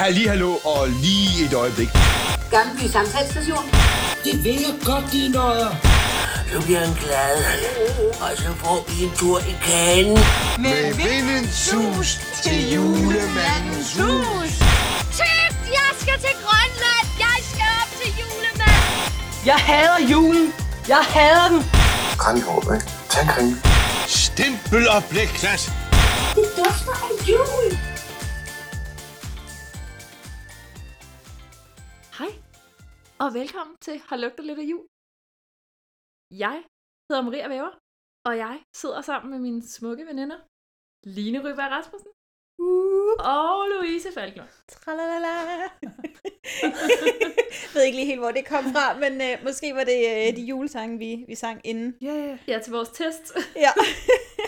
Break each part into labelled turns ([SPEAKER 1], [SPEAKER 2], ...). [SPEAKER 1] Ha- Lige hallo og lige et øjeblik.
[SPEAKER 2] Gammelby Samtalsstation.
[SPEAKER 3] Det vil jeg godt, de nøjer.
[SPEAKER 4] Så bliver han glad. Og så får vi en tur i kagen.
[SPEAKER 1] Med vindens sus til julemandens hus.
[SPEAKER 5] Tøft, jeg skal til Grønland. Jeg skal op til julemand.
[SPEAKER 6] Jeg hader julen. Jeg hader den.
[SPEAKER 7] Kranjehåb, ikke? Tag en kringle.
[SPEAKER 1] Stempel og blikklat.
[SPEAKER 2] Det dufter af jul.
[SPEAKER 8] Hej, og velkommen til Har lugter lidt af jul. Jeg hedder Maria Væver, og jeg sidder sammen med mine smukke veninder, Line Ryberg Rasmussen og Louise Falkner.
[SPEAKER 9] Uh. Tralalala. jeg ved ikke lige helt, hvor det kom fra, men øh, måske var det øh, de julesange, vi, vi sang inden.
[SPEAKER 8] Ja, yeah. ja. til vores test.
[SPEAKER 9] Ja.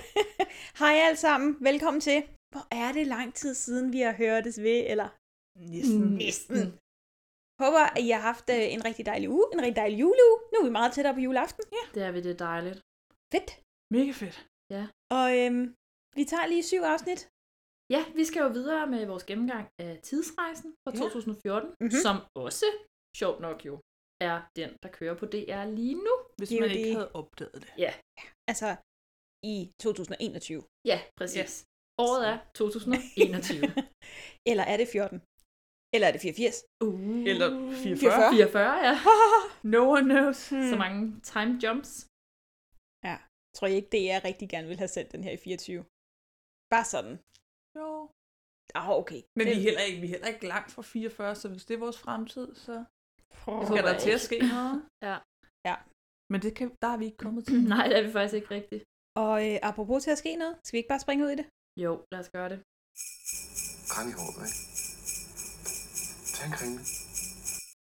[SPEAKER 9] Hej alle sammen, velkommen til. Hvor er det lang tid siden, vi har hørtes ved, eller
[SPEAKER 8] Mm.
[SPEAKER 9] næsten. Håber, at I har haft øh, en rigtig dejlig uge, en rigtig dejlig juleuge. Nu er vi meget tættere på juleaften. Ja.
[SPEAKER 8] Det er vi, det er dejligt.
[SPEAKER 9] Fedt.
[SPEAKER 10] Mega fedt.
[SPEAKER 9] Og øhm, vi tager lige syv afsnit.
[SPEAKER 8] Ja, vi skal jo videre med vores gennemgang af tidsrejsen fra
[SPEAKER 9] Ja.
[SPEAKER 8] 2014,
[SPEAKER 9] Mhm.
[SPEAKER 8] som også, sjovt nok jo, er den, der kører på DR lige nu.
[SPEAKER 10] Hvis
[SPEAKER 9] Det er
[SPEAKER 10] man
[SPEAKER 9] jo
[SPEAKER 10] ikke
[SPEAKER 9] det.
[SPEAKER 10] havde opdaget det.
[SPEAKER 9] Altså i 2021.
[SPEAKER 8] Ja, præcis. Året er 2021.
[SPEAKER 9] Eller er det 14? Eller er det 84?
[SPEAKER 8] uh.
[SPEAKER 10] Eller
[SPEAKER 9] 44.
[SPEAKER 10] 44.
[SPEAKER 8] 44, ja.
[SPEAKER 10] No one knows.
[SPEAKER 8] Så mange time jumps.
[SPEAKER 9] Tror jeg ikke, DR rigtig gerne ville have sendt den her i 24? Bare sådan.
[SPEAKER 10] Jo.
[SPEAKER 9] Ah, okay.
[SPEAKER 10] Men vi
[SPEAKER 9] Det-
[SPEAKER 10] er, heller ikke, vi er heller ikke langt fra 44, så hvis det er vores fremtid, så
[SPEAKER 8] Jeg
[SPEAKER 10] skal
[SPEAKER 8] håber
[SPEAKER 10] der til
[SPEAKER 8] ikke.
[SPEAKER 10] at ske noget.
[SPEAKER 8] Ja.
[SPEAKER 9] Ja.
[SPEAKER 10] Men det kan, der er vi ikke kommet til.
[SPEAKER 8] Nej, det er vi faktisk ikke rigtigt.
[SPEAKER 9] Og øh, apropos til at ske noget, skal vi ikke bare springe ud i det?
[SPEAKER 8] Jo, lad os gøre det.
[SPEAKER 7] Kranjehåb, ikke? Tag en kringle.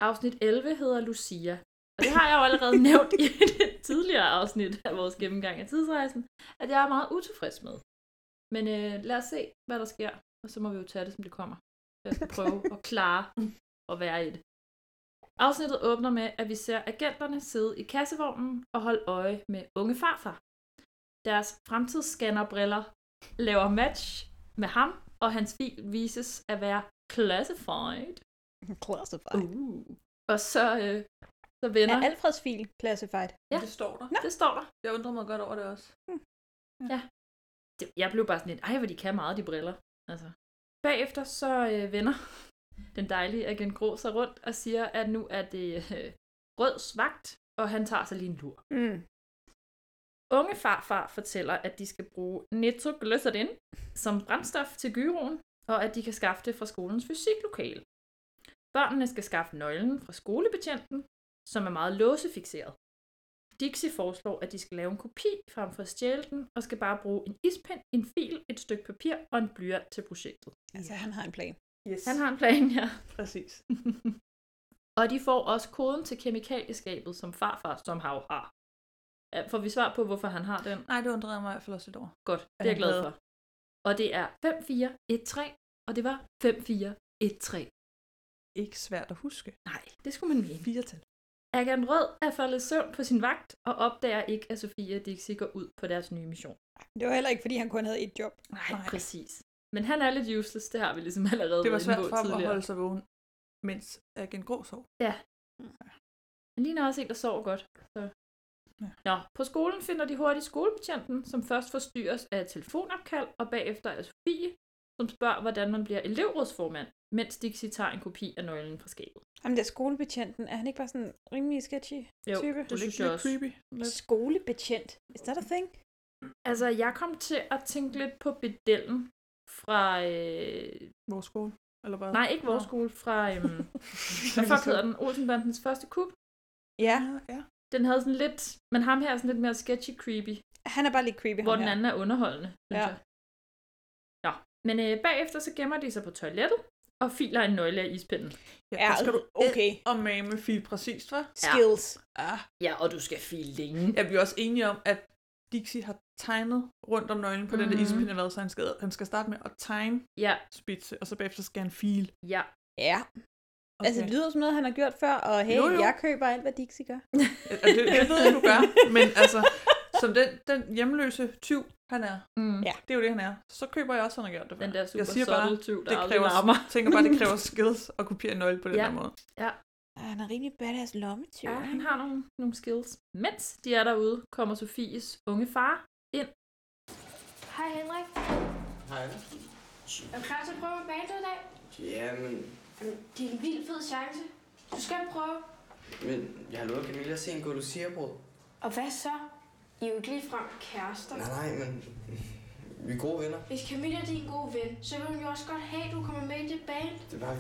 [SPEAKER 8] Afsnit 11 hedder Lucia. Og det har jeg jo allerede nævnt i det tidligere afsnit af vores gennemgang af tidsrejsen, at jeg er meget utilfreds med. Men øh, lad os se, hvad der sker, og så må vi jo tage det, som det kommer. Jeg skal prøve at klare at være i det. Afsnittet åbner med, at vi ser agenterne sidde i kassevognen og holde øje med unge farfar. Deres fremtidsscannerbriller laver match med ham, og hans fil vises at være classified.
[SPEAKER 9] Classified.
[SPEAKER 8] Uh. Og så, øh, så
[SPEAKER 9] Er
[SPEAKER 8] vender...
[SPEAKER 9] Alfreds fil classified?
[SPEAKER 8] Ja.
[SPEAKER 10] Ja. Det står der.
[SPEAKER 8] Det står der.
[SPEAKER 10] Jeg undrede mig godt over det også.
[SPEAKER 8] Det- Jeg blev bare sådan lidt, ej hvor de kan meget, de briller. Altså. Bagefter så øh, vender den dejlige agent Grå sig rundt og siger, at nu er det øh, Røds vagt, og han tager sig lige en lur.
[SPEAKER 9] Mm.
[SPEAKER 8] Unge farfar fortæller, at de skal bruge nitroglycerin som brændstof til gyroen, og at de kan skaffe det fra skolens fysiklokale. Børnene skal skaffe nøglen fra skolebetjenten, som er meget låsefixeret. Dixie foreslår, at de skal lave en kopi frem for at stjæle den, og skal bare bruge en ispind, en fil, et stykke papir og en blyant til projektet.
[SPEAKER 9] Altså, han har en plan.
[SPEAKER 10] Yes,
[SPEAKER 8] Han har en plan her.
[SPEAKER 10] præcis.
[SPEAKER 8] Og de får også koden til kemikalieskabet, som farfar som hav har. Ja, Får vi svar på, hvorfor han har den?
[SPEAKER 10] Nej, det undrede jeg mig i hvert fald også lidt over.
[SPEAKER 8] Godt, det
[SPEAKER 10] Er
[SPEAKER 8] er jeg
[SPEAKER 10] han
[SPEAKER 8] glad
[SPEAKER 10] glad?
[SPEAKER 8] for. Og det er 5413, og det var 5413.
[SPEAKER 10] Ikke svært at huske.
[SPEAKER 8] Nej, det skulle man mene.
[SPEAKER 10] Fire tal.
[SPEAKER 8] Agan Rød er faldet i søvn på sin vagt, og opdager ikke, at Sofia og Dixie går ud på deres nye mission.
[SPEAKER 9] Det var heller ikke, fordi han kun havde et job.
[SPEAKER 8] Nej, præcis. Men han er lidt useless, det har vi ligesom allerede
[SPEAKER 10] Det var
[SPEAKER 8] været inde på
[SPEAKER 10] svært for ham at
[SPEAKER 8] tidligere.
[SPEAKER 10] holde sig vågen, mens Agen Grå sov.
[SPEAKER 8] Han ligner også en, der sover godt. Så.
[SPEAKER 10] Ja.
[SPEAKER 8] Nå, på skolen finder de hurtigt skolebetjenten, som først forstyrres af et telefonopkald, og bagefter af Sofie, som spørger, hvordan man bliver elevrådsformand, mens Dixie tager en kopi af nøglen fra skabet.
[SPEAKER 9] Jamen, der skolebetjenten, er han ikke bare sådan rimelig sketchy
[SPEAKER 8] Jo,
[SPEAKER 9] type?
[SPEAKER 8] det synes jeg
[SPEAKER 10] Lidt
[SPEAKER 8] også.
[SPEAKER 10] creepy. Lidt.
[SPEAKER 9] Skolebetjent? Is that a thing?
[SPEAKER 8] Altså, jeg kom til at tænke lidt på bedellen fra... Øh...
[SPEAKER 10] Vores skole. Eller bare...
[SPEAKER 8] Nej, ikke vores
[SPEAKER 10] Nå.
[SPEAKER 8] skole, fra... Øh... Hvad fuck hedder den? Olsenbandens første kub.
[SPEAKER 9] Ja,
[SPEAKER 10] Ja.
[SPEAKER 8] Den havde sådan lidt... Men ham her er sådan lidt mere sketchy creepy,
[SPEAKER 9] han er bare lidt creepy.
[SPEAKER 8] hvor
[SPEAKER 9] ham
[SPEAKER 8] den
[SPEAKER 9] her.
[SPEAKER 8] anden er underholdende, synes
[SPEAKER 9] Ja.
[SPEAKER 8] jeg. Nå, men øh, bagefter så gemmer de sig på toilettet og filer en nøgle af ispinden.
[SPEAKER 10] Ja,
[SPEAKER 9] Ja,
[SPEAKER 10] der skal du
[SPEAKER 9] okay.
[SPEAKER 10] og mame fil præcist, hva'?
[SPEAKER 9] Skills.
[SPEAKER 10] Ja.
[SPEAKER 8] Ja, og du skal file længe.
[SPEAKER 10] er vi også enige om, at Dixie har tegnet rundt om nøglen på mm. den der
[SPEAKER 8] Mhm.
[SPEAKER 10] ispind, eller hvad, så han skal, han skal starte med at tegne
[SPEAKER 8] Ja,
[SPEAKER 10] spidse, og så bagefter skal han file.
[SPEAKER 8] ja.
[SPEAKER 9] Ja, okay. altså det lyder som noget, han har gjort før, og hey,
[SPEAKER 10] Jo, jo.
[SPEAKER 9] jeg køber alt, hvad Dixie gør.
[SPEAKER 10] Og det, det ved jeg, du gør, men altså, som den, den hjemløse tyv, han er.
[SPEAKER 8] Mm.
[SPEAKER 9] Ja.
[SPEAKER 10] Det er jo det, han er. Så køber jeg også, han har gjort det før.
[SPEAKER 8] Den der super
[SPEAKER 10] jeg siger bare,
[SPEAKER 8] subtle tyv, der
[SPEAKER 10] det
[SPEAKER 8] aldrig
[SPEAKER 10] kræver,
[SPEAKER 8] larmer.
[SPEAKER 10] tænker bare, det kræver skills at kopiere en nøgle på den
[SPEAKER 8] Ja.
[SPEAKER 10] der måde.
[SPEAKER 9] Ah, Han er rimelig badass lommetyv.
[SPEAKER 8] Ja, han
[SPEAKER 9] ikke?
[SPEAKER 8] har nogle, nogle skills. Mens de er derude, kommer Sofies unge far ind.
[SPEAKER 5] Hej Henrik.
[SPEAKER 3] Hej.
[SPEAKER 5] Er du klar til at prøve at bage i dag?
[SPEAKER 3] Jamen,
[SPEAKER 5] Jamen, Det er en vild fed chance. Du skal prøve.
[SPEAKER 3] men jeg har lovet Camilla at se en goluciabrød.
[SPEAKER 5] Og hvad så? I er jo ikke ligefrem kærester.
[SPEAKER 3] Nej, nej, men vi er gode venner.
[SPEAKER 5] Hvis Camilla er din gode ven, så vil hun jo også godt have, at du kommer med i det band.
[SPEAKER 3] Det var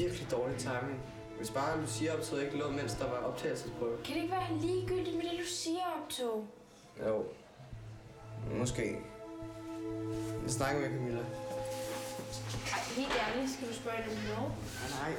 [SPEAKER 3] virkelig dårlig timing. Hvis bare Lucia optog ikke lå, mens der var optagelsesprøve.
[SPEAKER 5] Kan det ikke være ligegyldigt med det Lucia-optog?
[SPEAKER 3] Jo. Måske. Jeg snakker med Camilla.
[SPEAKER 5] Ej, helt ærligt, skal du spørge hende om lov?
[SPEAKER 3] Nej, nej.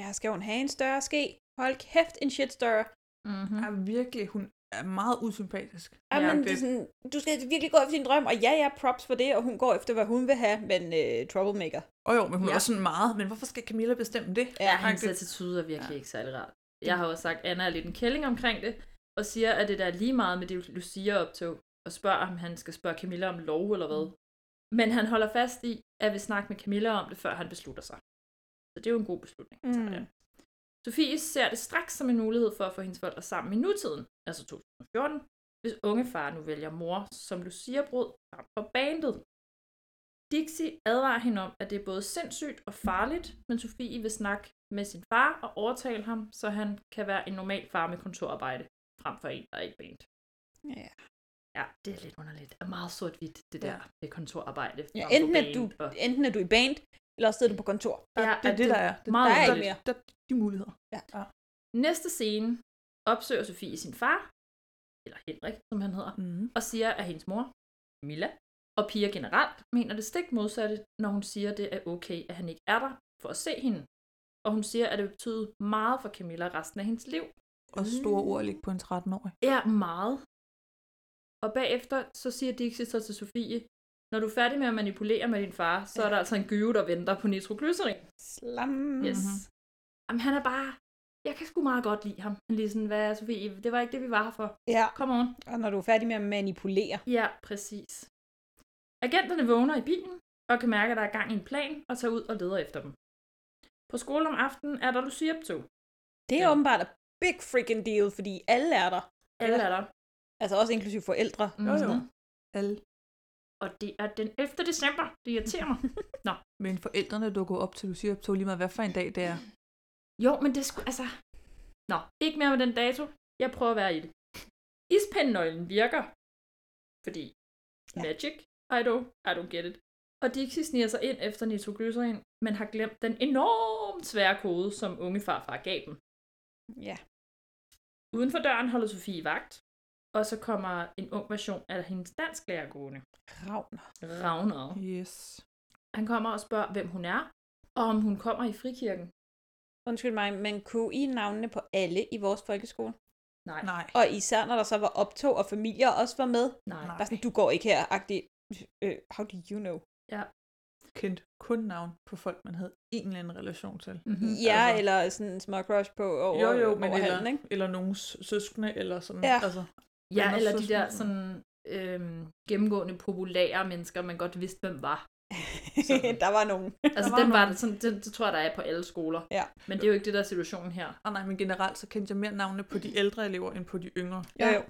[SPEAKER 9] Ja, skal hun have en større ske? Hold kæft, en shit større.
[SPEAKER 8] Mm-hmm.
[SPEAKER 10] Er virkelig, hun er meget usympatisk.
[SPEAKER 9] Ja, men det...
[SPEAKER 10] det-
[SPEAKER 9] er sådan, du skal virkelig gå efter din drøm, og ja, jeg er props for det, og hun går efter, hvad hun vil have, men øh, troublemaker.
[SPEAKER 10] Og jo, men hun ja.
[SPEAKER 8] Ja.
[SPEAKER 10] er også sådan meget. Men hvorfor skal Camilla bestemme det?
[SPEAKER 8] Ja, hendes
[SPEAKER 10] Agtigt.
[SPEAKER 8] attitude er virkelig ja. ikke særlig rart. Jeg har også sagt, at Anna er lidt en kælling omkring det, og siger, at det der er lige meget med det Lucia-optog, og spørger, om han skal spørge Camilla om lov eller hvad. Men han holder fast i, at vi snakker med Camilla om det, før han beslutter sig. Så det er jo en god beslutning. Mm.
[SPEAKER 9] Mm.
[SPEAKER 8] Ja. Sofie ser det straks som en mulighed for at få hendes forældre sammen i nutiden, altså 2014, hvis unge far nu vælger mor som Lucia-brød frem for bandet. Dixie advarer hende om, at det er både sindssygt og farligt, men Sofie vil snakke med sin far og overtale ham, så han kan være en normal far med kontorarbejde, frem for en, der ikke er bent.
[SPEAKER 9] Ja.
[SPEAKER 8] Ja, det er lidt underligt. Det er meget sort-hvidt, det der med kontorarbejde.
[SPEAKER 9] Ja,
[SPEAKER 8] frem for
[SPEAKER 9] enten, at
[SPEAKER 8] band
[SPEAKER 9] du,
[SPEAKER 8] og-
[SPEAKER 9] enten er du i band, eller også sidder du på kontor.
[SPEAKER 10] Ja, det er det, der er. Det,
[SPEAKER 8] meget
[SPEAKER 9] der er ikke
[SPEAKER 8] underligt.
[SPEAKER 9] mere.
[SPEAKER 10] der, de muligheder.
[SPEAKER 8] Næste scene opsøger Sofie sin far, eller Henrik, som han hedder,
[SPEAKER 10] Mm.
[SPEAKER 8] og siger, at hendes mor, Milla, og piger generelt mener det stik modsatte, når hun siger, at det er okay, at han ikke er der for at se hende. Og hun siger, at det betyder meget for Camilla resten af hendes liv.
[SPEAKER 10] Og store ord ligge på en 13-årig.
[SPEAKER 8] Er meget. Og bagefter, så siger Dixie så til Sofie, når du er færdig med at manipulere med din far, så er der altså en gyve, der venter på nitroglycerin.
[SPEAKER 9] Slam.
[SPEAKER 8] Yes. Mm-hmm. Jamen, han er bare... Jeg kan sgu meget godt lide ham. Han er lige sådan, hvad er Sofie? Det var ikke det, vi var her for.
[SPEAKER 9] Ja,
[SPEAKER 8] Kom on.
[SPEAKER 9] og når du er færdig med at manipulere.
[SPEAKER 8] Ja, præcis. Agenterne vågner i bilen og kan mærke, at der er gang i en plan og tager ud og leder efter dem. På skolen om aftenen er der Lucia-optog.
[SPEAKER 9] Det er
[SPEAKER 8] Ja.
[SPEAKER 9] ja. åbenbart a big freaking deal, fordi alle er der.
[SPEAKER 8] Alle er der.
[SPEAKER 9] Altså også inklusive forældre.
[SPEAKER 8] Mm.
[SPEAKER 10] Jo, jo. Alle.
[SPEAKER 8] Og det er den 11. december. Det irriterer mig.
[SPEAKER 10] Men forældrene dukker op til Lucia optog lige meget, hvad for en dag det er.
[SPEAKER 8] Jo, men det skulle altså... Nå, ikke mere med den dato. Jeg prøver at være i det. Ispindnøglen virker. Fordi
[SPEAKER 9] Ja.
[SPEAKER 8] magic. I don't, I don't get it. Og Dixie sniger sig ind efter nitroglycerin, men har glemt den enormt svære kode, som unge farfar gav dem.
[SPEAKER 9] Ja.
[SPEAKER 8] Uden for døren holder Sofie vagt, og så kommer en ung version af hendes dansklærer gående.
[SPEAKER 9] Ravner.
[SPEAKER 8] Ragnar.
[SPEAKER 10] Yes.
[SPEAKER 8] Han kommer og spørger, hvem hun er, og om hun kommer i frikirken.
[SPEAKER 9] Undskyld mig, men kunne I navnene på alle i vores folkeskole?
[SPEAKER 8] Nej, nej,
[SPEAKER 10] Nej.
[SPEAKER 9] Og især når der så var optog, og familier også var med.
[SPEAKER 8] nej.
[SPEAKER 9] Bare sådan, du går ikke her, agtig. Øh, how do you know?
[SPEAKER 10] Kendt kun navn på folk, man havde en eller anden relation til.
[SPEAKER 8] Mm-hmm.
[SPEAKER 9] Ja,
[SPEAKER 10] altså.
[SPEAKER 9] eller sådan en små crush på over,
[SPEAKER 10] Jo, jo, men
[SPEAKER 9] over
[SPEAKER 10] eller,
[SPEAKER 9] handen, ikke?
[SPEAKER 10] eller nogens søskende, eller sådan.
[SPEAKER 9] Ja.
[SPEAKER 10] Altså,
[SPEAKER 8] Ja,
[SPEAKER 10] Anders
[SPEAKER 8] eller de
[SPEAKER 10] søskende.
[SPEAKER 8] der sådan øhm, gennemgående populære mennesker, man godt vidste, hvem var. Sådan.
[SPEAKER 9] der var nogen.
[SPEAKER 8] Altså,
[SPEAKER 10] var
[SPEAKER 8] den var
[SPEAKER 10] nogen.
[SPEAKER 8] det, sådan, det, det tror jeg, der er på alle skoler.
[SPEAKER 9] Ja.
[SPEAKER 8] Men det er jo ikke det, der er situationen her.
[SPEAKER 10] ah, nej, men generelt så kendte jeg mere navne på de ældre elever, end på de yngre.
[SPEAKER 9] Jo, jo.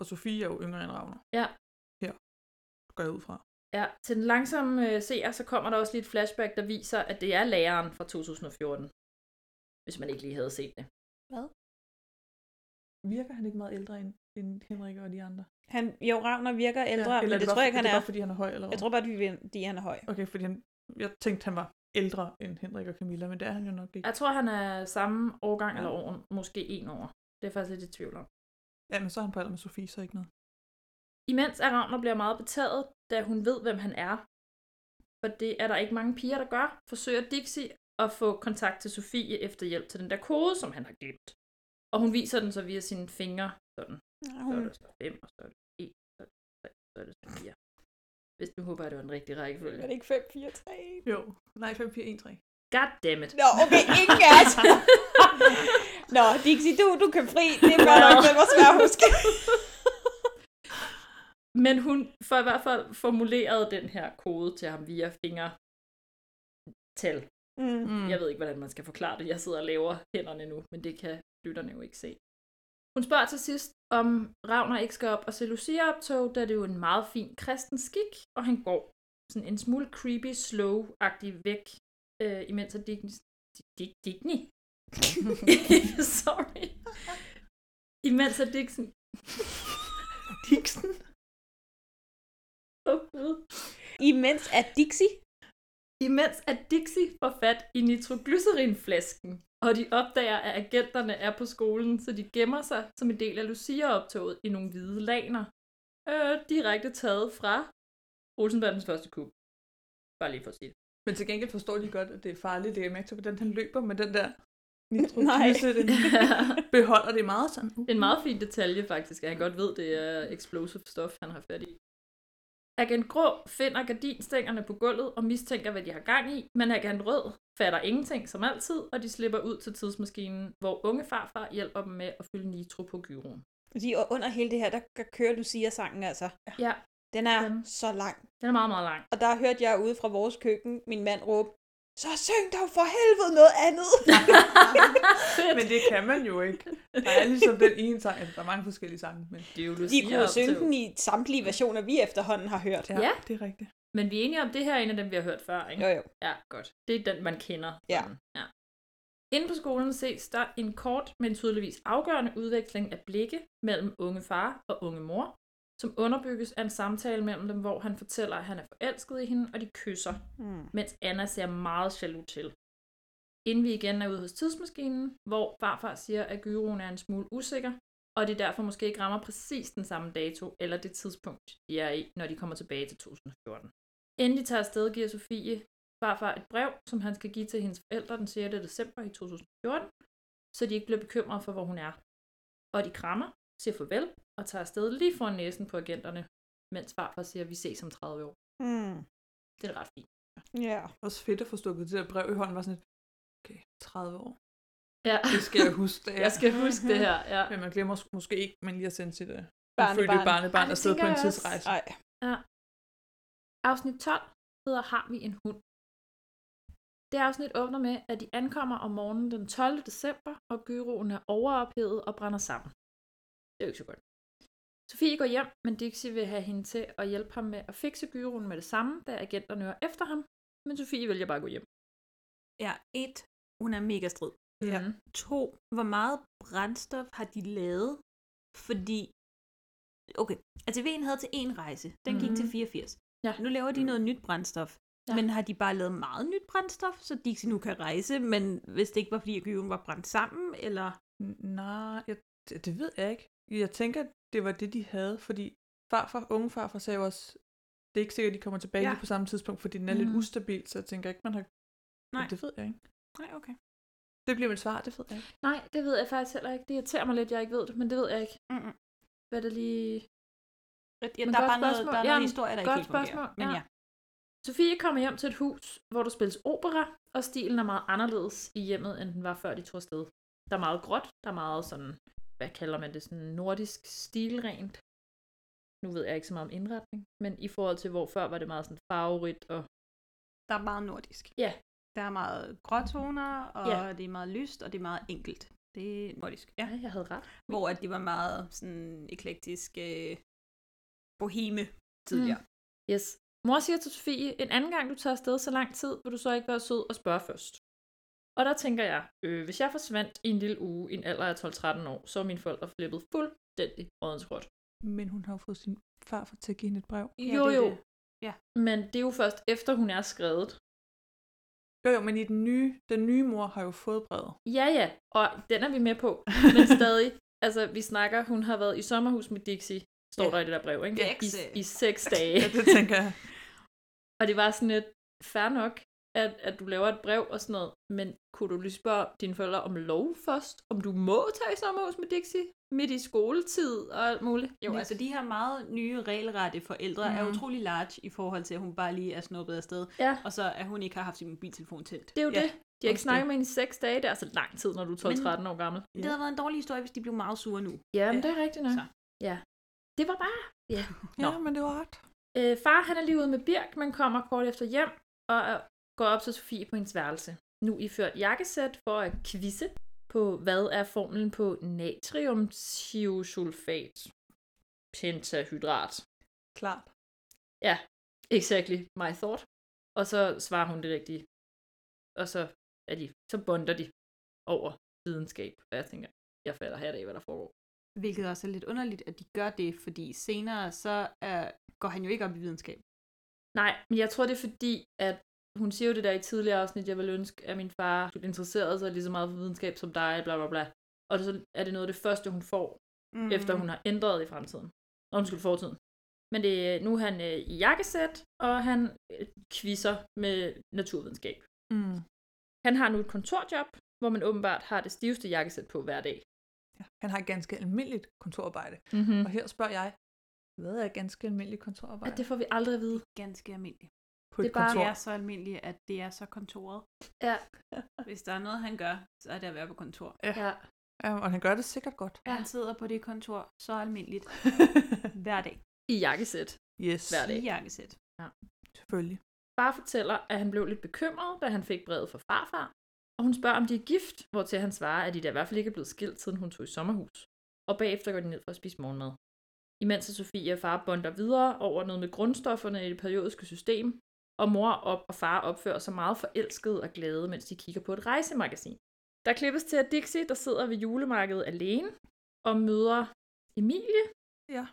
[SPEAKER 10] Og Sofie er jo yngre end Ravner.
[SPEAKER 8] Ja.
[SPEAKER 10] Her. Går jeg ud fra.
[SPEAKER 8] Ja, til den langsomme øh, seer, så kommer der også lige et flashback, der viser, at det er læreren fra 2014. Hvis man ikke lige havde set det.
[SPEAKER 10] Virker han ikke meget ældre end, end Henrik og de andre?
[SPEAKER 9] Han, jo, Ravner virker ældre, ja, men det,
[SPEAKER 10] bare,
[SPEAKER 9] tror jeg ikke,
[SPEAKER 10] er
[SPEAKER 9] han
[SPEAKER 10] det
[SPEAKER 9] er.
[SPEAKER 10] bare, fordi han er høj, eller hvad?
[SPEAKER 9] Jeg tror bare, at vi vil- de han er høj.
[SPEAKER 10] Okay, fordi han, jeg tænkte, han var ældre end Henrik og Camilla, men det er han jo nok ikke.
[SPEAKER 8] Jeg tror, han er samme årgang ja. eller år, måske en år. Det er jeg faktisk lidt i tvivl om.
[SPEAKER 10] Ja, men så er han på alder med Sofie, så ikke noget.
[SPEAKER 8] Imens er Ravner bliver meget betaget, da hun ved, hvem han er. For det er der ikke mange piger, der gør. Forsøger Dixie at få kontakt til Sofie efter hjælp til den der kode, som han har glemt. Og hun viser den så via sine fingre. Sådan. Så er
[SPEAKER 9] Hun,
[SPEAKER 8] det så 5, og så er det 1, så er det 3, så er det så 4. Hvis du håber, at det var den rigtige rækkefølge.
[SPEAKER 9] er det ikke 5, 4, 3?
[SPEAKER 10] Jo. Nej, 5, 4, 1, 3.
[SPEAKER 8] God damn it.
[SPEAKER 9] Nå, okay, ingen af os. Nå, Dixie, du, du kan fri. Det er godt nok, den var svær at huske.
[SPEAKER 8] Men hun får i hvert fald formuleret den her kode til ham via fingertal.
[SPEAKER 9] Mm.
[SPEAKER 10] Mm.
[SPEAKER 8] Jeg ved ikke, hvordan man skal forklare det. Jeg sidder og laver hænderne nu, men det kan lytterne jo ikke se. Hun spørger til sidst, om Ravner ikke skal op og se Lucia-optog, da det er jo en meget fin kristen skik, og han går sådan en smule creepy, slow-agtig væk, øh, imens at Digny... Dig, Digny? Sorry. Imens at Dixon...
[SPEAKER 10] Dixon.
[SPEAKER 8] Åh, Gud.
[SPEAKER 9] Imens at Dixie
[SPEAKER 8] Imens at Dixie får fat i nitroglycerinflasken, og de opdager, at agenterne er på skolen, så de gemmer sig som en del af Lucia-optoget i nogle hvide laner. Øh, direkte taget fra Rosenbergens første kub. Bare lige for at sige det.
[SPEAKER 10] Men til gengæld forstår de godt, at det er farligt. Det er mærke til, hvordan han løber med den der
[SPEAKER 9] Nej.
[SPEAKER 10] nitroglycerin. den beholder det meget sådan. Uh.
[SPEAKER 8] Det er en meget fin detalje faktisk, at han godt ved, det er explosive stof, han har fat i. Agent Grå finder gardinstængerne på gulvet og mistænker, hvad de har gang i, men Agent Rød fatter ingenting som altid, og de slipper ud til tidsmaskinen, hvor unge farfar hjælper dem med at fylde nitro på gyroen.
[SPEAKER 9] Fordi under hele det her, der der kører Lucia-sangen altså.
[SPEAKER 8] Ja,
[SPEAKER 9] Den er
[SPEAKER 8] Jamen.
[SPEAKER 9] så lang.
[SPEAKER 8] den er meget, meget lang.
[SPEAKER 9] Og der hørte jeg ude fra vores køkken min mand råbe, så syng dog for helvede noget andet.
[SPEAKER 10] Men det kan man jo ikke. Der er ligesom den ene sang. Altså, der er mange forskellige sange, men
[SPEAKER 8] Det er jo
[SPEAKER 9] De
[SPEAKER 8] Lucia
[SPEAKER 9] kunne jo synge
[SPEAKER 8] optog.
[SPEAKER 9] den i samtlige
[SPEAKER 10] Mm.
[SPEAKER 9] versioner, vi efterhånden har hørt.
[SPEAKER 8] Ja.
[SPEAKER 10] det er rigtigt.
[SPEAKER 8] Men vi er enige om, at det her er en af dem, vi har hørt før, ikke?
[SPEAKER 9] Jo, jo.
[SPEAKER 8] Ja, godt. Det er den, man kender.
[SPEAKER 9] Ja.
[SPEAKER 8] Sådan, ja. Inde på skolen ses der en kort, men tydeligvis afgørende udveksling af blikke mellem unge far og unge mor, som underbygges af en samtale mellem dem, hvor han fortæller, at han er forelsket i hende, og de kysser,
[SPEAKER 9] Mm.
[SPEAKER 8] mens Anna ser meget jaloux til. Inden vi igen er ude hos tidsmaskinen, hvor farfar siger, at gyroen er en smule usikker, og det derfor måske ikke rammer præcis den samme dato eller det tidspunkt, de er i, når de kommer tilbage til 2014. Inden de tager afsted, giver Sofie farfar et brev, som han skal give til hendes forældre den 6. december i 2014, så de ikke bliver bekymrede for, hvor hun er. Og de krammer, siger farvel og tager afsted lige foran næsen på agenterne, mens farfar siger, vi ses om 30 år.
[SPEAKER 9] Mm.
[SPEAKER 8] Det er ret fint.
[SPEAKER 9] Ja.
[SPEAKER 10] Også fedt at få stukket det der brev i hånden. Var sådan et, okay, 30 år.
[SPEAKER 8] Ja.
[SPEAKER 10] Det skal jeg huske. Det er.
[SPEAKER 8] Jeg skal huske det her, ja.
[SPEAKER 10] Men man glemmer mås- måske ikke, men lige at sende sit øh,
[SPEAKER 9] Barnebarn.
[SPEAKER 10] fødte barnebarn
[SPEAKER 8] Ej, det
[SPEAKER 10] afsted på
[SPEAKER 8] tænker
[SPEAKER 10] en
[SPEAKER 8] jeg også.
[SPEAKER 10] tidsrejse.
[SPEAKER 9] Ej.
[SPEAKER 8] Afsnit 12 hedder Har vi en hund? Det afsnit åbner med, at de ankommer om morgenen den 12. december, og gyroen er overophedet og brænder sammen. Det er jo ikke så godt. Sofie går hjem, men Dixie vil have hende til at hjælpe ham med at fikse gyroen med det samme, da agenterne er efter ham. Men Sofie vælger bare at gå hjem.
[SPEAKER 11] Ja, et, hun er mega strid.
[SPEAKER 10] Ja.
[SPEAKER 8] Mhm.
[SPEAKER 11] To, hvor meget brændstof har de lavet? Fordi, okay, ATV'en havde til en rejse, den gik til
[SPEAKER 8] Mhm.
[SPEAKER 11] 84.
[SPEAKER 8] Ja.
[SPEAKER 11] Nu laver de noget nyt brændstof.
[SPEAKER 8] Ja.
[SPEAKER 11] Ja. Men har de bare lavet meget nyt brændstof, så de nu kan rejse, men hvis det ikke var, fordi gyven var brændt sammen, eller...
[SPEAKER 10] N- Nej, jeg, det- det ved jeg ikke. Jeg tænker, det var det, de havde, fordi farfar, unge farfar sagde jo også, det er ikke sikkert, at de kommer tilbage ja.
[SPEAKER 11] Ja.
[SPEAKER 10] lige på samme tidspunkt, fordi den er mm. lidt
[SPEAKER 8] Mhm.
[SPEAKER 10] ustabil, så jeg tænker ikke, man har... Men
[SPEAKER 11] Nej.
[SPEAKER 10] Det ved jeg ikke.
[SPEAKER 11] Nej, okay.
[SPEAKER 10] Det bliver mit svar, det ved jeg ikke.
[SPEAKER 8] Nej, det ved jeg faktisk heller ikke. Det irriterer mig lidt, jeg ikke ved det, men det ved jeg ikke.
[SPEAKER 11] Mm-mm.
[SPEAKER 8] Hvad det lige...
[SPEAKER 11] Ja,
[SPEAKER 8] Men
[SPEAKER 11] der er
[SPEAKER 8] godt
[SPEAKER 11] bare noget,
[SPEAKER 8] spørgsmål.
[SPEAKER 11] der er
[SPEAKER 8] Jamen,
[SPEAKER 11] noget historie, der ikke
[SPEAKER 8] godt
[SPEAKER 11] helt fungerer.
[SPEAKER 8] spørgsmål,
[SPEAKER 11] Men
[SPEAKER 8] ja.
[SPEAKER 11] ja.
[SPEAKER 8] Sofie kommer hjem til et hus, hvor der spilles opera, og stilen er meget anderledes i hjemmet, end den var før de tog afsted. Der er meget gråt, der er meget sådan, hvad kalder man det, sådan nordisk stilrent. Nu ved jeg ikke så meget om indretning, men i forhold til hvor før var det meget sådan farverigt og...
[SPEAKER 11] Der er meget nordisk.
[SPEAKER 8] Ja.
[SPEAKER 11] Der er meget gråtoner, og
[SPEAKER 8] Ja.
[SPEAKER 11] ja. det er meget lyst, og det er meget enkelt. Det er nordisk.
[SPEAKER 8] Ja, jeg havde ret.
[SPEAKER 11] Hvor at det var meget sådan eklektisk øh, boheme tidligere. Mm.
[SPEAKER 8] Yes. Mor siger til Sofie, en anden gang du tager afsted så lang tid, vil du så ikke være sød og spørge først. Og der tænker jeg, øh, hvis jeg forsvandt i en lille uge i en alder af 12-13 år, så er mine forældre flippet fuldstændig rådens
[SPEAKER 10] Men hun har jo fået sin farfar til at give hende et brev.
[SPEAKER 11] Ja,
[SPEAKER 8] jo,
[SPEAKER 11] det er
[SPEAKER 8] jo.
[SPEAKER 11] det. Ja.
[SPEAKER 8] Men det er jo først efter, hun er skrevet.
[SPEAKER 10] Jo, jo, men i den nye, den nye mor har jo fået brevet.
[SPEAKER 8] Ja, ja, og den er vi med på. Men stadig, altså vi snakker, hun har været i sommerhus med Dixie, står
[SPEAKER 10] Ja.
[SPEAKER 8] der i det der brev, ikke?
[SPEAKER 11] Seks, øh.
[SPEAKER 8] I, I seks dage.
[SPEAKER 10] Ja, det tænker jeg.
[SPEAKER 8] og det var sådan lidt fair nok, at, at du laver et brev og sådan noget, men kunne du lige spørge dine forældre om lov først? Om du må tage i sommerhus med Dixie? Midt i skoletid og alt muligt?
[SPEAKER 11] Jo,
[SPEAKER 9] Mm.
[SPEAKER 11] altså de her meget nye regelrette forældre mm. er
[SPEAKER 10] Mhm.
[SPEAKER 11] utrolig large i forhold til, at hun bare lige er snuppet afsted,
[SPEAKER 8] Ja,
[SPEAKER 11] og så at hun ikke har haft sin mobiltelefon tændt.
[SPEAKER 8] det er jo
[SPEAKER 10] Ja,
[SPEAKER 8] det. De har ikke
[SPEAKER 10] også
[SPEAKER 8] snakket med hende i seks dage. Det er altså lang tid, når du er 12-13 år gammel.
[SPEAKER 11] Det havde været en dårlig historie, hvis de blev meget sure nu.
[SPEAKER 8] Ja,
[SPEAKER 11] Ja.
[SPEAKER 8] men det er rigtigt nok. Så.
[SPEAKER 11] Så.
[SPEAKER 8] Ja. Det var bare Ja.
[SPEAKER 10] Ja, men det var ret.
[SPEAKER 8] Øh, far han er lige ude med Birk, men kommer kort efter hjem og øh, går op til Sofie på hendes værelse. Nu iført jakkesæt for at kvisse på, hvad er formlen på natriumthiosulfat pentahydrat.
[SPEAKER 10] Klart.
[SPEAKER 8] Ja, exactly my thought. Og så svarer hun det rigtige. Og så er de, så bonder de over videnskab. Og jeg tænker, jeg fatter her i, hvad der foregår.
[SPEAKER 9] Hvilket også er lidt underligt, at de gør det, fordi senere så øh, går han jo ikke op i videnskab.
[SPEAKER 8] Nej, men jeg tror, det er fordi, at hun siger jo det der i tidligere afsnit, jeg ville ønske, at min far interesserede sig lige så meget for videnskab som dig, bla bla bla. Og så er det noget af det første, hun får,
[SPEAKER 9] Mm.
[SPEAKER 8] mm. efter hun har ændret i fremtiden. Nå, Undskyld, fortiden. Men det, er- nu er han øh, i jakkesæt, og han øh, quizzer med naturvidenskab.
[SPEAKER 10] Mm.
[SPEAKER 8] Han har nu et kontorjob, hvor man åbenbart har det stiveste jakkesæt på hver dag.
[SPEAKER 10] Han har et ganske almindeligt kontorarbejde.
[SPEAKER 8] Mhm.
[SPEAKER 10] Og her spørger jeg, hvad er ganske almindeligt kontorarbejde?
[SPEAKER 8] At det får vi aldrig at vide.
[SPEAKER 9] Ganske almindeligt.
[SPEAKER 10] På et
[SPEAKER 9] det er bare
[SPEAKER 10] kontor.
[SPEAKER 9] det er så almindeligt, at det er så kontoret.
[SPEAKER 8] Ja.
[SPEAKER 9] Hvis der er noget, han gør, så er det at være på kontor.
[SPEAKER 8] ja.
[SPEAKER 10] Ja, og han gør det sikkert godt.
[SPEAKER 9] Ja. Han sidder på det kontor så almindeligt hver dag.
[SPEAKER 8] I jakkesæt.
[SPEAKER 10] Yes.
[SPEAKER 8] Hver dag.
[SPEAKER 9] I jakkesæt.
[SPEAKER 8] Ja.
[SPEAKER 10] Selvfølgelig.
[SPEAKER 8] Far fortæller, at han blev lidt bekymret, da han fik brevet fra farfar, og hun spørger, om de er gift, hvortil han svarer, at de da i hvert fald ikke er blevet skilt, siden hun tog i sommerhus. Og bagefter går de ned for at spise morgenmad. Imens er Sofie og far bonder videre over noget med grundstofferne i det periodiske system, og mor op og far opfører sig meget forelskede og glade, mens de kigger på et rejsemagasin. Der klippes til, at Dixie, der sidder ved julemarkedet alene, og møder Emilie,
[SPEAKER 10] Ja.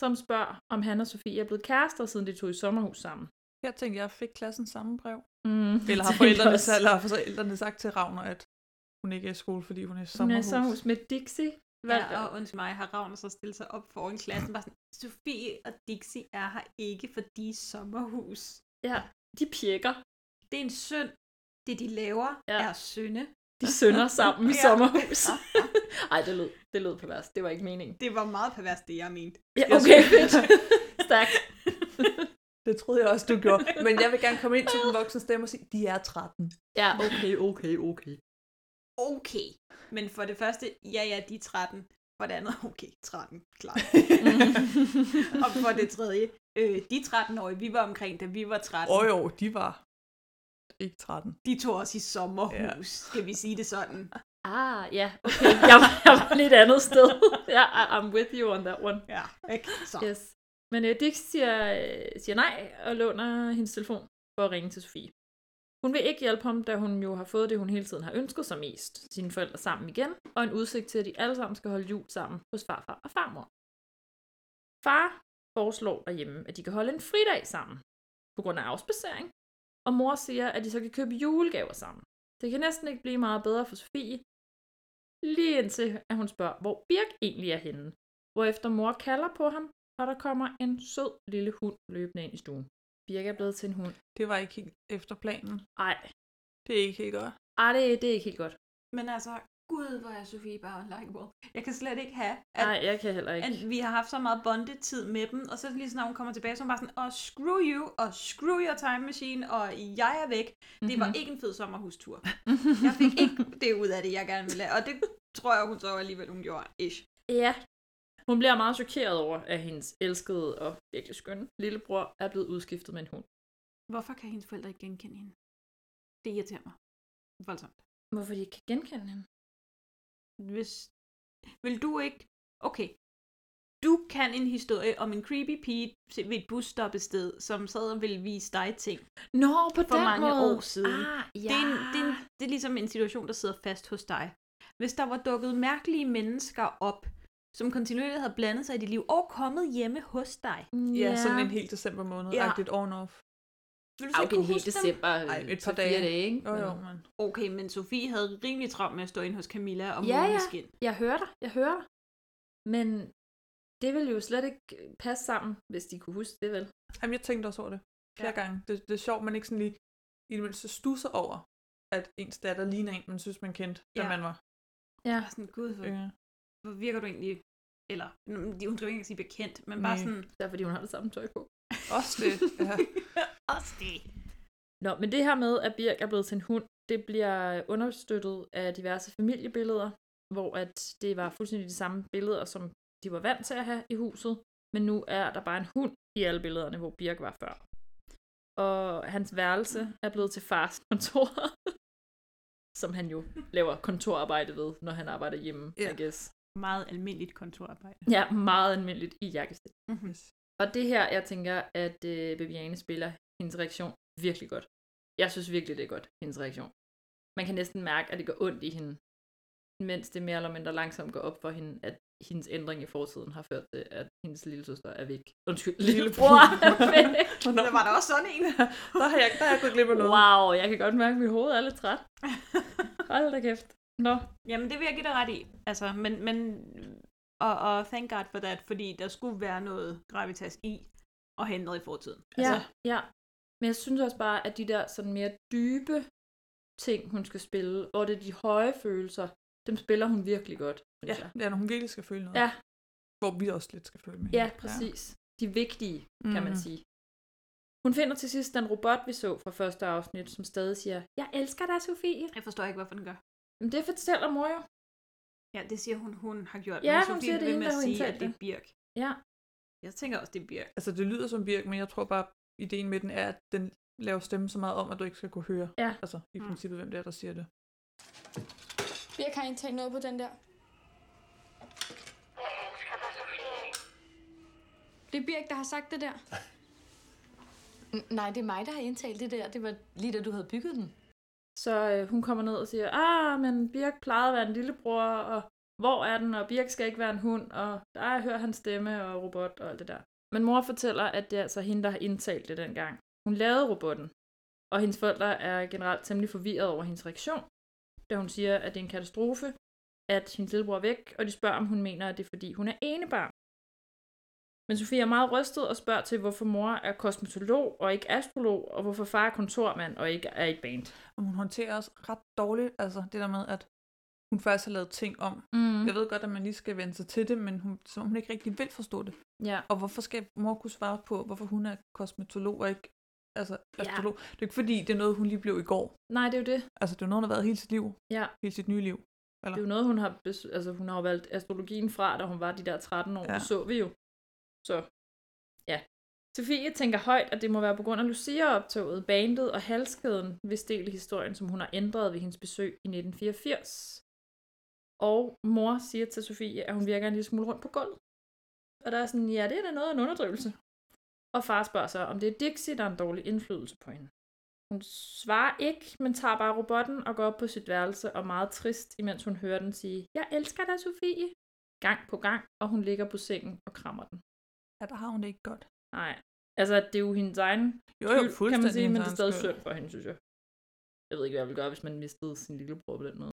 [SPEAKER 8] som spørger, om han og Sofie er blevet kærester, siden de tog i sommerhus sammen.
[SPEAKER 10] Her tænkte jeg, fik klassen samme brev?
[SPEAKER 8] Mm,
[SPEAKER 10] Eller har
[SPEAKER 8] tænker
[SPEAKER 10] forældrene,
[SPEAKER 8] også.
[SPEAKER 10] eller har forældrene sagt til Ravner, at hun ikke er i skole, fordi hun er
[SPEAKER 8] Hun er
[SPEAKER 10] i sommerhus?
[SPEAKER 8] i sommerhus med Dixie. Hvad?
[SPEAKER 9] Ja, og undskyld mig, har Ravner så stillet sig op foran klassen. Bare sådan, Sofie og Dixie er her ikke, for de er sommerhus.
[SPEAKER 8] ja, de pjekker.
[SPEAKER 9] Det er en synd. Det, de laver, ja. er synde.
[SPEAKER 8] De sønder sammen i
[SPEAKER 9] Ja.
[SPEAKER 8] sommerhus. Ej, det lød, det lød perverst. Det var ikke meningen.
[SPEAKER 9] Det var meget perverst, det jeg mente.
[SPEAKER 8] Ja, okay, fedt. Stærkt.
[SPEAKER 10] Det troede jeg også, du gjorde. Men jeg vil gerne komme ind til den voksne stemme og sige, de er 13.
[SPEAKER 8] Ja,
[SPEAKER 10] Okay, okay, okay.
[SPEAKER 9] Okay. Men for det første, ja, ja, de er 13. For det andet, okay, 13, klar. og for det tredje, øh, de 13-årige, vi var omkring, da vi var 13.
[SPEAKER 10] Åh oh, jo, de var ikke 13.
[SPEAKER 9] De tog os i sommerhus, ja. skal vi sige det sådan.
[SPEAKER 8] Ah, ja, okay. Jeg var, jeg var lidt andet sted. ja, I- I'm with you on that one.
[SPEAKER 9] Ja, ikke? Så.
[SPEAKER 8] Yes. Men uh, Dix siger, øh, siger nej og låner hendes telefon for at ringe til Sofie. Hun vil ikke hjælpe ham, da hun jo har fået det, hun hele tiden har ønsket sig mest. Sine forældre sammen igen, og en udsigt til, at de alle sammen skal holde jul sammen hos farfar og farmor. Far foreslår derhjemme, at de kan holde en fridag sammen, på grund af afspacering, og mor siger, at de så kan købe julegaver sammen. Det kan næsten ikke blive meget bedre for Sofie, lige indtil at hun spørger, hvor Birk egentlig er henne, hvorefter mor kalder på ham, og der kommer en sød lille hund løbende ind i stuen. Birk er blevet til en hund.
[SPEAKER 10] Det var ikke helt efter planen.
[SPEAKER 8] Ej,
[SPEAKER 10] Det er ikke helt godt.
[SPEAKER 8] Ej det, det er ikke helt godt.
[SPEAKER 9] Men altså, gud, hvor er Sofie bare unlikable. Jeg kan slet ikke have, at,
[SPEAKER 8] Nej, jeg kan heller ikke.
[SPEAKER 9] at vi har haft så meget bondetid med dem, og så lige snart hun kommer tilbage, så er hun bare sådan, og oh, screw you, og screw your time machine, og jeg er væk. Det var
[SPEAKER 8] Mhm.
[SPEAKER 9] ikke en fed sommerhustur. Jeg fik ikke det ud af det, jeg gerne ville have, og det tror jeg, hun så alligevel, hun gjorde, ish.
[SPEAKER 8] Ja. Hun bliver meget chokeret over, at hendes elskede og virkelig skønne lillebror er blevet udskiftet med en hund.
[SPEAKER 9] Hvorfor kan hendes forældre ikke genkende hende? Det irriterer mig. Voldsomt.
[SPEAKER 8] Hvorfor de ikke kan genkende hende?
[SPEAKER 9] Hvis... Vil du ikke... Okay. Du kan en historie om en creepy pige se- ved et busstoppested, som sad og ville vise dig ting
[SPEAKER 8] Nå, på
[SPEAKER 9] for
[SPEAKER 8] den
[SPEAKER 9] mange
[SPEAKER 8] måde.
[SPEAKER 9] år siden.
[SPEAKER 8] Ah, ja.
[SPEAKER 9] det, er en, det, er en, det er ligesom en situation, der sidder fast hos dig. Hvis der var dukket mærkelige mennesker op, som kontinuerligt havde blandet sig i dit liv og kommet hjemme hos dig.
[SPEAKER 8] Mm,
[SPEAKER 10] Ja, sådan en helt december måned.
[SPEAKER 9] Ja.
[SPEAKER 10] Ja. Lidt on off.
[SPEAKER 9] Vil du
[SPEAKER 8] Ah,
[SPEAKER 9] så
[SPEAKER 8] okay,
[SPEAKER 9] ikke kunne
[SPEAKER 8] helt
[SPEAKER 9] huske dem?
[SPEAKER 8] december.
[SPEAKER 10] Ej,
[SPEAKER 8] øh,
[SPEAKER 10] et par
[SPEAKER 8] til
[SPEAKER 10] dage.
[SPEAKER 8] Fire dage, ikke?
[SPEAKER 10] Jo, jo,
[SPEAKER 8] Men-
[SPEAKER 10] men
[SPEAKER 9] Okay, men Sofie havde rimelig travlt med at stå ind hos Camilla og
[SPEAKER 8] Ja,
[SPEAKER 9] ja,
[SPEAKER 8] ja.
[SPEAKER 9] skin.
[SPEAKER 8] Jeg hører dig, jeg hører dig. Men det ville jo slet ikke øh, passe sammen, hvis de kunne huske det, vel?
[SPEAKER 10] Jamen, jeg tænkte også over det flere ja. gange. Det, det er sjovt, man ikke sådan lige i det mindste stusser over, at ens datter ligner en, man synes, man kendte, da
[SPEAKER 9] Ja.
[SPEAKER 10] man var
[SPEAKER 8] Ja.
[SPEAKER 9] Jeg var sådan, gud, hvor,
[SPEAKER 10] yngre.
[SPEAKER 9] hvor virker du egentlig... Eller, mm, de- hun skal jo ikke engang sige bekendt, men bare
[SPEAKER 10] Nej.
[SPEAKER 9] sådan...
[SPEAKER 8] Der er, fordi hun har det samme tøj på.
[SPEAKER 10] Også det. Ja.
[SPEAKER 9] Også det.
[SPEAKER 8] Nå, men det her med, at Birk er blevet til en hund, det bliver understøttet af diverse familiebilleder, hvor at det var fuldstændig de samme billeder, som de var vant til at have i huset, Men nu er der bare en hund i alle billederne, hvor Birk var før. Og hans værelse er blevet til fars kontor. som han jo laver kontorarbejde ved, når han arbejder hjemme, yeah. I guess.
[SPEAKER 11] Meget almindeligt kontorarbejde.
[SPEAKER 8] Ja, meget almindeligt i jakkesæt. Mm-hmm. Og det her, jeg tænker, at øh, Viviane spiller hendes reaktion virkelig godt. Jeg synes virkelig, det er godt, hendes reaktion. Man kan næsten mærke, at det går ondt i hende, mens det mere eller mindre langsomt går op for hende, at hendes ændring i fortiden har ført til, at hendes lille søster er væk. Undskyld, lillebror er væk.
[SPEAKER 11] Der var der også sådan en.
[SPEAKER 10] der har jeg, der har jeg gået glip af noget.
[SPEAKER 8] Wow, jeg kan godt mærke, at mit hoved er lidt træt. Hold da kæft. Nå.
[SPEAKER 11] Jamen, det vil jeg give dig ret i. Altså, men, men og, og thank God for that, fordi der skulle være noget gravitas i og handlet i fortiden. Altså,
[SPEAKER 8] Ja, ja. Men jeg synes også bare, at de der sådan mere dybe ting, hun skal spille, og det er de høje følelser, dem spiller hun virkelig godt.
[SPEAKER 10] Ja,
[SPEAKER 8] synes jeg.
[SPEAKER 10] ja, når hun virkelig skal føle noget.
[SPEAKER 8] Ja.
[SPEAKER 10] Hvor vi også lidt skal føle med
[SPEAKER 8] Ja,
[SPEAKER 10] hende.
[SPEAKER 8] præcis. Ja. De vigtige, kan mm. man
[SPEAKER 10] Mhm.
[SPEAKER 8] sige. Hun finder til sidst den robot, vi så fra første afsnit, som stadig siger, jeg elsker dig, Sofie.
[SPEAKER 11] Jeg forstår ikke, hvorfor den gør.
[SPEAKER 8] Men det fortæller mor jo.
[SPEAKER 11] Ja, det siger hun, hun har gjort.
[SPEAKER 8] Ja,
[SPEAKER 11] men Sofie
[SPEAKER 8] hun siger det,
[SPEAKER 11] ved
[SPEAKER 8] inden
[SPEAKER 11] med
[SPEAKER 8] da
[SPEAKER 11] at
[SPEAKER 8] hun
[SPEAKER 11] sige, at
[SPEAKER 8] indtalte
[SPEAKER 11] det er
[SPEAKER 8] det.
[SPEAKER 11] Birk.
[SPEAKER 8] Ja.
[SPEAKER 11] Jeg tænker også, det er Birk.
[SPEAKER 10] Altså, det lyder som Birk, men jeg tror bare, ideen med den er, at den laver stemme så meget om, at du ikke skal kunne høre.
[SPEAKER 8] Ja.
[SPEAKER 10] Altså, i princippet, hvem det er, der siger det.
[SPEAKER 12] Birk har indtalt noget på den der. Det er Birk, der har sagt det der.
[SPEAKER 13] Nej, det er mig, der har indtalt det der. Det var lige da du havde bygget den.
[SPEAKER 8] Så øh, hun kommer ned og siger, ah, men Birk plejede at være en lillebror, og hvor er den, og Birk skal ikke være en hund, og der jeg hører hans stemme og robot og alt det der. Men mor fortæller, at det er altså hende, der har indtalt det dengang. Hun lavede robotten, og hendes forældre er generelt temmelig forvirret over hendes reaktion, da hun siger, at det er en katastrofe, at hendes lillebror er væk, og de spørger, om hun mener, at det er fordi, hun er enebarn. Men Sofie er meget rystet og spørger til, hvorfor mor er kosmetolog og ikke astrolog, og hvorfor far er kontormand og ikke er i et band.
[SPEAKER 10] Og hun håndterer også ret dårligt, altså det der med, at hun først har lavet ting om.
[SPEAKER 8] Mm.
[SPEAKER 10] Jeg ved godt, at man lige skal vende sig til det, men hun, som hun ikke rigtig vil forstå det.
[SPEAKER 8] Ja.
[SPEAKER 10] Og hvorfor skal mor kunne svare på, hvorfor hun er kosmetolog og ikke altså astrolog? Det er jo ikke fordi, det er noget, hun lige blev i går.
[SPEAKER 8] Nej, det er jo det.
[SPEAKER 10] Altså, det er jo noget, hun har været hele sit liv.
[SPEAKER 8] Ja.
[SPEAKER 10] Hele sit nye liv.
[SPEAKER 8] Eller? Det er jo noget, hun har, bes- altså, hun har jo valgt astrologien fra, da hun var de der 13 år. Ja.
[SPEAKER 10] Ja.
[SPEAKER 8] Det så vi jo. Så, ja. Sofie tænker højt, at det må være på grund af Lucia-optoget, bandet og halskæden, hvis del i historien, som hun har ændret ved hendes besøg i 1984. Og mor siger til Sofie, at hun virker en lille smule rundt på gulvet. Og der er sådan, ja, det er da noget af en underdrivelse. Og far spørger sig, om det er Dixie, der er en dårlig indflydelse på hende. Hun svarer ikke, men tager bare robotten og går op på sit værelse og er meget trist, imens hun hører den sige, jeg elsker dig, Sofie, gang på gang, og hun ligger på sengen og krammer den.
[SPEAKER 10] Ja, der har hun det ikke godt.
[SPEAKER 8] Nej, altså det er jo hendes egen
[SPEAKER 10] Jo, jo,
[SPEAKER 8] skyld, kan man
[SPEAKER 10] fuldstændig
[SPEAKER 8] sige, men
[SPEAKER 10] hendes
[SPEAKER 8] det er
[SPEAKER 10] egen
[SPEAKER 8] stadig
[SPEAKER 10] skyld.
[SPEAKER 8] synd for hende, synes jeg. Jeg ved ikke, hvad jeg ville gøre, hvis man mistede sin lillebror på den måde.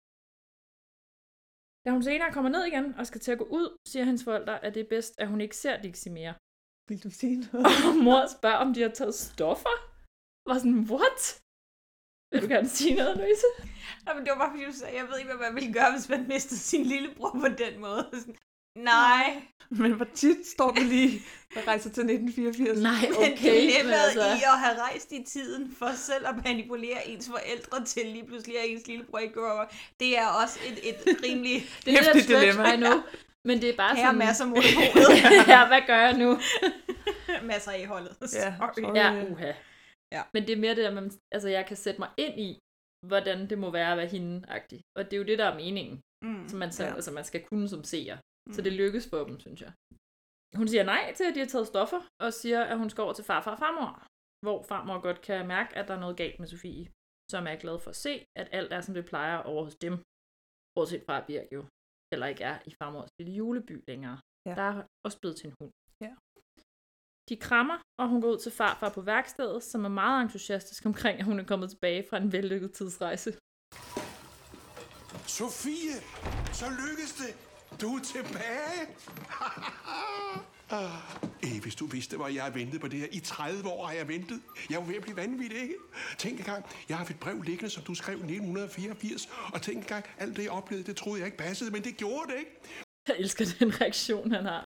[SPEAKER 8] Da hun senere kommer ned igen og skal til at gå ud, siger hendes forældre, at det er bedst, at hun ikke ser Dixie mere.
[SPEAKER 10] Vil du sige noget?
[SPEAKER 8] Og mor spørger, om de har taget stoffer. Var sådan, what? Vil du gerne sige noget, Louise?
[SPEAKER 11] Jamen, det var bare fordi, du sagde, jeg ved ikke, hvad man ville gøre, hvis man mistede sin lillebror på den måde. Sådan, Nej.
[SPEAKER 10] Men hvor tit står du lige og rejser til 1984?
[SPEAKER 8] Nej,
[SPEAKER 11] Men dilemmaet altså... i at have rejst i tiden for selv at manipulere ens forældre til lige pludselig, at ens lillebror ikke går over, det er også et, et rimelig
[SPEAKER 8] Det er lidt et stretch, I know. Men det er bare
[SPEAKER 11] Kære
[SPEAKER 8] sådan...
[SPEAKER 11] masser monopolet.
[SPEAKER 8] ja, hvad gør jeg nu?
[SPEAKER 11] masser i holdet.
[SPEAKER 8] Ja,
[SPEAKER 11] Sorry.
[SPEAKER 8] ja uha.
[SPEAKER 11] Ja.
[SPEAKER 8] Men det er mere det, at man, altså, jeg kan sætte mig ind i, hvordan det må være at være hende-agtig. Og det er jo det, der er meningen,
[SPEAKER 11] Mm,
[SPEAKER 8] som man, så,
[SPEAKER 11] ja.
[SPEAKER 8] altså, man skal kunne som seer. Så
[SPEAKER 11] Mm.
[SPEAKER 8] det lykkes for dem, synes jeg. Hun siger nej til, at de har taget stoffer, og siger, at hun skal over til farfar og farmor, hvor farmor godt kan mærke, at der er noget galt med Sofie, som er glad for at se, at alt er, som det plejer over hos dem. Bortset fra, at Birk jo heller ikke er i farmors lille juleby længere.
[SPEAKER 10] Ja.
[SPEAKER 8] Der er også blevet til en hund.
[SPEAKER 10] Ja.
[SPEAKER 8] De krammer, og hun går ud til farfar på værkstedet, som er meget entusiastisk omkring, at hun er kommet tilbage fra en vellykket tidsrejse.
[SPEAKER 1] Sofie, så lykkedes det. Du er tilbage. Øh, hvis du vidste, hvor jeg har ventet på det her. I 30 år har jeg ventet. Jeg var ved at blive vanvittig, ikke? Tænk engang, jeg har haft et brev liggende, som du skrev i 1984. Og tænk engang, alt det, jeg oplevede, det troede jeg ikke passede, men det gjorde det, ikke?
[SPEAKER 8] Jeg elsker den reaktion, han har.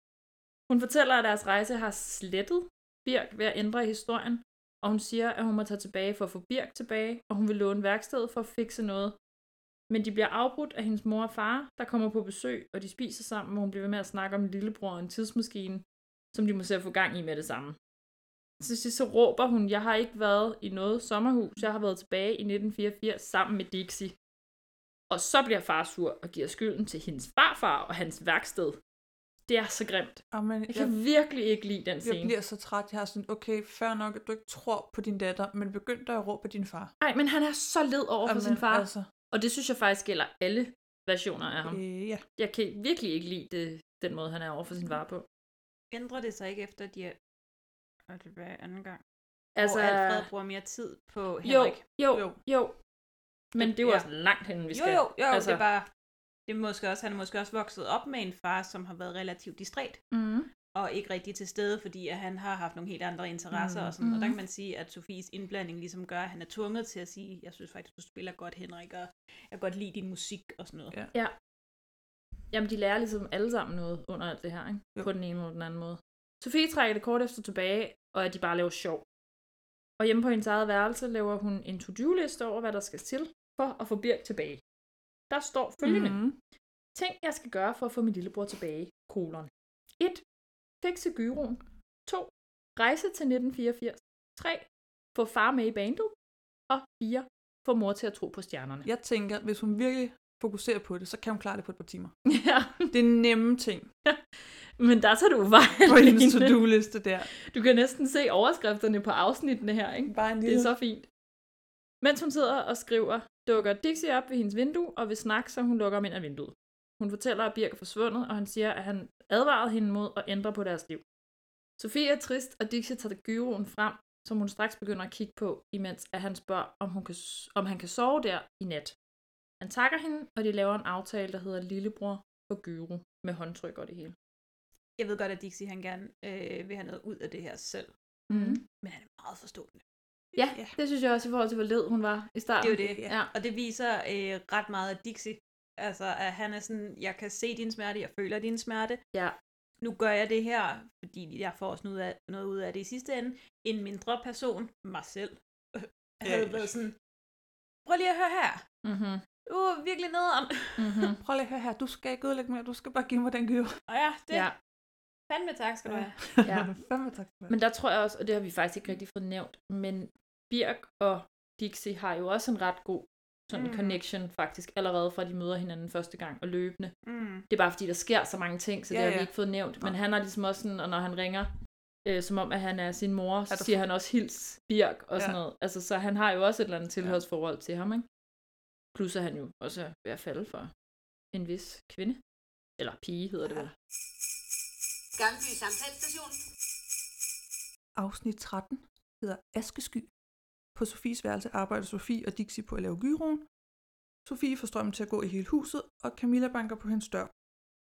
[SPEAKER 8] Hun fortæller, at deres rejse har slettet Birk ved at ændre i historien, og hun siger, at hun må tage tilbage for at få Birk tilbage, og hun vil låne værkstedet for at fikse noget. Men de bliver afbrudt af hendes mor og far, der kommer på besøg, og de spiser sammen, hvor hun bliver ved med at snakke om en lillebror og en tidsmaskine, som de må se at få gang i med det samme. Til sidst så råber hun, jeg har ikke været i noget sommerhus, jeg har været tilbage i 1984 sammen med Dixie. Og så bliver far sur og giver skylden til hendes farfar og hans værksted. Det er så grimt.
[SPEAKER 10] Amen,
[SPEAKER 8] Jeg kan virkelig ikke lide den
[SPEAKER 10] Jeg
[SPEAKER 8] scene.
[SPEAKER 10] bliver så træt. Jeg har sådan, okay, fair nok, at du ikke tror på din datter, men begynd dig at råbe af din far.
[SPEAKER 8] Nej, men han er så led over for
[SPEAKER 10] Jamen,
[SPEAKER 8] sin far.
[SPEAKER 10] altså.
[SPEAKER 8] Og det synes jeg faktisk gælder alle versioner af ham.
[SPEAKER 10] Øh, ja.
[SPEAKER 8] Jeg kan virkelig ikke lide det, den måde, han er over for sin far på.
[SPEAKER 9] Ændrer det sig ikke efter, at de er... Og det var anden gang. Altså...
[SPEAKER 8] Altså-
[SPEAKER 9] Hvor Alfred bruger mere tid på Henrik.
[SPEAKER 8] Jo, jo, jo. jo. Men det er jo også langt hen, vi skal.
[SPEAKER 9] Jo, jo, jo, altså...
[SPEAKER 8] altså,
[SPEAKER 9] det er bare... Det er måske også, han er måske også vokset op med en far, som har været relativt distræt.
[SPEAKER 10] Mm.
[SPEAKER 8] Mhm.
[SPEAKER 9] Og ikke rigtig til stede, fordi at han har haft nogle helt andre interesser
[SPEAKER 8] Mhm.
[SPEAKER 9] og sådan. Og der
[SPEAKER 8] Mhm.
[SPEAKER 9] kan man sige, at Sofies indblanding ligesom gør, at han er tvunget til at sige, jeg synes faktisk, du spiller godt, Henrik, og jeg kan godt lide din musik og sådan noget.
[SPEAKER 8] Ja. Jamen, de lærer ligesom alle sammen noget under alt det her, ikke? Jo. På den ene eller den anden måde. Sofie trækker det kort efter tilbage, og at de bare laver sjov. Og hjemme på hendes eget værelse laver hun en to-do-liste over, hvad der skal til for at få Birk tilbage. Der står følgende.
[SPEAKER 10] Mm.
[SPEAKER 8] Ting, jeg skal gøre for at få min lillebror tilbage. Kolon. 1. Fikse gyroen. 2. Rejse til 1984. 3. Få far med i bandet. Og 4. Få mor til at tro på stjernerne.
[SPEAKER 10] Jeg tænker, hvis hun virkelig fokuserer på det, så kan hun klare det på et par timer. Ja. Det er nemme ting.
[SPEAKER 8] Men der tager du vejen.
[SPEAKER 10] På hendes
[SPEAKER 8] Line.
[SPEAKER 10] to-do-liste der.
[SPEAKER 8] Du kan næsten se overskrifterne på afsnittene her, ikke?
[SPEAKER 10] Bare en
[SPEAKER 8] Det
[SPEAKER 10] lille-
[SPEAKER 8] er så fint. Mens hun sidder og skriver, dukker Dixie op ved hendes vindue og vil snakke, så hun lukker ham ind ad vinduet. Hun fortæller, at Birk er forsvundet, og han siger, at han advarede hende mod at ændre på deres liv. Sofie er trist, og Dixie tager gyroen frem, som hun straks begynder at kigge på, imens at han spørger, om, hun kan, s- om han kan sove der i nat. Han takker hende, og de laver en aftale, der hedder Lillebror for gyro med håndtryk og det hele.
[SPEAKER 9] Jeg ved godt, at Dixie han gerne øh, vil have noget ud af det her selv.
[SPEAKER 8] Mhm.
[SPEAKER 9] Men han er meget forstående.
[SPEAKER 8] Ja, ja, det synes jeg også i forhold til, hvor led hun var i
[SPEAKER 9] Det
[SPEAKER 8] starten.
[SPEAKER 9] er jo det. Ja. Og det viser øh, ret meget af Dixie. Altså, at han er sådan, jeg kan se din smerte, jeg føler din smerte.
[SPEAKER 8] Ja.
[SPEAKER 9] Nu gør jeg det her, fordi jeg får også noget, ud af, noget ud af det i sidste ende. En mindre person, mig selv, havde
[SPEAKER 10] Ja.
[SPEAKER 9] været sådan, prøv lige at høre her.
[SPEAKER 8] Mm-hmm.
[SPEAKER 9] Du er virkelig nede om.
[SPEAKER 8] mhm.
[SPEAKER 10] Mm-hmm. Prøv lige at høre her, du skal ikke ødelægge mere, du skal bare give mig den gyro.
[SPEAKER 9] Og ja, det
[SPEAKER 8] Ja.
[SPEAKER 9] ja. fandme tak skal du have.
[SPEAKER 8] Ja.
[SPEAKER 10] Fandme tak for det.
[SPEAKER 8] Men der tror jeg også, og det har vi faktisk ikke rigtig fået nævnt, men Birk og Dixie har jo også en ret god sådan
[SPEAKER 9] Mm.
[SPEAKER 8] mm. connection faktisk, allerede fra de møder hinanden første gang og løbende.
[SPEAKER 9] Mm.
[SPEAKER 8] Det er bare fordi, der sker så mange ting, så det
[SPEAKER 10] Ja,
[SPEAKER 8] har vi
[SPEAKER 10] ja.
[SPEAKER 8] ikke fået nævnt. Men
[SPEAKER 10] Nå.
[SPEAKER 8] han har ligesom også sådan, og når han ringer, øh, som om at han er sin mor, så
[SPEAKER 10] Er du-
[SPEAKER 8] siger han også hils Birk og sådan
[SPEAKER 10] Ja.
[SPEAKER 8] noget. Altså, så han har jo også et eller andet tilhørsforhold til ham, ikke? Plus at han jo også er ved at falde for en vis kvinde. Eller pige hedder det vel.
[SPEAKER 5] Gammelby Samtalsstation.
[SPEAKER 10] Afsnit 13 hedder Askesky. På Sofies værelse arbejder Sofie og Dixie på at lave gyroen. Sofie får strømmen til at gå i hele huset, og Camilla banker på hendes dør.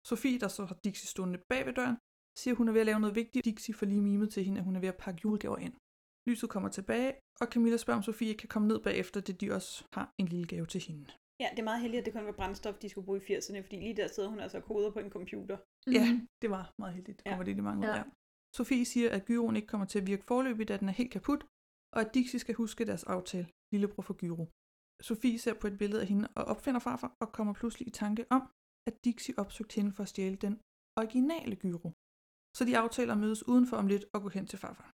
[SPEAKER 10] Sofie, der så har Dixie stående bag ved døren, siger, hun er ved at lave noget vigtigt. Dixie får lige mimet til hende, at hun er ved at pakke julegaver ind. Lyset kommer tilbage, og Camilla spørger, om Sofie ikke kan komme ned bagefter, det de også har en lille gave til hende.
[SPEAKER 9] Ja, det er meget heldigt, at det kun var brændstof, de skulle bruge i 80'erne, fordi lige der sidder hun altså og koder på en computer.
[SPEAKER 10] Ja, det var meget heldigt. Det kommer ja. det lige mange ud
[SPEAKER 9] Ja.
[SPEAKER 10] af. Sofie siger, at gyroen ikke kommer til at virke forløbigt, da den er helt kaput, og at Dixie skal huske deres aftale, lillebror for gyro. Sofie ser på et billede af hende og opfinder farfar, og kommer pludselig i tanke om, at Dixie opsøgte hende for at stjæle den originale gyro. Så de aftaler at mødes udenfor om lidt og gå hen til farfar.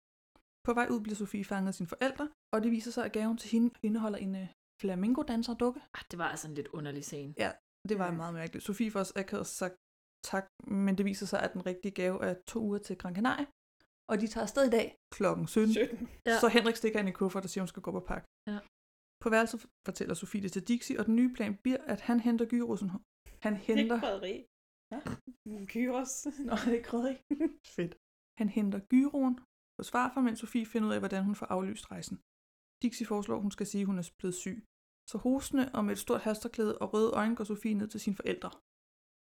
[SPEAKER 10] På vej ud bliver Sofie fanget af sine forældre, og det viser sig, at gaven til hende indeholder en øh, flamingo-danser-dukke.
[SPEAKER 8] Ah, det var altså en lidt underlig scene.
[SPEAKER 10] Ja, det var meget mærkeligt. Sofie får også akavet sagt tak, men det viser sig, at den rigtige gave er to uger til Gran Canaria. Og de tager afsted i dag klokken 17.
[SPEAKER 9] 17.
[SPEAKER 10] Ja.
[SPEAKER 9] Ja.
[SPEAKER 10] Så Henrik stikker hende i kuffert og siger, hun skal gå op og pakke.
[SPEAKER 8] Ja.
[SPEAKER 10] På værelset f- fortæller Sofie det til Dixie, og den nye plan bliver, at han henter gyrosen. Han henter...
[SPEAKER 9] Det er krydderi. Ja. Gyros.
[SPEAKER 10] Nå, det er krydderi. Fedt. Han henter gyroen hos farfar, mens Sofie finder ud af, hvordan hun får aflyst rejsen. Dixie foreslår, at hun skal sige, at hun er blevet syg. Så hostende og med et stort halsterklæde og røde øjne går Sofie ned til sine forældre.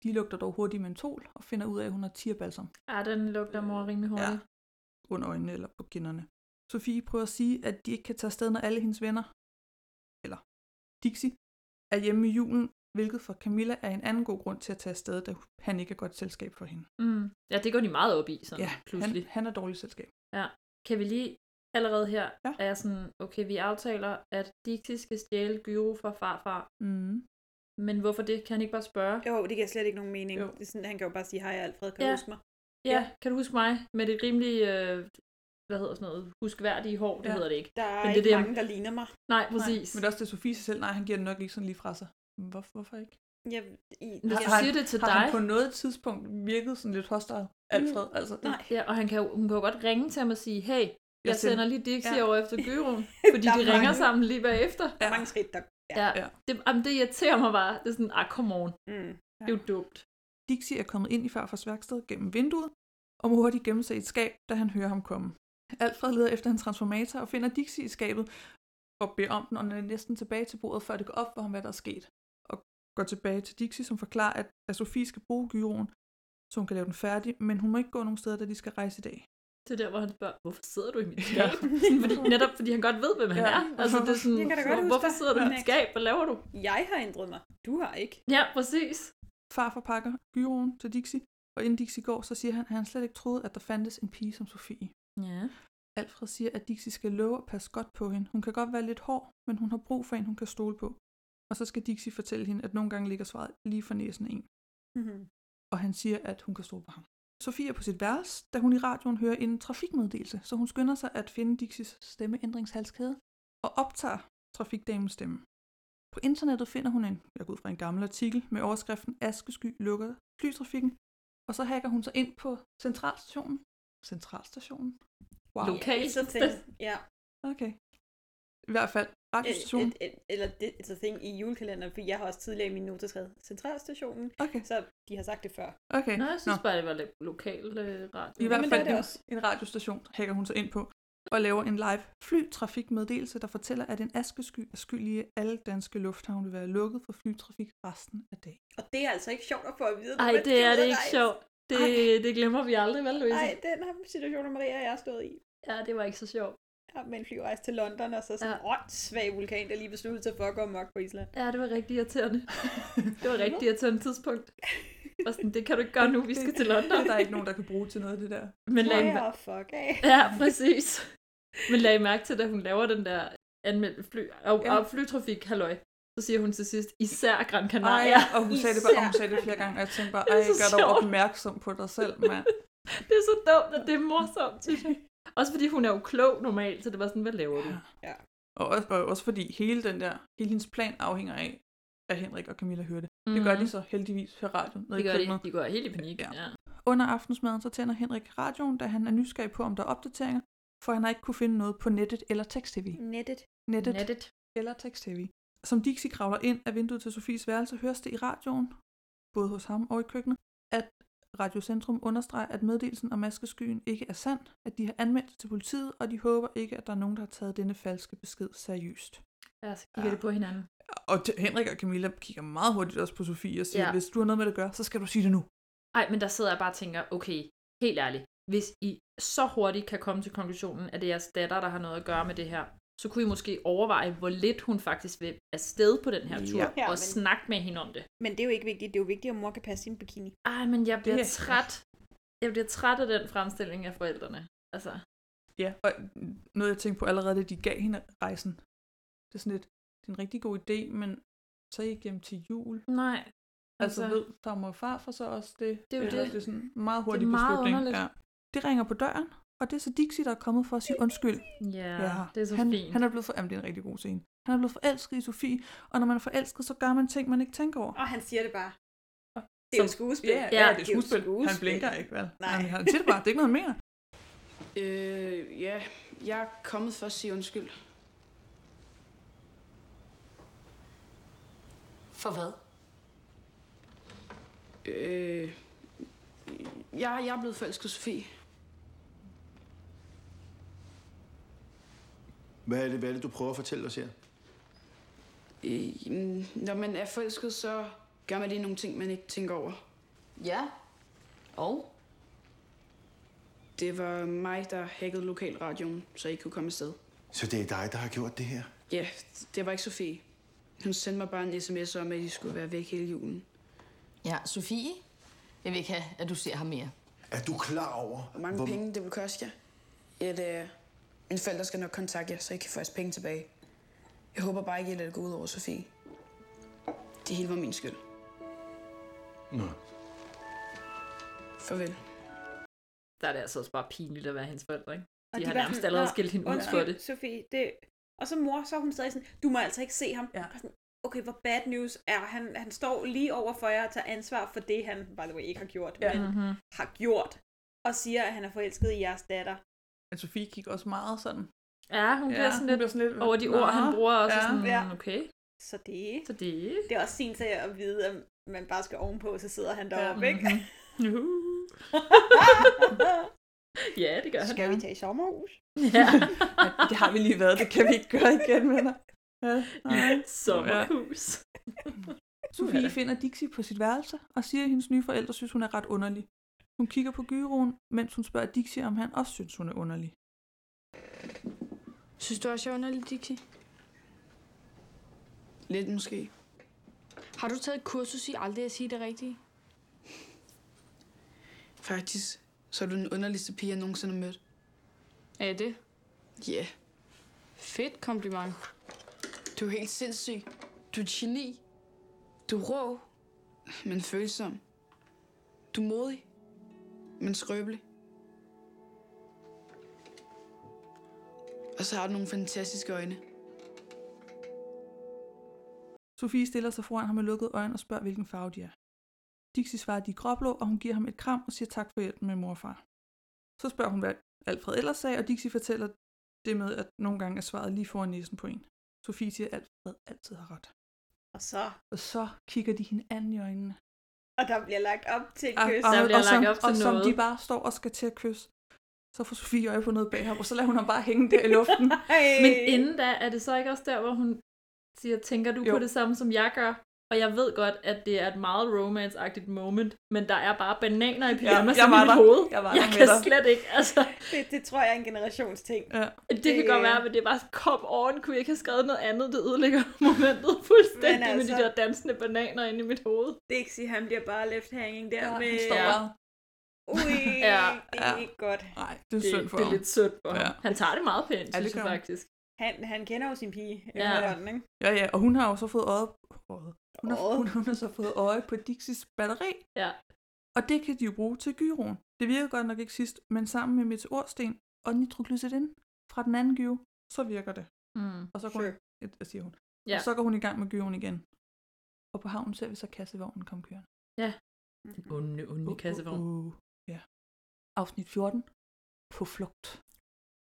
[SPEAKER 10] De lugter dog hurtigt mentol og finder ud af, at hun har tierbalsam
[SPEAKER 8] Ah, den lugter mor rimelig hurtigt. Ja.
[SPEAKER 10] under øjnene eller på kinderne. Sofie prøver at sige, at de ikke kan tage afsted, når alle hendes venner, eller Dixie, er hjemme i julen, hvilket for Camilla er en anden god grund til at tage afsted, da han ikke er godt selskab for hende.
[SPEAKER 8] Mm. Ja, det går de meget op i, sådan
[SPEAKER 10] Ja,
[SPEAKER 8] ja, pludselig.
[SPEAKER 10] Han, han er dårligt selskab.
[SPEAKER 8] Ja. Kan vi lige allerede her, ja. er jeg sådan, okay, vi aftaler, at Dixie skal stjæle Gyro fra farfar.
[SPEAKER 10] Mm.
[SPEAKER 8] Men hvorfor det? Kan han ikke bare spørge?
[SPEAKER 9] Jo, det giver slet ikke nogen mening. Jo. Det er sådan, han kan jo bare sige, hej Alfred, kan ja.
[SPEAKER 8] Ja.
[SPEAKER 9] du huske mig?
[SPEAKER 8] Ja, kan du huske mig? Med det rimelige, øh, hvad hedder sådan noget, huskværdige hår, det
[SPEAKER 10] Ja.
[SPEAKER 8] hedder det ikke.
[SPEAKER 10] Der er
[SPEAKER 8] det
[SPEAKER 10] ikke
[SPEAKER 8] der-
[SPEAKER 10] mange, der
[SPEAKER 9] ligner mig.
[SPEAKER 8] Nej, præcis.
[SPEAKER 10] Men det er også det, Sofie siger selv, nej, han giver det nok ikke sådan lige fra sig. Men Hvor, hvorfor ikke?
[SPEAKER 9] Jeg, i,
[SPEAKER 8] Hvis
[SPEAKER 10] Har-
[SPEAKER 8] jeg
[SPEAKER 10] har
[SPEAKER 8] siger
[SPEAKER 10] han-
[SPEAKER 8] det til
[SPEAKER 10] har
[SPEAKER 8] dig-
[SPEAKER 10] han på noget tidspunkt virket sådan lidt hostile, Alfred? Mm. Altså,
[SPEAKER 8] Nej. Ja, og han kan, jo- hun kan jo godt ringe til ham og sige, hey, jeg,
[SPEAKER 10] sender-
[SPEAKER 8] sender lige Dixie
[SPEAKER 10] Ja.
[SPEAKER 8] ja. over efter Gyroen, fordi
[SPEAKER 10] Der er
[SPEAKER 8] de ringer
[SPEAKER 10] mange-
[SPEAKER 8] sammen lige bagefter.
[SPEAKER 9] Der er mange skridt, der...
[SPEAKER 8] Ja. ja. Det, jamen, det irriterer mig bare. Det er sådan, ah, come on.
[SPEAKER 9] Mm.
[SPEAKER 8] Det er jo dumt.
[SPEAKER 10] Dixie er kommet ind i farfars værksted gennem vinduet, og må hurtigt gemme sig i et skab, da han hører ham komme. Alfred leder efter hans transformator og finder Dixie i skabet og beder om den, og når næsten tilbage til bordet, før det går op for ham, hvad der er sket. Og går tilbage til Dixie, som forklarer, at, at Sofie skal bruge gyroen, så hun kan lave den færdig, men hun må ikke gå nogen steder, da de skal rejse i dag.
[SPEAKER 8] Det er der, hvor han spørger, hvorfor sidder du i mit skab? Ja. fordi, netop fordi han godt ved, hvem han
[SPEAKER 10] Ja.
[SPEAKER 8] er. Altså, det er sådan,
[SPEAKER 9] Jeg kan da godt huske
[SPEAKER 8] hvorfor
[SPEAKER 9] dig.
[SPEAKER 8] sidder du i
[SPEAKER 9] Ja.
[SPEAKER 8] mit skab? Hvad laver du?
[SPEAKER 9] Jeg har ændret mig. Du har ikke.
[SPEAKER 8] Ja, præcis.
[SPEAKER 10] Far forpakker gyroen til Dixie, og inden Dixie går, så siger han, at han slet ikke troede, at der fandtes en pige som Sofie.
[SPEAKER 8] Ja.
[SPEAKER 10] Alfred siger, at Dixie skal love at passe godt på hende. Hun kan godt være lidt hård, men hun har brug for en, hun kan stole på. Og så skal Dixie fortælle hende, at nogle gange ligger svaret lige for næsen af en.
[SPEAKER 9] Mm-hmm.
[SPEAKER 10] Og han siger, at hun kan stole på ham. Sofie er på sit værelse, da hun i radioen hører en trafikmeddelelse, så hun skynder sig at finde Dixies stemmeændringshalskæde og optager trafikdamens stemme. På internettet finder hun en, jeg går ud fra en gammel artikel, med overskriften Askesky lukker flytrafikken, og så hacker hun sig ind på centralstationen. Centralstationen?
[SPEAKER 9] Ja, så tænk- ja.
[SPEAKER 10] Okay. I hvert fald radiostationen.
[SPEAKER 9] Et,
[SPEAKER 8] Øh,
[SPEAKER 9] et, et, eller det, it's a thing i julekalenderen, for jeg har også tidligere i min noter skrevet centralstationen,
[SPEAKER 10] okay.
[SPEAKER 9] så de har sagt det før.
[SPEAKER 10] Okay.
[SPEAKER 8] Nå, jeg synes
[SPEAKER 10] Nå.
[SPEAKER 8] bare, det var lidt lokal øh, radio.
[SPEAKER 10] I hvert
[SPEAKER 8] Men
[SPEAKER 10] fald
[SPEAKER 8] det er
[SPEAKER 10] en,
[SPEAKER 8] det også.
[SPEAKER 10] en radiostation hacker hun sig ind på og laver en live flytrafikmeddelelse, der fortæller, at en askesky er skyld i, at alle danske lufthavne vil være lukket for flytrafik resten af dagen.
[SPEAKER 9] Og det er altså ikke sjovt at få at vide. når
[SPEAKER 8] Ej,
[SPEAKER 9] man
[SPEAKER 8] det
[SPEAKER 9] skal
[SPEAKER 8] er
[SPEAKER 9] ud
[SPEAKER 8] det
[SPEAKER 9] at
[SPEAKER 8] ikke
[SPEAKER 9] rejse.
[SPEAKER 8] sjovt. Det, det glemmer vi aldrig, vel, Louise?
[SPEAKER 9] Ej, den her situation, Maria og jeg har stået i.
[SPEAKER 8] Ja, det var ikke så sjovt.
[SPEAKER 9] Ja, med en flyrejse til London, og så sådan en ja. svag vulkan, der lige besluttede sig for at gå amok på Island.
[SPEAKER 8] Ja, det var rigtig irriterende. Det var rigtig irriterende tidspunkt. Og sådan, det kan du ikke gøre nu, vi skal til London.
[SPEAKER 10] Der er ikke nogen, der kan bruge til noget af det der.
[SPEAKER 8] Men lad
[SPEAKER 9] Maria,
[SPEAKER 8] mig-
[SPEAKER 9] fuck af.
[SPEAKER 8] Ja, præcis. Men lag mærke til, da hun laver den der anmeldte fly, og,
[SPEAKER 10] Ja.
[SPEAKER 8] ja. og flytrafik, halløj, så siger hun til sidst, især Gran
[SPEAKER 10] Ej,
[SPEAKER 8] Canaria.
[SPEAKER 10] ja. og hun sagde, det bare, og hun sagde det flere gange, og jeg tænkte bare,
[SPEAKER 8] Det
[SPEAKER 10] ej,
[SPEAKER 8] er så
[SPEAKER 10] gør dig
[SPEAKER 8] sjovt."
[SPEAKER 10] opmærksom på dig selv, mand.
[SPEAKER 8] Det er så dumt, at det er morsomt, synes jeg. Også fordi hun er jo klog normalt, så det var sådan, hvad laver du?
[SPEAKER 9] Ja.
[SPEAKER 10] Og også, og også fordi hele den der, hele hendes plan afhænger af, at Henrik og Camilla hører det. Det gør
[SPEAKER 8] Mhm.
[SPEAKER 10] de så heldigvis på radioen. nede
[SPEAKER 8] Det
[SPEAKER 10] i
[SPEAKER 8] gør de.
[SPEAKER 10] køkkenet.
[SPEAKER 8] De går helt i panik. Ja. ja.
[SPEAKER 10] Under aftensmaden så tænder Henrik radioen, da han er nysgerrig på, om der er opdateringer, for han har ikke kunne finde noget på nettet eller tekst-tv.
[SPEAKER 9] Nettet.
[SPEAKER 10] Nettet.
[SPEAKER 8] Nettet.
[SPEAKER 10] Eller tekst-tv. Som Dixie kravler ind af vinduet til Sofies værelse, høres det i radioen, både hos ham og i køkkenet, at Radiocentrum understreger, at meddelelsen om maskeskyen ikke er sand, at de har anmeldt det til politiet, og de håber ikke, at der er nogen, der har taget denne falske besked seriøst.
[SPEAKER 8] Ja, så kigger de på hinanden.
[SPEAKER 10] Og t- Henrik og Camilla kigger meget hurtigt også på Sofie og siger, ja.
[SPEAKER 8] Ja.
[SPEAKER 10] hvis du har noget med det at gøre, så skal du sige det nu.
[SPEAKER 8] Ej, men der sidder jeg bare og tænker, okay, helt ærligt, hvis I så hurtigt kan komme til konklusionen, at det er jeres datter, der har noget at gøre med det her, så kunne I måske overveje, hvor lidt hun faktisk vil afsted på den her tur,
[SPEAKER 9] Ja,
[SPEAKER 8] og
[SPEAKER 9] men-
[SPEAKER 8] snakke med hende om det.
[SPEAKER 9] Men det er jo ikke vigtigt. Det er jo vigtigt, at mor kan passe sin bikini.
[SPEAKER 8] Ej, men jeg bliver
[SPEAKER 9] Det er-
[SPEAKER 8] træt. Jeg bliver træt af den fremstilling af forældrene. Altså,
[SPEAKER 10] Ja, og noget jeg tænkte på allerede, da de gav hende rejsen. Det er sådan lidt, det er en rigtig god idé, men så er I ikke hjem til jul.
[SPEAKER 8] Nej.
[SPEAKER 10] Altså, altså
[SPEAKER 8] altså-
[SPEAKER 10] ved farmor og far for så også det.
[SPEAKER 8] Det er jo
[SPEAKER 10] Eller
[SPEAKER 8] det.
[SPEAKER 10] også Det er sådan en meget
[SPEAKER 8] Det er
[SPEAKER 10] hurtig
[SPEAKER 8] meget
[SPEAKER 10] beslutning.
[SPEAKER 8] underligt.
[SPEAKER 10] Ja. Det ringer på døren, og det er så Dixie, der er kommet for at sige undskyld.
[SPEAKER 8] Ja, det er så
[SPEAKER 10] han,
[SPEAKER 8] fint.
[SPEAKER 10] Han er blevet for, jamen, det er en rigtig god scene. Han er blevet forelsket i Sofie, og når man er forelsket, så gør man ting, man ikke tænker over.
[SPEAKER 9] Og han siger det bare.
[SPEAKER 10] Det
[SPEAKER 9] er jo skuespil.
[SPEAKER 10] Ja, ja, det er skuespil. Han blinker ikke, vel? Nej. Han, han siger det bare, det er ikke noget mere.
[SPEAKER 14] Øh, ja, jeg er kommet for at sige undskyld.
[SPEAKER 13] For hvad?
[SPEAKER 14] Øh, jeg, jeg er blevet forelsket i Sofie.
[SPEAKER 15] Hvad er det, hvad er det du prøver at fortælle os her?
[SPEAKER 14] Øh, mm, når man er forelsket, så gør man lige nogle ting, man ikke tænker over.
[SPEAKER 13] Ja. Og?
[SPEAKER 14] Det var mig, der hackede lokalradioen, så I kunne komme afsted.
[SPEAKER 15] Så det er dig, der har gjort det her?
[SPEAKER 14] Ja, det var ikke Sofie. Hun sendte mig bare en sms om, at I skulle være væk hele julen.
[SPEAKER 13] Ja, Sofie. Jeg vil ikke have, at du ser ham mere.
[SPEAKER 15] Er du klar over,
[SPEAKER 14] Hvor mange Hvor... penge det vil koste jer? Et, øh, mine forældre skal nok kontakte jer, så I kan få jeres penge tilbage. Jeg håber bare ikke, I lader det gå ud over Sofie. Det hele var min skyld.
[SPEAKER 15] Nå.
[SPEAKER 14] Farvel.
[SPEAKER 8] der er det altså også bare pinligt at være hendes forældre, ikke?
[SPEAKER 9] Og
[SPEAKER 8] De har
[SPEAKER 9] var
[SPEAKER 8] nærmest
[SPEAKER 9] sådan,
[SPEAKER 8] allerede
[SPEAKER 9] "Nå,
[SPEAKER 8] skilt hende ud for
[SPEAKER 9] undskyld,
[SPEAKER 8] det.
[SPEAKER 9] Sofie, det... Og så mor, så er hun stadig sådan, du må altså ikke se ham. Ja. Sådan, okay, hvor bad news er han? Han står lige over for jer og tager ansvar for det, han by the way ikke har gjort,
[SPEAKER 10] Ja.
[SPEAKER 9] ja. men
[SPEAKER 8] Mm-hmm.
[SPEAKER 10] Mhm.
[SPEAKER 9] har gjort. Og siger, at han er forelsket i jeres datter.
[SPEAKER 10] Men Sofie gik også meget sådan.
[SPEAKER 8] Ja, hun bliver sådan lidt over de ord, han bruger også, og sådan, okay.
[SPEAKER 9] Så det...
[SPEAKER 8] Så det...
[SPEAKER 9] Det er også sent til at vide, at man bare skal ovenpå, så sidder han deroppe,
[SPEAKER 8] Ja. Mm-hmm.
[SPEAKER 9] ja. ikke?
[SPEAKER 8] Ja, det gør han.
[SPEAKER 9] Skal vi tage i sommerhus?
[SPEAKER 8] Ja.
[SPEAKER 10] det har vi lige været, det kan vi ikke gøre igen, venner. Ja, nej.
[SPEAKER 8] Sommerhus.
[SPEAKER 10] Sofie finder Dixie på sit værelse og siger, at hendes nye forældre synes, hun er ret underlig. Hun kigger på gyroen, mens hun spørger Dixie, om han også synes, hun er underlig.
[SPEAKER 12] Synes du også, jeg er underlig, Dixie?
[SPEAKER 14] Lidt måske.
[SPEAKER 12] Har du taget et kursus i aldrig at sige det rigtige?
[SPEAKER 14] Faktisk, så er du den underligste pige, jeg nogensinde har mødt.
[SPEAKER 12] Er jeg det?
[SPEAKER 14] Ja. Yeah.
[SPEAKER 12] Fedt kompliment.
[SPEAKER 14] Du er helt sindssyg. Du er et geni. Du er rå, men følsom. Du er modig, men skrøbelig. Og så har du nogle fantastiske øjne.
[SPEAKER 10] Sofie stiller sig foran ham med lukkede øjne og spørger, hvilken farve de er. Dixie svarer, at de er gråblå, og hun giver ham et kram og siger tak for hjælpen med mor og far. Så spørger hun, hvad Alfred ellers sagde, og Dixie fortæller det med, at nogle gange er svaret lige foran næsen på en. Sofie siger, at Alfred altid har ret.
[SPEAKER 9] Og så?
[SPEAKER 10] Og så kigger de hinanden i øjnene.
[SPEAKER 9] Og der bliver lagt op til et
[SPEAKER 8] Ah,
[SPEAKER 10] Og,
[SPEAKER 9] kys.
[SPEAKER 10] og, og, som, og som de bare står og skal til at kysse, så får Sofie øje på noget bag ham, og så lader hun ham bare hænge der i luften.
[SPEAKER 8] Men
[SPEAKER 10] Øh.
[SPEAKER 8] inden da, er det så ikke også der, hvor hun siger, tænker du jo. på
[SPEAKER 10] Jo.
[SPEAKER 8] det samme, som jeg gør? Og jeg ved godt, at det er et meget romance-agtigt moment, men der er bare bananer i pyjamas
[SPEAKER 10] jeg
[SPEAKER 8] i
[SPEAKER 10] var
[SPEAKER 8] mit
[SPEAKER 10] der.
[SPEAKER 8] hoved.
[SPEAKER 10] Jeg var
[SPEAKER 8] jeg
[SPEAKER 10] der med
[SPEAKER 8] kan
[SPEAKER 10] dig.
[SPEAKER 8] slet ikke, altså.
[SPEAKER 9] Det, det tror jeg er en generationsting.
[SPEAKER 10] Ja.
[SPEAKER 8] Det kan
[SPEAKER 10] øh,
[SPEAKER 8] godt være, men det er bare, kom on, kunne jeg ikke have skrevet noget andet, det ødelægger momentet fuldstændig altså, med de
[SPEAKER 9] altså-
[SPEAKER 8] der dansende bananer inde i mit hoved.
[SPEAKER 9] Dixie, han bliver bare left hanging der
[SPEAKER 10] Ja,
[SPEAKER 9] med...
[SPEAKER 10] han står bare.
[SPEAKER 9] Ui,
[SPEAKER 8] Ja.
[SPEAKER 9] det er ikke godt.
[SPEAKER 10] Nej, det er synd for
[SPEAKER 8] det er
[SPEAKER 10] ham.
[SPEAKER 8] lidt synd for
[SPEAKER 10] Ja.
[SPEAKER 8] ham. Han tager det meget pænt,
[SPEAKER 10] Ja, det
[SPEAKER 8] synes jeg
[SPEAKER 10] gør han.
[SPEAKER 8] faktisk.
[SPEAKER 9] Han, han kender jo sin pige.
[SPEAKER 8] Ja.
[SPEAKER 9] efterhånden, ikke?
[SPEAKER 10] Ja, ja, og hun har jo så fået øje, øje. Hun, har, hun, hun har så fået øje på Dixies batteri.
[SPEAKER 8] Ja.
[SPEAKER 10] Og det kan de jo bruge til gyroen. Det virker godt nok ikke sidst, men sammen med meteorsten og nitroglycerin fra den anden gyro, så virker det.
[SPEAKER 8] Mm.
[SPEAKER 10] Og så går
[SPEAKER 8] Sure.
[SPEAKER 10] hun, et- siger hun.
[SPEAKER 8] Ja.
[SPEAKER 10] Og så går hun i gang med gyroen igen. Og på havnen ser vi så kassevognen komme kørende.
[SPEAKER 8] Ja. Den onde, onde kassevogn.
[SPEAKER 10] Uh, uh, uh. Ja. Afsnit 14. På flugt.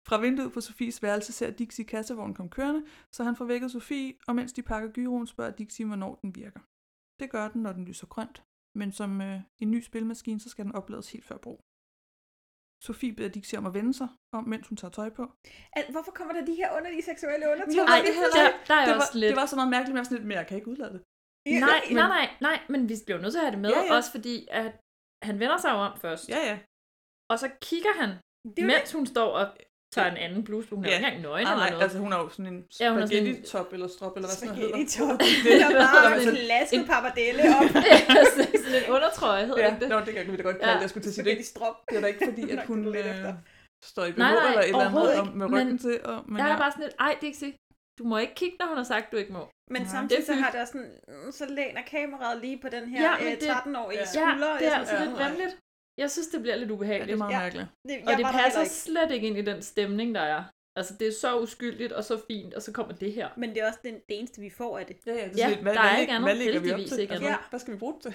[SPEAKER 10] Fra vinduet på Sofies værelse ser Dixie kassevognen komme kørende, så han får vækket Sofie, og mens de pakker gyroen, spørger Dixie, hvornår den virker. Det gør den, når den lyser grønt, men som øh, en ny spilmaskine, så skal den oplades helt før brug. Sofie beder Dixie om at vende sig, om mens hun tager tøj på.
[SPEAKER 9] Al, hvorfor kommer der de her underlige seksuelle
[SPEAKER 10] Jeg
[SPEAKER 9] undertoner?
[SPEAKER 10] ved det heller ikke.
[SPEAKER 8] der er
[SPEAKER 10] det, var,
[SPEAKER 8] også lidt-
[SPEAKER 10] det var så meget mærkeligt, men jeg var sådan lidt, men jeg kan ikke udlade det.
[SPEAKER 8] Nej, nej, nej, nej, men vi bliver jo nødt til at have det med,
[SPEAKER 10] Ja,
[SPEAKER 8] ja,
[SPEAKER 10] ja.
[SPEAKER 8] ja. også fordi, at han vender sig jo om først.
[SPEAKER 10] Ja, ja.
[SPEAKER 8] Og så kigger han,
[SPEAKER 10] er jo
[SPEAKER 8] mens hun står og tager en anden bluse. på. Hun er jo
[SPEAKER 10] Ja.
[SPEAKER 8] ikke engang nøgen
[SPEAKER 10] Nej,
[SPEAKER 8] eller
[SPEAKER 10] nej,
[SPEAKER 8] noget.
[SPEAKER 10] altså hun har jo sådan en
[SPEAKER 8] Ja, hun har sådan en-
[SPEAKER 10] spaghetti-top eller strop, eller hvad sådan noget
[SPEAKER 9] Spaghetti-top.
[SPEAKER 10] hedder.
[SPEAKER 9] Der er bare
[SPEAKER 10] Eller sådan-
[SPEAKER 9] klasket pappardelle op.
[SPEAKER 8] Altså, sådan en undertrøje, hedder
[SPEAKER 10] ja,
[SPEAKER 8] ikke det?
[SPEAKER 10] Nå, det kan vi da godt kalde det. Jeg skulle til at sige det. er ikke-
[SPEAKER 9] Strop.
[SPEAKER 10] Det er da ikke fordi, at hun øh, står i BH
[SPEAKER 8] Nej, nej,
[SPEAKER 10] eller et eller andet
[SPEAKER 8] overhovedet
[SPEAKER 10] og
[SPEAKER 8] ikke,
[SPEAKER 10] med ryggen
[SPEAKER 8] men
[SPEAKER 10] til. Og,
[SPEAKER 8] Men jeg er bare sådan lidt, ej Dixie, du må ikke kigge, når hun har sagt, du ikke må.
[SPEAKER 9] Men
[SPEAKER 8] Nej.
[SPEAKER 9] samtidig så
[SPEAKER 8] fyldt.
[SPEAKER 9] har der sådan, mm, så læner kameraet lige på den her
[SPEAKER 8] Ja, men
[SPEAKER 9] øh,
[SPEAKER 8] det-
[SPEAKER 9] 13-årige
[SPEAKER 8] ja.
[SPEAKER 9] skulder.
[SPEAKER 8] Ja,
[SPEAKER 9] og
[SPEAKER 8] det er
[SPEAKER 9] jeg
[SPEAKER 8] altså
[SPEAKER 9] sådan,
[SPEAKER 8] lidt
[SPEAKER 9] "Åh."
[SPEAKER 8] vemmeligt. Jeg synes, det bliver lidt ubehageligt.
[SPEAKER 10] Ja, det er meget Ja. mærkeligt.
[SPEAKER 9] Det-
[SPEAKER 8] og
[SPEAKER 9] jeg
[SPEAKER 8] det
[SPEAKER 9] var der
[SPEAKER 8] passer
[SPEAKER 9] heller ikke.
[SPEAKER 8] slet ikke ind i den stemning, der er. Altså, det er så uskyldigt og så fint, og så kommer det her.
[SPEAKER 9] Men det er også den, det eneste, vi får af det.
[SPEAKER 10] Ja, ja,
[SPEAKER 8] det er Ja, sådan lidt, hvad- der er hvad ikke læg- andet, hvad lægger vi op heldigvis til? ikke Altså, andet.
[SPEAKER 10] Hvad skal vi bruge det til?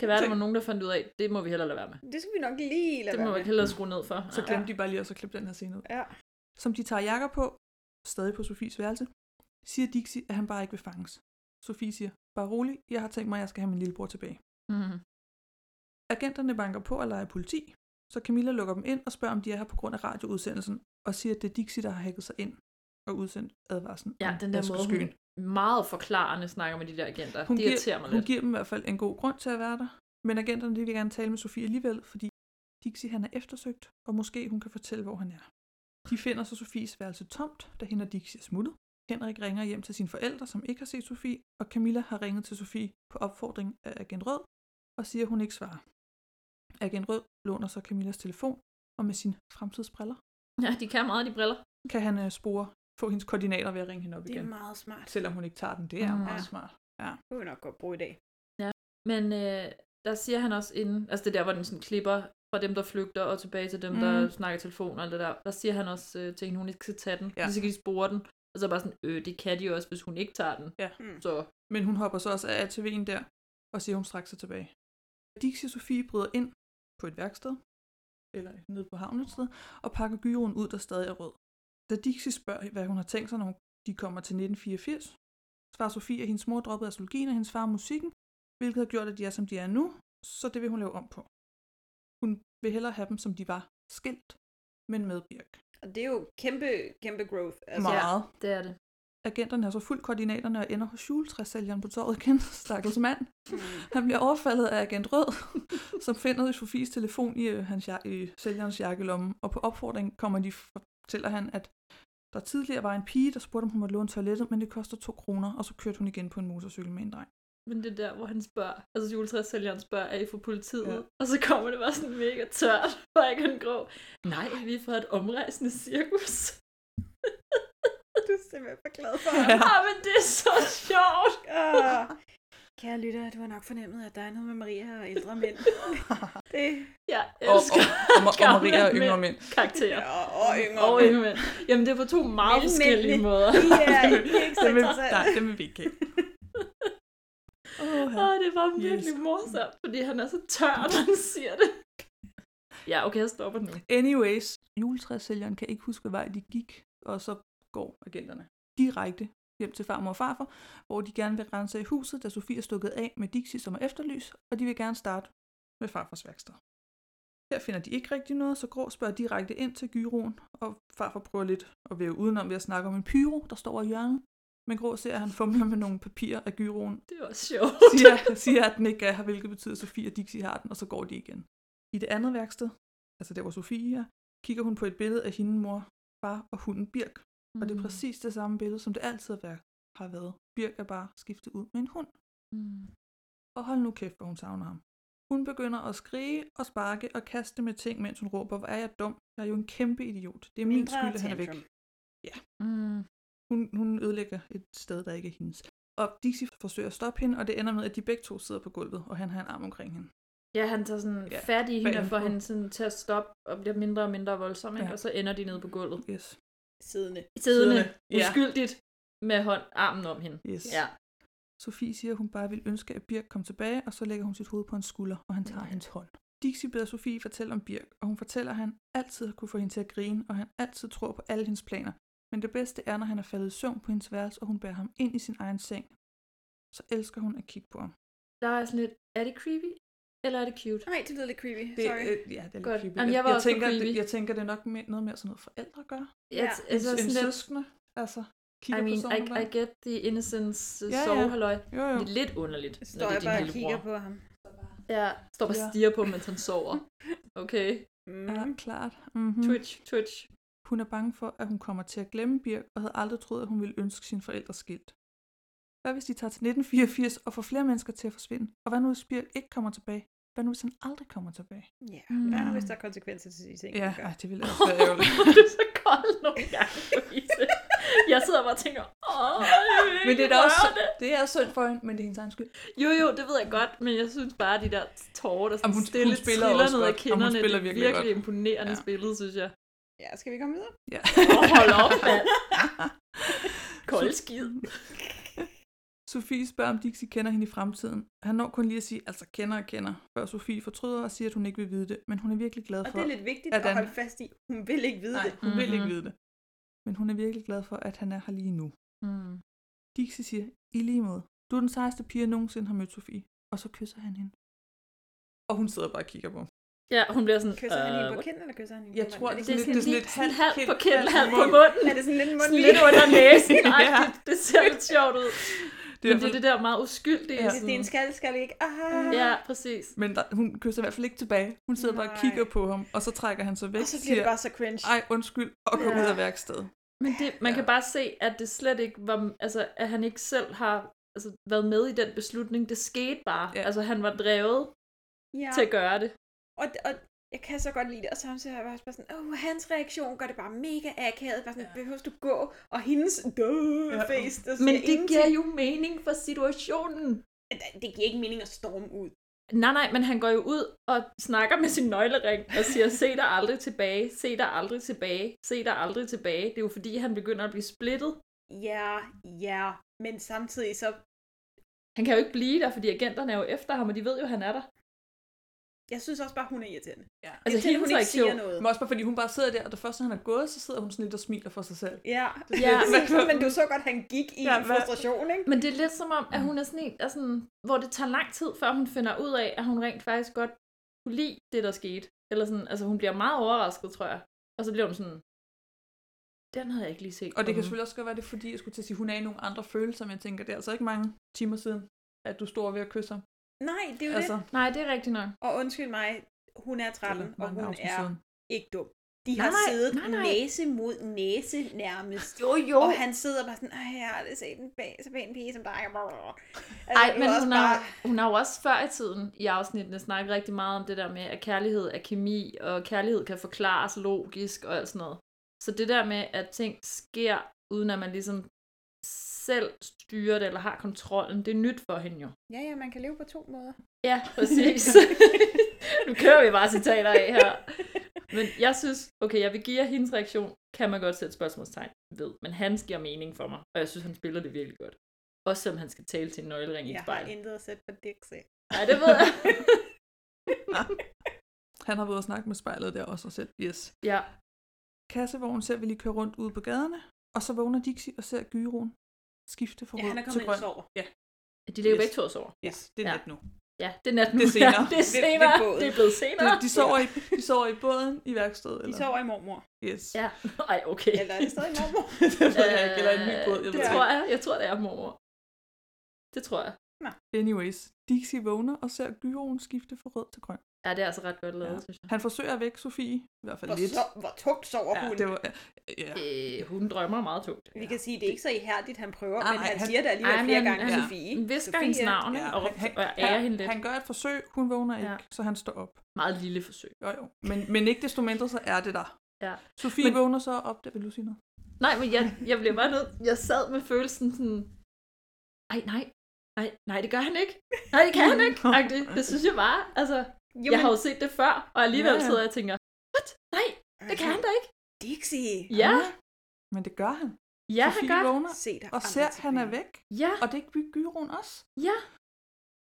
[SPEAKER 8] Kan være, der var nogen, der fandt ud af, det må vi hellere lade være med.
[SPEAKER 9] Det skal vi nok lige lade
[SPEAKER 8] Det må
[SPEAKER 9] være
[SPEAKER 8] vi
[SPEAKER 9] med.
[SPEAKER 8] hellere skrue ned for.
[SPEAKER 10] Mm. Så glemte de bare lige også at klippe den her scene ud.
[SPEAKER 9] Ja.
[SPEAKER 10] Som de tager jakker på, stadig på Sofies værelse, siger Dixie, at han bare ikke vil fanges. Sofie siger, bare rolig, jeg har tænkt mig, at jeg skal have min lillebror tilbage.
[SPEAKER 8] Mm.
[SPEAKER 10] Agenterne banker på og leger politi, så Camilla lukker dem ind og spørger, om de er her på grund af radioudsendelsen, og siger, at det er Dixie, der har hacket sig ind og udsendt advarslen.
[SPEAKER 8] Ja,
[SPEAKER 10] om
[SPEAKER 8] den der måde,
[SPEAKER 10] Askerskyen.
[SPEAKER 8] hun meget forklarende snakker med de der agenter.
[SPEAKER 10] Hun,
[SPEAKER 8] det irriterer
[SPEAKER 10] giver,
[SPEAKER 8] mig
[SPEAKER 10] hun
[SPEAKER 8] lidt.
[SPEAKER 10] giver dem i hvert fald en god grund til at være der, men agenterne de vil gerne tale med Sofie alligevel, fordi Dixie han er eftersøgt, og måske hun kan fortælle, hvor han er. De finder så Sofies værelse tomt, da hende og Dixie er smuttet. Henrik ringer hjem til sine forældre, som ikke har set Sofie, og Camilla har ringet til Sofie på opfordring af agent Rød, og siger, at hun ikke svarer. Agent Rød låner så Camillas telefon, og med sine fremtidsbriller
[SPEAKER 8] Ja, de kan meget, de briller.
[SPEAKER 10] kan han øh, spore, få hendes koordinater ved at ringe hende op
[SPEAKER 9] Det er
[SPEAKER 10] igen.
[SPEAKER 9] meget smart.
[SPEAKER 10] Selvom hun ikke tager den, det er
[SPEAKER 8] Mm.
[SPEAKER 10] mm. meget
[SPEAKER 8] Ja.
[SPEAKER 10] smart. Ja.
[SPEAKER 9] Det kunne vi nok godt bruge i dag.
[SPEAKER 8] Ja. Men øh, der siger han også inden, altså det er der, hvor den sådan klipper, fra dem, der flygter, og tilbage til dem, mm. der snakker i telefon og alt det der. Der siger han også øh, til hende, hun ikke skal tage den,
[SPEAKER 10] Ja.
[SPEAKER 8] ja. så kan de spore den. Og så er jeg bare sådan, øh, det kan de også, hvis hun ikke tager den.
[SPEAKER 10] Ja.
[SPEAKER 9] Hmm.
[SPEAKER 8] Så.
[SPEAKER 10] Men hun hopper så også af ATV'en der, og siger, hun straks sig tilbage. Dixie og Sofie bryder ind på et værksted, eller nede på havnen et sted, og pakker gyroen ud, der stadig er rød. Da Dixie spørger, hvad hun har tænkt sig, når hun- de kommer til 1984, svarer Sofie, at hendes mor droppede astrologien og hendes far musikken, hvilket har gjort, at de er, som de er nu, så det vil hun lave om på. Hun vil hellere have dem, som de var, skilt, men med Birk.
[SPEAKER 9] Og det er jo kæmpe, kæmpe growth. Altså,
[SPEAKER 10] Meget.
[SPEAKER 8] Ja, det er det.
[SPEAKER 10] Agenterne har så fuldt koordinaterne og ender hos juletræsælgeren på torvet igen, stakkels mand. Han bliver overfaldet af agent Rød, som finder Sofies telefon i, øh, hans, jak- i sælgerens jakkelomme, og på opfordring kommer de, fortæller han, at der tidligere var en pige, der spurgte, om hun måtte låne toilettet, men det koster to kroner, og så kørte hun igen på en motorcykel med en dreng.
[SPEAKER 8] Men det er der, hvor han spørger, altså juletræsælgeren spørger, er I fra politiet? Ja. Og så kommer det bare sådan mega tørt, bare ikke en grå. Nej, vi er fra et omrejsende cirkus.
[SPEAKER 9] Du er simpelthen for glad for
[SPEAKER 8] Ja. Ah, men det er så sjovt.
[SPEAKER 9] Ah. Kære lytter, du har nok fornemmet, at der er noget med Maria og ældre mænd. det...
[SPEAKER 8] Jeg
[SPEAKER 10] Og,
[SPEAKER 8] elsker
[SPEAKER 10] og, og, Ma- og Maria og
[SPEAKER 8] gamle
[SPEAKER 10] yngre mænd.
[SPEAKER 8] mænd. Karakterer.
[SPEAKER 9] Ja, og yngre
[SPEAKER 8] og
[SPEAKER 9] mænd.
[SPEAKER 8] yngre mænd. Jamen, det er på to meget
[SPEAKER 9] Men
[SPEAKER 8] forskellige
[SPEAKER 9] mændene,
[SPEAKER 8] måder.
[SPEAKER 9] de er ikke- ikke så
[SPEAKER 8] Dem vil-
[SPEAKER 9] interessante.
[SPEAKER 10] Nej, dem vil vi ikke have.
[SPEAKER 8] Åh, det var virkelig morsomt, fordi han er så tør, når han siger det. Ja, okay, jeg stopper nu.
[SPEAKER 10] Anyways, juletræsælgeren kan ikke huske, hvad vej de gik, og så går agenterne direkte hjem til farmor og farfar, hvor de gerne vil rense i huset, da Sofie er stukket af med Dixie, som er efterlys, og de vil gerne starte med farfars værksted. Her finder de ikke rigtig noget, så Grå spørger direkte ind til gyroen, og farfar prøver lidt at væve udenom ved at snakke om en pyro, der står over i hjørnet. Men Grå ser, at han fumler med nogle papirer af gyroen.
[SPEAKER 8] Det var sjovt.
[SPEAKER 10] Siger, siger, at den ikke er her, hvilket betyder, at Sofie og Dixie har den, og så går de igen. I det andet værksted, altså der hvor Sofie er, kigger hun på et billede af hende, mor, far og hunden Birk. Mm. Og det er præcis det samme billede, som det altid har været- har været. Birk er bare skiftet ud med en hund.
[SPEAKER 8] Mm.
[SPEAKER 10] Og hold nu kæft, hvor hun savner ham. Hun begynder at skrige og sparke og kaste med ting, mens hun råber, hvor er jeg dum? Jeg er jo en kæmpe idiot. Det er min
[SPEAKER 9] Mindre
[SPEAKER 10] skyld, at han er væk.
[SPEAKER 9] tantrum.
[SPEAKER 10] Ja. Mm. Hun, hun ødelægger et sted, der ikke er hendes. Og Dixie forsøger at stoppe hende, og det ender med, at de begge to sidder på gulvet, og han har en arm omkring hende.
[SPEAKER 8] Ja, han tager sådan
[SPEAKER 10] Ja,
[SPEAKER 8] ja, fat i hende og
[SPEAKER 10] bagfra.
[SPEAKER 8] får hende sådan til at stoppe og bliver mindre og mindre voldsom, ikke?
[SPEAKER 10] Ja.
[SPEAKER 8] Ja. og så ender de nede på gulvet.
[SPEAKER 10] Yes.
[SPEAKER 9] Siddende.
[SPEAKER 8] Siddende,
[SPEAKER 10] Siddende, ja.
[SPEAKER 8] uskyldigt, med hånd, armen om hende.
[SPEAKER 10] Yes.
[SPEAKER 8] Ja.
[SPEAKER 10] Sofie siger, at hun bare ville ønske, at Birk kom tilbage, og så lægger hun sit hoved på hans skulder, og han tager hendes hånd. Dixie beder Sofie fortælle om Birk, og hun fortæller, at han altid har kunne få hende til at grine, og han altid tror på alle hendes planer. Men det bedste er, når han er faldet i søvn på hendes værelse, og hun bærer ham ind i sin egen seng. Så elsker hun at kigge på ham.
[SPEAKER 8] Der er sådan lidt, er det creepy, eller er det cute?
[SPEAKER 9] Nej, det lyder lidt creepy.
[SPEAKER 10] Det, øh, ja, det er lidt
[SPEAKER 8] Godt.
[SPEAKER 10] creepy.
[SPEAKER 8] Jamen, jeg var også på
[SPEAKER 10] tænker,
[SPEAKER 8] creepy.
[SPEAKER 10] Det, jeg tænker, det er nok mere, noget mere sådan noget forældre gør.
[SPEAKER 8] Ja,
[SPEAKER 10] en,
[SPEAKER 8] altså
[SPEAKER 10] en
[SPEAKER 8] sådan lidt-
[SPEAKER 10] søskende, altså.
[SPEAKER 8] I
[SPEAKER 10] Kigger
[SPEAKER 8] mean,
[SPEAKER 10] på
[SPEAKER 8] I,
[SPEAKER 10] sådan
[SPEAKER 8] I get the innocence uh,
[SPEAKER 10] Ja,
[SPEAKER 8] ja,
[SPEAKER 10] ja.
[SPEAKER 8] sovehalløj.
[SPEAKER 10] Jo, jo.
[SPEAKER 8] Det er lidt underligt, når
[SPEAKER 9] Står
[SPEAKER 8] det er
[SPEAKER 9] jeg
[SPEAKER 8] din
[SPEAKER 9] bare og
[SPEAKER 8] lillebror.
[SPEAKER 9] kigger på ham.
[SPEAKER 8] Ja, står bare
[SPEAKER 9] Ja.
[SPEAKER 8] ja. stiger på, mens han sover. Okay.
[SPEAKER 9] Hmm.
[SPEAKER 10] Ja, klart. Mm-hmm.
[SPEAKER 8] Twitch, twitch.
[SPEAKER 10] Hun er bange for, at hun kommer til at glemme Birk, og havde aldrig troet, at hun ville ønske sine forældre skilt. Hvad hvis de tager til 1984 og får flere mennesker til at forsvinde? Og hvad nu hvis Birk ikke kommer tilbage? Hvad nu hvis han aldrig kommer tilbage?
[SPEAKER 9] Ja, hvad nu, hvis der er konsekvenser til de ting,
[SPEAKER 10] Ja,
[SPEAKER 9] man gør?
[SPEAKER 10] ej, det ville også være ærgerligt.
[SPEAKER 8] det er så koldt nogle gange, Louise. Jeg sidder bare og tænker, åh, jeg vil
[SPEAKER 10] men det er
[SPEAKER 8] ikke
[SPEAKER 10] da også,
[SPEAKER 8] røre det.
[SPEAKER 10] det er synd for hende, men det er hendes egen skyld.
[SPEAKER 8] Jo, jo, det ved jeg godt, men jeg synes bare, at de der tårer, der
[SPEAKER 10] Jamen,
[SPEAKER 8] sådan
[SPEAKER 10] hun- hun
[SPEAKER 8] stille
[SPEAKER 10] spiller
[SPEAKER 8] triller
[SPEAKER 10] også
[SPEAKER 8] ned af
[SPEAKER 10] godt. Jamen, hun
[SPEAKER 8] kinderne,
[SPEAKER 10] spiller
[SPEAKER 8] det er
[SPEAKER 10] virkelig
[SPEAKER 8] virkelig
[SPEAKER 10] godt.
[SPEAKER 8] imponerende
[SPEAKER 10] Ja.
[SPEAKER 8] ja. spillet, synes jeg.
[SPEAKER 9] Ja, skal vi komme videre?
[SPEAKER 10] Ja.
[SPEAKER 8] Åh, hold op, mand. Kold skid.
[SPEAKER 10] Sofie spørger, om Dixie kender hende i fremtiden. Han når kun lige at sige, altså kender og kender, før Sofie fortryder og siger, at hun ikke vil vide det, men hun er virkelig glad
[SPEAKER 9] Og
[SPEAKER 10] for,
[SPEAKER 9] det er lidt vigtigt
[SPEAKER 10] at
[SPEAKER 9] at
[SPEAKER 10] han-
[SPEAKER 9] holde fast i. Hun vil ikke vide
[SPEAKER 10] Nej,
[SPEAKER 9] det.
[SPEAKER 10] hun mm-hmm. vil ikke vide det. Men hun er virkelig glad for, at han er her lige nu.
[SPEAKER 8] Mm.
[SPEAKER 10] Dixie siger, i lige måde, du er den sejeste pige, jeg nogensinde har mødt, Sofie. Og så kysser han hende. Og hun sidder bare og kigger på ham.
[SPEAKER 8] Ja, hun bliver sådan, "Øh,
[SPEAKER 9] Kysser han hende på
[SPEAKER 8] what?
[SPEAKER 9] kinden, eller kysser han hende
[SPEAKER 10] Jeg
[SPEAKER 9] på
[SPEAKER 10] tror,
[SPEAKER 9] munden?
[SPEAKER 10] det er sådan lidt- det er sådan lidt halvt
[SPEAKER 8] halvt på
[SPEAKER 10] kind,
[SPEAKER 8] kinden,
[SPEAKER 10] halvt
[SPEAKER 8] halvt
[SPEAKER 10] i
[SPEAKER 8] på
[SPEAKER 10] munden.
[SPEAKER 8] munden.
[SPEAKER 9] Er det sådan lidt en
[SPEAKER 8] Sådan
[SPEAKER 9] mundvig?
[SPEAKER 8] lidt under næsen. Ej,
[SPEAKER 10] Ja.
[SPEAKER 8] det, det ser lidt sjovt ud.
[SPEAKER 10] Det
[SPEAKER 8] Det
[SPEAKER 10] er
[SPEAKER 8] men det er
[SPEAKER 10] for-
[SPEAKER 8] det der meget uskyldige.
[SPEAKER 9] Ja.
[SPEAKER 8] sådan-
[SPEAKER 9] Det er en skal, skal ikke. Aha.
[SPEAKER 8] Ja, præcis.
[SPEAKER 10] Men der, hun kysser i hvert fald ikke tilbage. Hun sidder bare og
[SPEAKER 9] Nej.
[SPEAKER 10] kigger på ham, og så trækker han sig væk
[SPEAKER 9] Og så bliver det bare så cringe.
[SPEAKER 10] Ej, undskyld, og går
[SPEAKER 8] Ja.
[SPEAKER 10] ud af værkstedet.
[SPEAKER 8] Men det, man ja. kan bare se, at det slet ikke var, altså, at han ikke selv har altså, været med i den beslutning. Det skete bare. Ja. Altså, han var drevet
[SPEAKER 9] Ja.
[SPEAKER 8] ja. til at gøre det.
[SPEAKER 9] Og, og jeg kan så godt lide det, og samtidig er jeg også bare sådan, åh, oh, hans reaktion gør det bare mega akavet, bare sådan, ja. behøver du gå? Og hendes døde ja. face, der
[SPEAKER 8] Men
[SPEAKER 9] siger
[SPEAKER 8] det
[SPEAKER 9] ingenting.
[SPEAKER 8] giver jo mening for situationen.
[SPEAKER 9] Det giver ikke mening at storme ud.
[SPEAKER 8] Nej, nej, men han går jo ud og snakker med sin nøglering og siger, se dig aldrig tilbage, se dig aldrig tilbage, se dig aldrig tilbage. Det er jo fordi, han begynder at blive splittet.
[SPEAKER 9] Ja, ja, men samtidig så...
[SPEAKER 8] Han kan jo ikke blive der, fordi agenterne er jo efter ham, og de ved jo, at han er der.
[SPEAKER 9] Jeg synes også bare, hun er irriterende.
[SPEAKER 10] Ja.
[SPEAKER 8] Altså,
[SPEAKER 9] irriterende, hun ikke siger noget.
[SPEAKER 10] Men også bare fordi hun bare sidder der, og det første, han er gået, så sidder hun sådan lidt og smiler for sig selv.
[SPEAKER 9] Ja,
[SPEAKER 10] Det er
[SPEAKER 9] ja
[SPEAKER 10] lidt-
[SPEAKER 9] men, men du så godt, han gik i ja, en frustration, ikke?
[SPEAKER 8] Men det er lidt som om, at hun er sådan en, der sådan, hvor det tager lang tid, før hun finder ud af, at hun rent faktisk godt kunne lide det, der skete. Eller sådan, altså hun bliver meget overrasket, tror jeg. Og så bliver hun sådan, den havde jeg ikke lige set.
[SPEAKER 10] Og det kan
[SPEAKER 8] komme."
[SPEAKER 10] selvfølgelig også godt være, det er fordi, jeg skulle til at sige, hun er i nogle andre følelser, men jeg tænker, det er altså ikke mange timer siden, at du står ved at kysse ham.
[SPEAKER 9] Nej, det er jo
[SPEAKER 10] Altså.
[SPEAKER 9] det.
[SPEAKER 8] Nej, det er rigtigt nok.
[SPEAKER 9] Og undskyld mig, hun er 13, og
[SPEAKER 10] mange
[SPEAKER 9] hun
[SPEAKER 10] afsnit
[SPEAKER 9] er
[SPEAKER 10] siden.
[SPEAKER 9] ikke dum. De
[SPEAKER 10] Nej,
[SPEAKER 9] har
[SPEAKER 10] nej,
[SPEAKER 9] siddet
[SPEAKER 10] nej, nej.
[SPEAKER 9] næse mod næse nærmest.
[SPEAKER 8] Jo, jo.
[SPEAKER 9] Og han sidder bare sådan, Ej, jeg har aldrig set en bag, så pæn pige som dig.
[SPEAKER 8] Nej,
[SPEAKER 9] det er
[SPEAKER 8] men
[SPEAKER 9] også
[SPEAKER 8] hun har,
[SPEAKER 9] bare-
[SPEAKER 8] hun har jo også før i tiden i afsnittene snakket rigtig meget om det der med, at kærlighed er kemi, og kærlighed kan forklares logisk og alt sådan noget. Så det der med, at ting sker, uden at man ligesom selv styrer det eller har kontrollen, det er nyt for hende jo.
[SPEAKER 9] Ja, ja, man kan leve på to måder.
[SPEAKER 8] Ja, præcis. nu kører vi bare citater af her. Men jeg synes, okay, jeg vil give jer hendes reaktion, kan man godt sætte spørgsmålstegn ved, men hans giver mening for mig, og jeg synes, han spiller det virkelig godt. Også selvom han skal tale til en nøglering i et
[SPEAKER 9] Jeg
[SPEAKER 8] spejl.
[SPEAKER 9] har intet at sætte på Dirk selv.
[SPEAKER 8] Ja, det ved jeg.
[SPEAKER 10] Han har været og snakket med spejlet der også og selv. Yes.
[SPEAKER 8] Ja.
[SPEAKER 10] Kassevognen ser vi lige køre rundt ude på gaderne, og så vågner Dixie og ser gyroen skifte fra
[SPEAKER 8] Ja,
[SPEAKER 10] rød
[SPEAKER 8] han er kommet
[SPEAKER 10] til
[SPEAKER 8] ind
[SPEAKER 10] grøn.
[SPEAKER 8] og sover.
[SPEAKER 10] Ja.
[SPEAKER 8] De ligger begge to og sover.
[SPEAKER 10] Yes, det er nat nu.
[SPEAKER 8] Ja, det er nat nu.
[SPEAKER 10] Det er senere.
[SPEAKER 8] Ja, det er senere. Det er blevet senere.
[SPEAKER 10] De, de, sover i, de sover i båden i værkstedet. Eller?
[SPEAKER 9] sover i mormor.
[SPEAKER 10] Yes.
[SPEAKER 8] Ja. Ej, okay.
[SPEAKER 9] Eller er det stadig mormor?
[SPEAKER 10] det ved jeg ikke. Eller en ny båd. Jeg
[SPEAKER 8] Øh, det
[SPEAKER 10] ved
[SPEAKER 8] tror
[SPEAKER 10] ikke.
[SPEAKER 8] jeg. Jeg tror, det er mormor. Det tror jeg.
[SPEAKER 10] Anyways, Dixie vågner og ser gyroen skifte fra rød til grøn.
[SPEAKER 8] Ja, det er altså ret godt lavet, ja. synes jeg.
[SPEAKER 10] Han forsøger at vække Sofie, i hvert fald
[SPEAKER 9] Hvor,
[SPEAKER 10] lidt.
[SPEAKER 9] so- hvor tungt sover
[SPEAKER 10] Ja,
[SPEAKER 9] hun?
[SPEAKER 10] det var, ja.
[SPEAKER 8] Øh, hun drømmer meget tungt.
[SPEAKER 9] Vi kan sige, det er ikke så ihærdigt, han prøver,
[SPEAKER 10] Nej,
[SPEAKER 9] men han,
[SPEAKER 10] han-
[SPEAKER 9] siger det alligevel
[SPEAKER 10] Ej,
[SPEAKER 9] flere
[SPEAKER 10] men
[SPEAKER 9] gange
[SPEAKER 10] han-
[SPEAKER 9] til
[SPEAKER 10] ja.
[SPEAKER 9] Sofie.
[SPEAKER 8] Visker hendes navn, ikke? Og,
[SPEAKER 10] han-
[SPEAKER 8] og ærer hende lidt.
[SPEAKER 10] Han gør et forsøg, hun vågner ikke, ja. så han står op.
[SPEAKER 8] Meget lille forsøg.
[SPEAKER 10] Jo, jo. Men, men ikke desto mindre, så er det der.
[SPEAKER 8] Ja.
[SPEAKER 10] Sofie men... vågner så op, der vil du sige noget.
[SPEAKER 8] Nej, men jeg, jeg blev bare nødt. Jeg sad med følelsen sådan, ej, nej, nej, nej, det gør han ikke. Nej, det kan han ikke. Ej, det, det synes jeg bare. Altså, jo, jeg
[SPEAKER 9] men-
[SPEAKER 8] har jo set det før, og alligevel
[SPEAKER 10] Ja, ja.
[SPEAKER 8] sidder jeg og tænker, what? Nej, det kan han da ikke.
[SPEAKER 9] Dixie!
[SPEAKER 8] Ja,
[SPEAKER 10] Men det gør han.
[SPEAKER 8] ja han
[SPEAKER 10] Sofie
[SPEAKER 8] gør.
[SPEAKER 10] vågner
[SPEAKER 9] Se dig
[SPEAKER 10] og ser, at han er væk.
[SPEAKER 8] Ja.
[SPEAKER 10] Og det er ikke gyroen også.
[SPEAKER 8] Ja.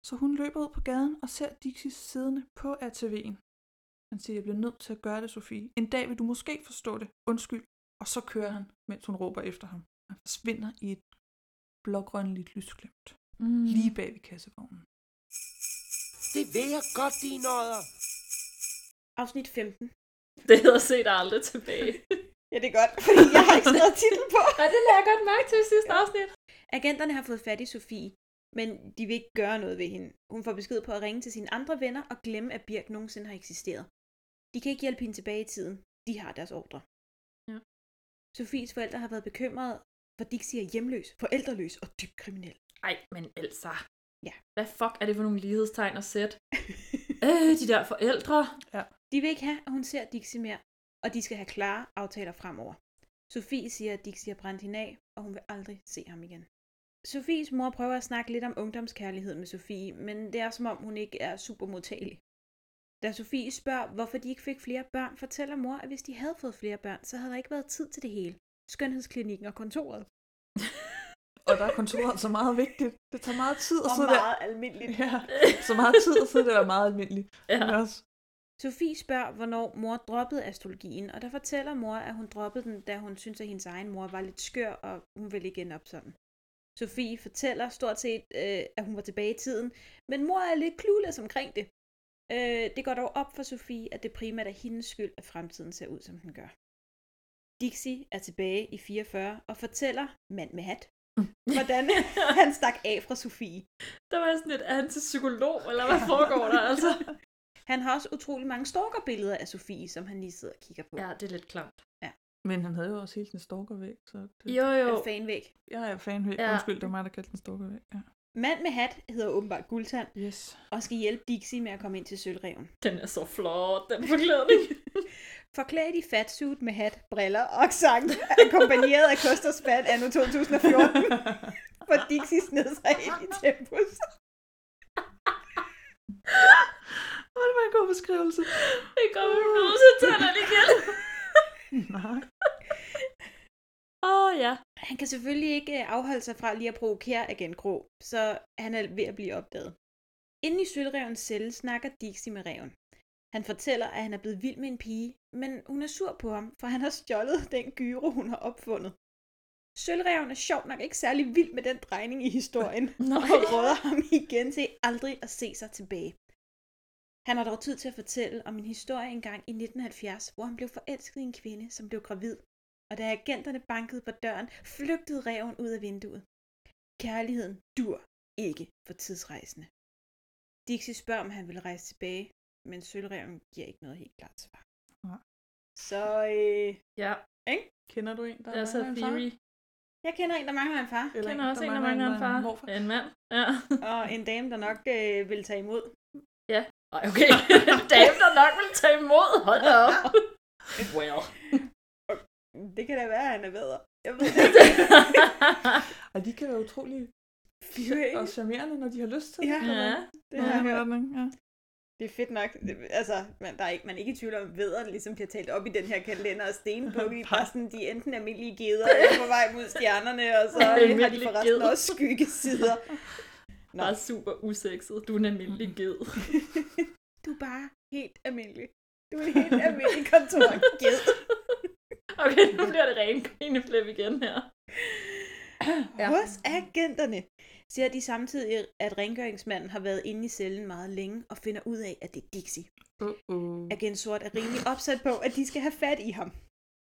[SPEAKER 10] Så hun løber ud på gaden og ser Dixie siddende på ATV'en. Han siger, jeg bliver nødt til at gøre det, Sofie. En dag vil du måske forstå det. Undskyld. Og så kører han, mens hun råber efter ham. Han forsvinder i et blågrønligt lysglimt.
[SPEAKER 8] Mm.
[SPEAKER 10] Lige bag ved kassevognen.
[SPEAKER 4] Det ved jeg godt, dine øjer.
[SPEAKER 9] Afsnit 15.
[SPEAKER 8] Det hedder se dig aldrig tilbage.
[SPEAKER 9] Ja, det er godt, fordi jeg har ikke skrevet titlen på.
[SPEAKER 8] Og det lader jeg godt mærke til i sidste afsnit.
[SPEAKER 9] Agenterne har fået fat i Sofie, men de vil ikke gøre noget ved hende. Hun får besked på at ringe til sine andre venner og glemme, at Birk nogensinde har eksisteret. De kan ikke hjælpe hende tilbage i tiden. De har deres ordre.
[SPEAKER 8] Ja.
[SPEAKER 9] Sofies forældre har været bekymrede, for Dixie er hjemløs, forældreløs og dybt kriminel.
[SPEAKER 8] Ej, men altså.
[SPEAKER 9] Ja.
[SPEAKER 8] Hvad fuck er det for nogle lighedstegn at sætte? øh, de der forældre.
[SPEAKER 10] Ja.
[SPEAKER 9] De vil ikke have, at hun ser Dixie mere, og de skal have klare aftaler fremover. Sofie siger, at Dixie har brændt hende af, og hun vil aldrig se ham igen. Sofies mor prøver at snakke lidt om ungdomskærlighed med Sofie, men det er som om, hun ikke er super modtagelig. Da Sofie spørger, hvorfor de ikke fik flere børn, fortæller mor, at hvis de havde fået flere børn, så havde der ikke været tid til det hele. Skønhedsklinikken og kontoret.
[SPEAKER 10] Og der er kontoret altså meget vigtigt. Det tager meget tid at
[SPEAKER 9] Og
[SPEAKER 10] sidde
[SPEAKER 9] meget
[SPEAKER 10] der.
[SPEAKER 9] almindeligt.
[SPEAKER 10] Ja, så meget tid at sidde der er meget almindeligt.
[SPEAKER 8] Ja.
[SPEAKER 10] Men også,
[SPEAKER 9] Sofie spørger, hvornår mor droppede astrologien, og der fortæller mor, at hun droppede den, da hun synes, at hendes egen mor var lidt skør, og hun ville igen op sådan. Sofie fortæller stort set, øh, at hun var tilbage i tiden, men mor er lidt clueless omkring det. Øh, det går dog op for Sofie, at det primært er hendes skyld, at fremtiden ser ud, som den gør. Dixie er tilbage i 44 og fortæller, mand med hat, hvordan han stak af fra Sofie.
[SPEAKER 8] Der var jeg sådan lidt, er han til psykolog, eller hvad foregår der altså?
[SPEAKER 9] Han har også utrolig mange stalkerbilleder af Sofie, som han lige sidder og kigger på.
[SPEAKER 8] Ja, det er lidt klamt.
[SPEAKER 10] men han havde jo også helt sin stalkervæg. Så det...
[SPEAKER 8] Jo, jo.
[SPEAKER 9] Er fanvæg.
[SPEAKER 10] Jeg er fanvæg.
[SPEAKER 9] Ja.
[SPEAKER 10] Ja. Undskyld, det var mig, der kaldte den stalkervæg. Ja.
[SPEAKER 9] Mand med hat hedder åbenbart Guldtand,
[SPEAKER 10] yes.
[SPEAKER 9] og skal hjælpe Dixie med at komme ind til Sølvreven.
[SPEAKER 8] Den er så flot, den forklædning.
[SPEAKER 9] Forklædt i fatsuit med hat, briller og sang, akkompagneret af kost og spand anno 2014, hvor Dixie sned sig ind i tempus.
[SPEAKER 10] udskrivelse.
[SPEAKER 8] Det kommer blodsatanderne igen.
[SPEAKER 10] Nej.
[SPEAKER 8] Åh, oh, ja.
[SPEAKER 9] Han kan selvfølgelig ikke øh, afholde sig fra lige at provokere Agent Grå, så han er ved at blive opdaget. Inde i Sølvrevens celle snakker Dixie med reven. Han fortæller, at han er blevet vild med en pige, men hun er sur på ham, for han har stjålet den gyro, hun har opfundet. Sølvreven er sjovt nok ikke særlig vild med den drejning i historien, og råder ham igen til aldrig at se sig tilbage. Han har dog tid til at fortælle om en historie engang i 1970, hvor han blev forelsket i en kvinde, som blev gravid. Og da agenterne bankede på døren, flygtede reven ud af vinduet. Kærligheden dur ikke for tidsrejsende. Dixie spørger, om han vil rejse tilbage, men sølvreven giver ikke noget helt klart svar.
[SPEAKER 10] Nej.
[SPEAKER 9] Så, øh,
[SPEAKER 8] Ja.
[SPEAKER 9] ikke?
[SPEAKER 10] Kender du en, der
[SPEAKER 8] Det er så
[SPEAKER 10] mangler en far?
[SPEAKER 8] theory.
[SPEAKER 9] Jeg kender en, der mangler en far.
[SPEAKER 10] Eller
[SPEAKER 8] Jeg kender også en, der mangler en far.
[SPEAKER 10] morfar.
[SPEAKER 8] En mand. Ja.
[SPEAKER 9] Og en dame, der nok øh, vil tage imod.
[SPEAKER 8] Ja. Ej, okay. en dame, der nok vil tage imod. Hold da op. Well.
[SPEAKER 9] Det kan da være, at han er bedre. Jeg ved det ikke.
[SPEAKER 10] Og de kan være utrolig
[SPEAKER 9] Fyring.
[SPEAKER 10] og charmerende, når de har lyst til
[SPEAKER 9] Ja.
[SPEAKER 10] det.
[SPEAKER 9] Ja, det har jeg hørt.
[SPEAKER 10] Ja.
[SPEAKER 9] Det er fedt nok. Det- Altså, man, der er ikke, man er ikke i tvivl om, at vædderen ligesom bliver talt op i den her kalender, og stenbukke i sådan, de er enten almindelige geder, eller på vej mod stjernerne, og så har de
[SPEAKER 8] Almindelige
[SPEAKER 9] forresten
[SPEAKER 8] geder.
[SPEAKER 9] også skyggesider.
[SPEAKER 8] Nå. Bare super usekset. Du er en almindelig ged.
[SPEAKER 9] Du er bare helt almindelig. Du er en helt almindelig kontorged.
[SPEAKER 8] Okay, nu bliver det ren grineflip igen her.
[SPEAKER 9] ja. Hos agenterne ser de samtidig, at rengøringsmanden har været inde i cellen meget længe, og finder ud af, at det er Dixie.
[SPEAKER 10] Uh-uh.
[SPEAKER 9] Agent Sort er rimelig opsat på, at de skal have fat i ham.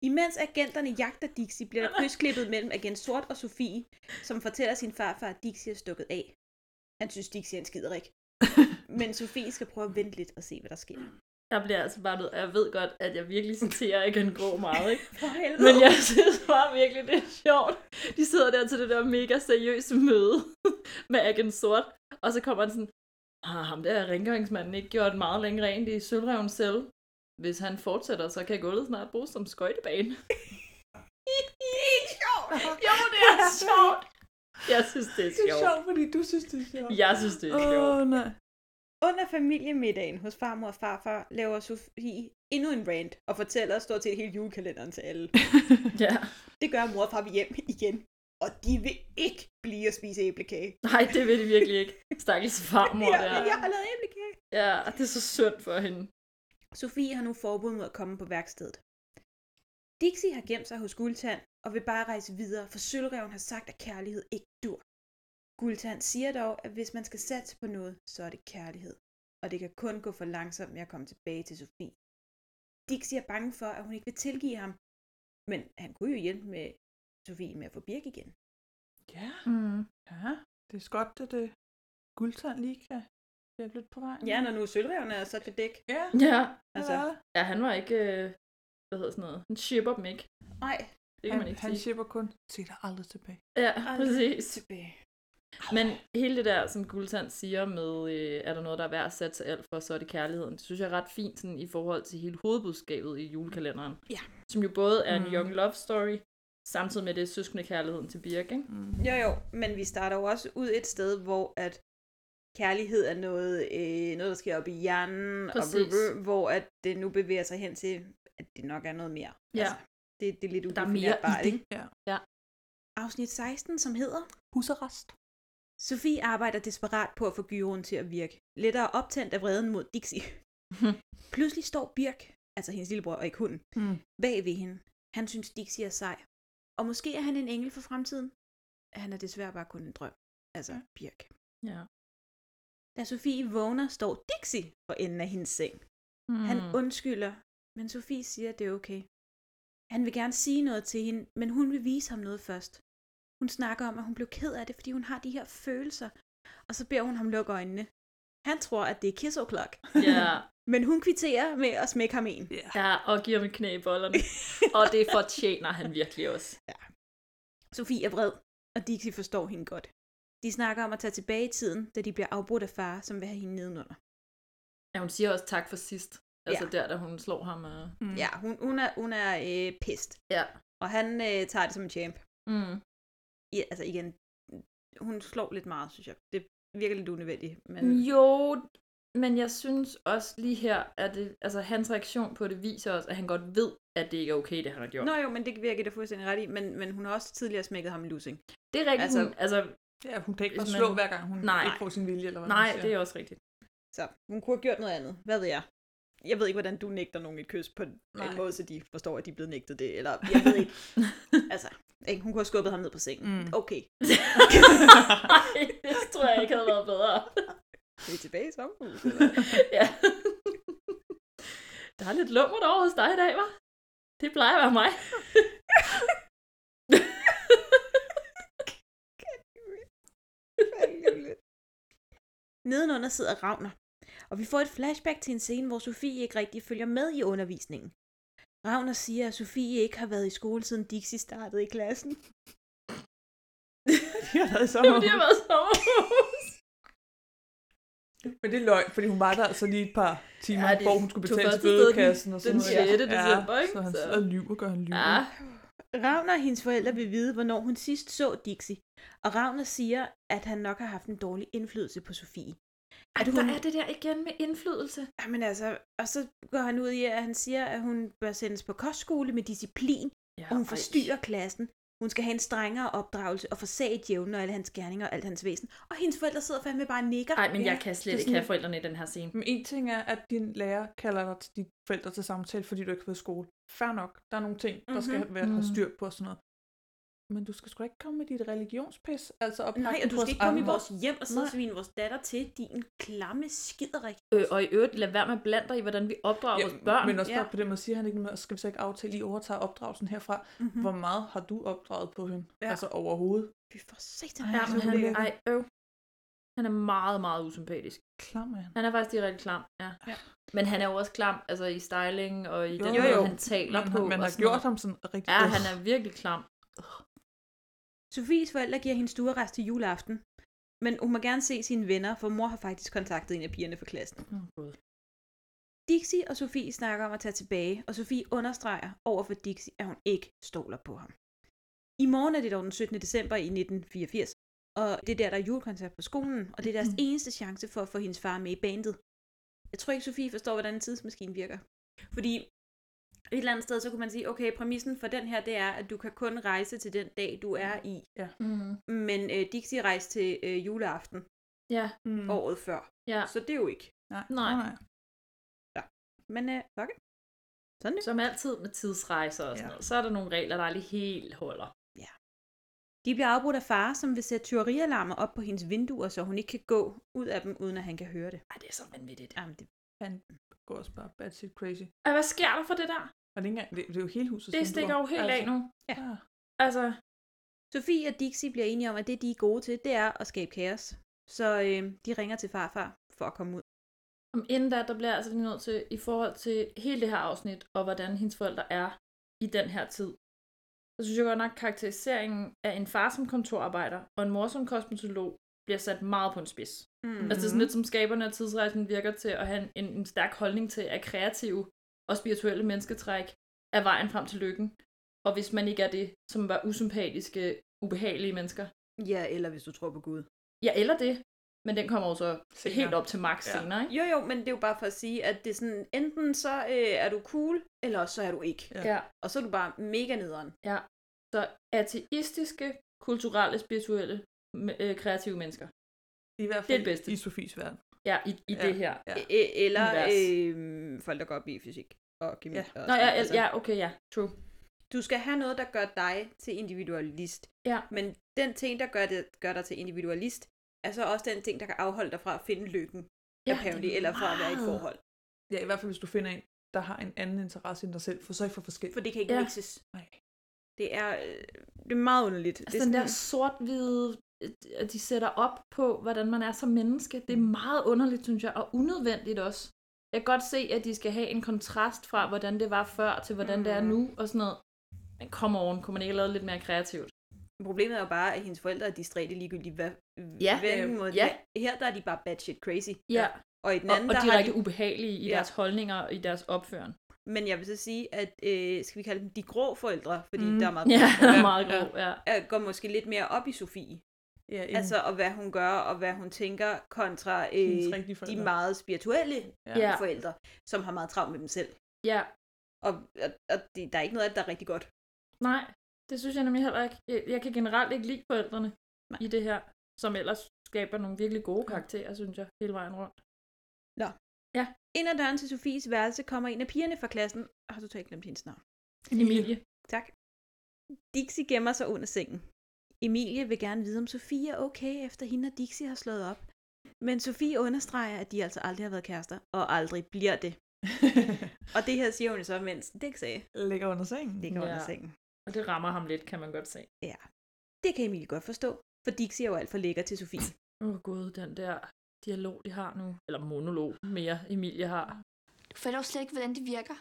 [SPEAKER 9] Imens agenterne jagter Dixie, bliver der krydsklippet mellem agent Sort og Sofie, som fortæller sin farfar, at Dixie er stukket af. Han synes, Dixie er en skiderik. Men Sofie skal prøve at vente lidt og se, hvad der sker.
[SPEAKER 8] Jeg bliver altså bare nødt, og jeg ved godt, at jeg virkelig citerer igen grå meget, ikke?
[SPEAKER 9] For helvede.
[SPEAKER 8] Men jeg synes bare virkelig, det er sjovt. De sidder der til det der mega seriøse møde med Agent Sort, og så kommer han sådan, har ham der rengøringsmanden ikke gjort meget længere rent i sølvrevens selv? Hvis han fortsætter, så kan gulvet snart bruges som skøjtebane.
[SPEAKER 9] Det er ikke sjovt!
[SPEAKER 8] Jo, det er sjovt! Jeg synes, det er
[SPEAKER 10] Det er
[SPEAKER 8] sjovt.
[SPEAKER 10] sjovt, fordi du synes, det er sjovt.
[SPEAKER 8] Jeg synes, det er sjovt.
[SPEAKER 10] Åh, nej.
[SPEAKER 9] Under familiemiddagen hos farmor og farfar laver Sofie endnu en rant og fortæller stort set hele julekalenderen til alle.
[SPEAKER 8] Ja.
[SPEAKER 9] Det gør mor og far ved hjem igen. Og de vil ikke blive at spise æblekage.
[SPEAKER 8] Nej, det vil de virkelig ikke. Stakkels farmor
[SPEAKER 9] jeg,
[SPEAKER 8] der.
[SPEAKER 9] jeg har lavet æblekage.
[SPEAKER 8] Ja, det er så synd for hende.
[SPEAKER 9] Sofie har nu forbud mod at komme på værkstedet. Dixie har gemt sig hos Guldtand og vil bare rejse videre, for Sølvreven har sagt, at kærlighed ikke dur. Guldtand siger dog, at hvis man skal satse på noget, så er det kærlighed. Og det kan kun gå for langsomt med at komme tilbage til Sofie. Dixie er bange for, at hun ikke vil tilgive ham. Men han kunne jo hjælpe med Sofie med at få Birk igen.
[SPEAKER 10] Ja.
[SPEAKER 8] Mm.
[SPEAKER 10] ja. Det er godt, at det guldtand lige kan hjælpe lidt på vej.
[SPEAKER 9] Ja, når nu Sølvreven er så til dæk.
[SPEAKER 10] Ja.
[SPEAKER 8] Ja.
[SPEAKER 9] Altså,
[SPEAKER 8] Ja, han var ikke, øh, hvad hedder sådan noget, han shipper dem ikke.
[SPEAKER 9] nej.
[SPEAKER 8] Det kan
[SPEAKER 10] han,
[SPEAKER 8] man ikke
[SPEAKER 10] han
[SPEAKER 8] sige.
[SPEAKER 10] shipper kun, se dig aldrig tilbage.
[SPEAKER 8] Ja,
[SPEAKER 9] Aldrig
[SPEAKER 8] præcis.
[SPEAKER 9] Tilbage.
[SPEAKER 8] Men hele det der, som Guldtand siger med, øh, er der noget, der er værd at sætte sig alt for, så er det kærligheden. Det synes jeg er ret fint sådan, i forhold til hele hovedbudskabet i julekalenderen.
[SPEAKER 9] Ja.
[SPEAKER 8] Som jo både er en
[SPEAKER 10] Mm.
[SPEAKER 8] young love story, samtidig med det er søskende kærligheden til Birk, ikke?
[SPEAKER 10] Mm.
[SPEAKER 9] Jo jo, men vi starter jo også ud et sted, hvor at kærlighed er noget, øh, noget der sker op i hjernen, og
[SPEAKER 8] Præcis.
[SPEAKER 9] bl- bl- hvor at det nu bevæger sig hen til, at det nok er noget mere. Altså,
[SPEAKER 8] Ja.
[SPEAKER 9] det, det er lidt
[SPEAKER 8] Der er mere i
[SPEAKER 9] udefinerbart,
[SPEAKER 8] det.
[SPEAKER 9] ikke?
[SPEAKER 10] Ja.
[SPEAKER 9] Afsnit 16, som hedder
[SPEAKER 10] Husarrest.
[SPEAKER 9] Sofie arbejder desperat på at få gyroen til at virke. Lettere optændt af vreden mod Dixie. Pludselig står Birk, altså hendes lillebror og ikke hunden,
[SPEAKER 10] Mm.
[SPEAKER 9] bag ved hende. Han synes, Dixie er sej. Og måske er han en engel for fremtiden. Han er desværre bare kun en drøm. Altså, Birk.
[SPEAKER 8] Ja.
[SPEAKER 9] Da Sofie vågner, står Dixie for enden af hendes seng. Mm. Han undskylder, men Sofie siger, at det er okay. Han vil gerne sige noget til hende, men hun vil vise ham noget først. Hun snakker om, at hun blev ked af det, fordi hun har de her følelser. Og så beder hun ham lukke øjnene. Han tror, at det er kiss o'clock.
[SPEAKER 8] Ja,
[SPEAKER 9] Men hun kvitterer med at smække ham en.
[SPEAKER 10] Yeah.
[SPEAKER 8] ja, og giver ham et knæ i bollerne. og det fortjener han virkelig også.
[SPEAKER 9] Sofie er vred, og Dixie forstår hende godt. De snakker om at tage tilbage i tiden, da de bliver afbrudt af far, som vil have hende nedenunder.
[SPEAKER 8] Ja, hun siger også tak for sidst. Altså
[SPEAKER 9] Ja.
[SPEAKER 8] der, da hun slår ham. øh. Og...
[SPEAKER 10] Mm.
[SPEAKER 9] Ja, hun, hun er, hun er øh, pist.
[SPEAKER 8] Ja.
[SPEAKER 9] Og han øh, tager det som en champ.
[SPEAKER 8] Mm.
[SPEAKER 9] I, altså
[SPEAKER 8] Mm.
[SPEAKER 9] igen, hun slår lidt meget, synes jeg. Det virker lidt unødvendigt. Men...
[SPEAKER 8] Jo, Men jeg synes også lige her, at det, altså, hans reaktion på det viser også, at han godt ved, at det ikke er okay, det han har gjort.
[SPEAKER 11] Nå jo, men det virker da fuldstændig ret i, men, men hun har også tidligere smækket ham lusing.
[SPEAKER 8] Det er rigtigt,
[SPEAKER 11] Altså,
[SPEAKER 8] hun- altså,
[SPEAKER 10] Ja, hun kan ikke
[SPEAKER 8] hvis
[SPEAKER 10] bare
[SPEAKER 8] man-
[SPEAKER 10] slå hver gang, hun
[SPEAKER 8] Nej.
[SPEAKER 10] ikke får sin vilje. Eller hvad
[SPEAKER 8] Nej,
[SPEAKER 10] man siger.
[SPEAKER 8] det er også rigtigt.
[SPEAKER 11] Så hun kunne have gjort noget andet. Hvad ved jeg? Jeg ved ikke, hvordan du nægter nogen et kys på Nej.
[SPEAKER 10] Nej.
[SPEAKER 11] en måde, så de forstår, at de er blevet nægtet det. Eller jeg ved ikke. altså, ikke? hun kunne have skubbet ham ned på sengen.
[SPEAKER 10] Mm.
[SPEAKER 11] Mm. Okay.
[SPEAKER 8] Nej, det tror jeg ikke havde været bedre.
[SPEAKER 11] Vi er tilbage i sommerhuset.
[SPEAKER 8] ja. Der er lidt lummert over hos dig i dag, hva'? Det plejer at være mig.
[SPEAKER 9] Nedenunder sidder Ravner, og vi får et flashback til en scene, hvor Sofie ikke rigtig følger med i undervisningen. Ravner siger, at Sofie ikke har været i skole, siden Dixie startede i klassen.
[SPEAKER 10] De har været i
[SPEAKER 8] Jamen,
[SPEAKER 10] sommerhus.
[SPEAKER 8] de har været i sommerhus.
[SPEAKER 10] Men det er løgn, fordi hun var der altså lige et par timer,
[SPEAKER 8] Ja,
[SPEAKER 10] ja,
[SPEAKER 8] det
[SPEAKER 10] hvor hun skulle
[SPEAKER 8] tog
[SPEAKER 10] betale til
[SPEAKER 8] først afsted den-
[SPEAKER 10] bødekassen og sådan
[SPEAKER 8] den
[SPEAKER 10] noget.
[SPEAKER 8] 6. december, ikke?
[SPEAKER 10] Så han
[SPEAKER 8] Så-
[SPEAKER 10] sidder og lyver, gør han lyver.
[SPEAKER 8] Ja.
[SPEAKER 9] Ravner og hendes forældre vil vide, hvornår hun sidst så Dixie, og Ravner siger, at han nok har haft en dårlig indflydelse på Sofie.
[SPEAKER 8] At hun... Der er det der igen med indflydelse.
[SPEAKER 9] Jamen altså, og så går han ud i, at han siger, at hun bør sendes på kostskole med disciplin,
[SPEAKER 8] ja,
[SPEAKER 9] og hun
[SPEAKER 8] ej.
[SPEAKER 9] forstyrrer klassen. Hun skal have en strengere opdragelse og forsage djævlen og alle hans gerninger og alt hans væsen. Og hendes forældre sidder fandme bare og nikker.
[SPEAKER 8] Ej, men jeg kan slet
[SPEAKER 10] det er
[SPEAKER 8] ikke
[SPEAKER 10] sådan-
[SPEAKER 8] have forældrene i den her scene.
[SPEAKER 10] Men en ting er, at din lærer kalder dig til dine forældre til samtale, fordi du ikke har været i skole. Fair nok, der er nogle ting, der skal
[SPEAKER 9] Mhm.
[SPEAKER 10] være have
[SPEAKER 9] Mm.
[SPEAKER 10] styr på og sådan noget. Men du skal sgu da ikke komme med dit religionspis. Altså op
[SPEAKER 9] Nej, og du skal ikke komme i vores hjem og sidde og svine vores datter til, din klamme skiderik.
[SPEAKER 8] Øh, og i øvrigt, lad være med at blande dig i, hvordan vi opdrager ja, vores børn.
[SPEAKER 10] Men også bare på den måde siger han ikke noget, skal vi så ikke aftale, I overtager opdragelsen herfra.
[SPEAKER 9] Mhm.
[SPEAKER 10] Hvor meget har du opdraget på hende?
[SPEAKER 9] Ja.
[SPEAKER 10] Altså overhovedet?
[SPEAKER 9] Fy for satan.
[SPEAKER 8] Ja, men
[SPEAKER 10] så
[SPEAKER 8] han,
[SPEAKER 10] ulækkert.
[SPEAKER 8] ej, øv. Han er meget, meget usympatisk.
[SPEAKER 10] Klam er han.
[SPEAKER 8] Han er faktisk direkte klam, ja.
[SPEAKER 10] Ja.
[SPEAKER 8] Men han er jo også klam, altså i styling og i
[SPEAKER 10] Jo,
[SPEAKER 8] den
[SPEAKER 10] jo,
[SPEAKER 8] måde,
[SPEAKER 10] jo.
[SPEAKER 8] han taler
[SPEAKER 10] Man
[SPEAKER 8] på.
[SPEAKER 10] har- man
[SPEAKER 8] og
[SPEAKER 10] har
[SPEAKER 8] sådan
[SPEAKER 10] gjort
[SPEAKER 8] noget.
[SPEAKER 10] ham sådan rigtig-
[SPEAKER 8] Ja,
[SPEAKER 10] Ugh.
[SPEAKER 8] han er virkelig klam.
[SPEAKER 9] Sofies forældre giver hende stuerest til juleaften, men hun må gerne se sine venner, for mor har faktisk kontaktet en af pigerne fra klassen.
[SPEAKER 8] Åh, Gud.
[SPEAKER 9] Dixie og Sofie snakker om at tage tilbage, og Sofie understreger over for Dixie, at hun ikke stoler på ham. I morgen er det dog den 17. december i 1984, og det er der, der er julekoncert på skolen, og det er deres eneste chance for at få hendes far med i bandet. Jeg tror ikke, Sofie forstår, hvordan en tidsmaskine virker. Fordi et eller andet sted, så kunne man sige, okay, præmissen for den her, det er, at du kan kun rejse til den dag, du er i.
[SPEAKER 10] Ja.
[SPEAKER 8] Mm.
[SPEAKER 9] Men øh, Dixie rejste til øh, juleaften
[SPEAKER 8] Ja.
[SPEAKER 10] Mm.
[SPEAKER 9] året før.
[SPEAKER 8] Ja.
[SPEAKER 9] Så det er jo ikke.
[SPEAKER 10] Nej.
[SPEAKER 8] Nej.
[SPEAKER 9] Men øh, fuck it. Sådan
[SPEAKER 8] Som altid med tidsrejser og
[SPEAKER 9] Ja.
[SPEAKER 8] sådan noget, så er der nogle regler, der aldrig helt holder.
[SPEAKER 9] De bliver afbrudt af far, som vil sætte tyverialarmer op på hendes vinduer, så hun ikke kan gå ud af dem, uden at han kan høre det.
[SPEAKER 8] Ej, det er så vanvittigt.
[SPEAKER 9] Jamen, det...
[SPEAKER 10] Han går også bare bad shit crazy.
[SPEAKER 8] Ej, hvad sker der for det der?
[SPEAKER 10] Og det, er ikke engang, det, det er jo hele huset.
[SPEAKER 8] Det stikker jo helt
[SPEAKER 10] Altså.
[SPEAKER 8] af nu.
[SPEAKER 9] Ja.
[SPEAKER 8] Altså,
[SPEAKER 9] Sofie og Dixie bliver enige om, at det, de er gode til, det er at skabe kaos. Så øh, de ringer til farfar for at komme ud.
[SPEAKER 8] Om inden da, der bliver jeg altså lige nødt til, i forhold til hele det her afsnit, og hvordan hendes forældre er i den her tid, så synes jeg godt nok, at karakteriseringen af en far som kontorarbejder og en mor som kosmetolog bliver sat meget på en spids.
[SPEAKER 9] Mhm.
[SPEAKER 11] Mm.
[SPEAKER 8] Altså det er sådan lidt som skaberne af tidsrejsen virker til at have en, en stærk holdning til, at kreative og spirituelle mennesketræk er vejen frem til lykken. Og hvis man ikke er det, som var usympatiske, ubehagelige mennesker,
[SPEAKER 11] Ja, eller hvis du tror på Gud.
[SPEAKER 8] ja, eller det, men den kommer jo så helt op til max ja. senere, ikke?
[SPEAKER 9] Jo, jo, men det er jo bare for at sige, at det er sådan, enten så øh, er du cool, eller også så er du ikke.
[SPEAKER 8] Ja. Ja.
[SPEAKER 9] Og så er du bare mega nederen.
[SPEAKER 8] Ja. Så ateistiske, kulturelle, spirituelle, m- øh, kreative mennesker.
[SPEAKER 10] I hvert
[SPEAKER 8] fald det er det bedste.
[SPEAKER 10] i Sofies verden.
[SPEAKER 8] Ja, i, i ja. det her.
[SPEAKER 10] Ja.
[SPEAKER 9] E- eller
[SPEAKER 8] Univers.
[SPEAKER 9] øh, folk, der går op i fysik og kemi.
[SPEAKER 8] Ja. altså.
[SPEAKER 9] Og
[SPEAKER 8] Nå, ja,
[SPEAKER 9] sådan, altså,
[SPEAKER 8] ja, ja, okay, ja. True.
[SPEAKER 9] Du skal have noget, der gør dig til individualist.
[SPEAKER 8] Ja.
[SPEAKER 9] Men den ting, der gør, det, gør dig til individualist, er så også den ting, der kan afholde dig fra at finde lykken,
[SPEAKER 10] Ja,
[SPEAKER 9] ja,
[SPEAKER 10] det er
[SPEAKER 9] apparently, eller fra at være i et
[SPEAKER 10] meget.
[SPEAKER 9] forhold.
[SPEAKER 10] Ja, i hvert fald hvis du finder en, der har en anden interesse end dig selv, for så er I for forskelligt.
[SPEAKER 9] For det kan ikke
[SPEAKER 10] ja.
[SPEAKER 9] ja. mixes. Det er, øh, det er meget underligt.
[SPEAKER 8] Altså
[SPEAKER 9] det er
[SPEAKER 8] den der sort-hvide, øh, at de sætter op på, hvordan man er som menneske, det
[SPEAKER 9] Mm.
[SPEAKER 8] er meget underligt, synes jeg, og unødvendigt også. Jeg kan godt se, at de skal have en kontrast fra, hvordan det var før, til hvordan mm. det er nu, og sådan noget. Men come on, kunne man ikke have lavet det lidt mere kreativt?
[SPEAKER 9] Problemet er jo bare, at hendes forældre er distræte ligegyldigt, hvad,
[SPEAKER 8] Ja.
[SPEAKER 9] hvilken måde de
[SPEAKER 8] Ja.
[SPEAKER 9] er. Her der er de bare bad shit crazy.
[SPEAKER 8] Ja.
[SPEAKER 9] Og i den
[SPEAKER 8] Og,
[SPEAKER 9] anden,
[SPEAKER 8] og
[SPEAKER 9] der har
[SPEAKER 8] direkte
[SPEAKER 9] de-
[SPEAKER 8] ubehagelige i
[SPEAKER 9] Ja.
[SPEAKER 8] deres holdninger og i deres opføren.
[SPEAKER 9] Men jeg vil så sige, at øh, skal vi kalde dem de grå forældre, fordi
[SPEAKER 8] Mm.
[SPEAKER 9] mm. der er meget
[SPEAKER 8] Ja, der er meget grå, ja.
[SPEAKER 9] Jeg går måske lidt mere op i Sofie.
[SPEAKER 10] Ja,
[SPEAKER 9] Ja,
[SPEAKER 10] inden-
[SPEAKER 9] altså, og hvad hun gør, og hvad hun tænker, kontra
[SPEAKER 10] Hendes
[SPEAKER 9] øh,
[SPEAKER 10] rigtige
[SPEAKER 9] de
[SPEAKER 10] forældre.
[SPEAKER 9] meget spirituelle
[SPEAKER 8] Ja.
[SPEAKER 9] ja. forældre, som har meget travlt med dem selv.
[SPEAKER 8] Ja.
[SPEAKER 9] Og, og, og det, der er ikke noget af det, der er rigtig godt.
[SPEAKER 8] Nej, det synes jeg nemlig heller ikke. Jeg, jeg kan generelt ikke lide forældrene Nej. i det her, som ellers skaber nogle virkelig gode karakterer, synes jeg, hele vejen rundt.
[SPEAKER 9] Nå.
[SPEAKER 8] Ja.
[SPEAKER 9] Ind ad døren til Sofies værelse kommer en af pigerne fra klassen. Har du ikke glemt hendes navn?
[SPEAKER 8] Emilie.
[SPEAKER 9] Tak. Dixie gemmer sig under sengen. Emilie vil gerne vide, om Sofie er okay, efter hende og Dixie har slået op. Men Sofie understreger, at de altså aldrig har været kærester, og aldrig bliver det. og det her siger hun jo så, mens Dick sagde.
[SPEAKER 10] Ligger under sengen.
[SPEAKER 9] Ligger ja. under sengen.
[SPEAKER 8] Og det rammer ham lidt, kan man godt se.
[SPEAKER 9] Ja. Det kan Emilie godt forstå, for Dixie er jo alt for lækker til Sofie.
[SPEAKER 8] Åh oh, gud, den der dialog, de har nu. Eller monolog mere, Emilie har.
[SPEAKER 12] Du fatter jo slet ikke, hvordan det virker.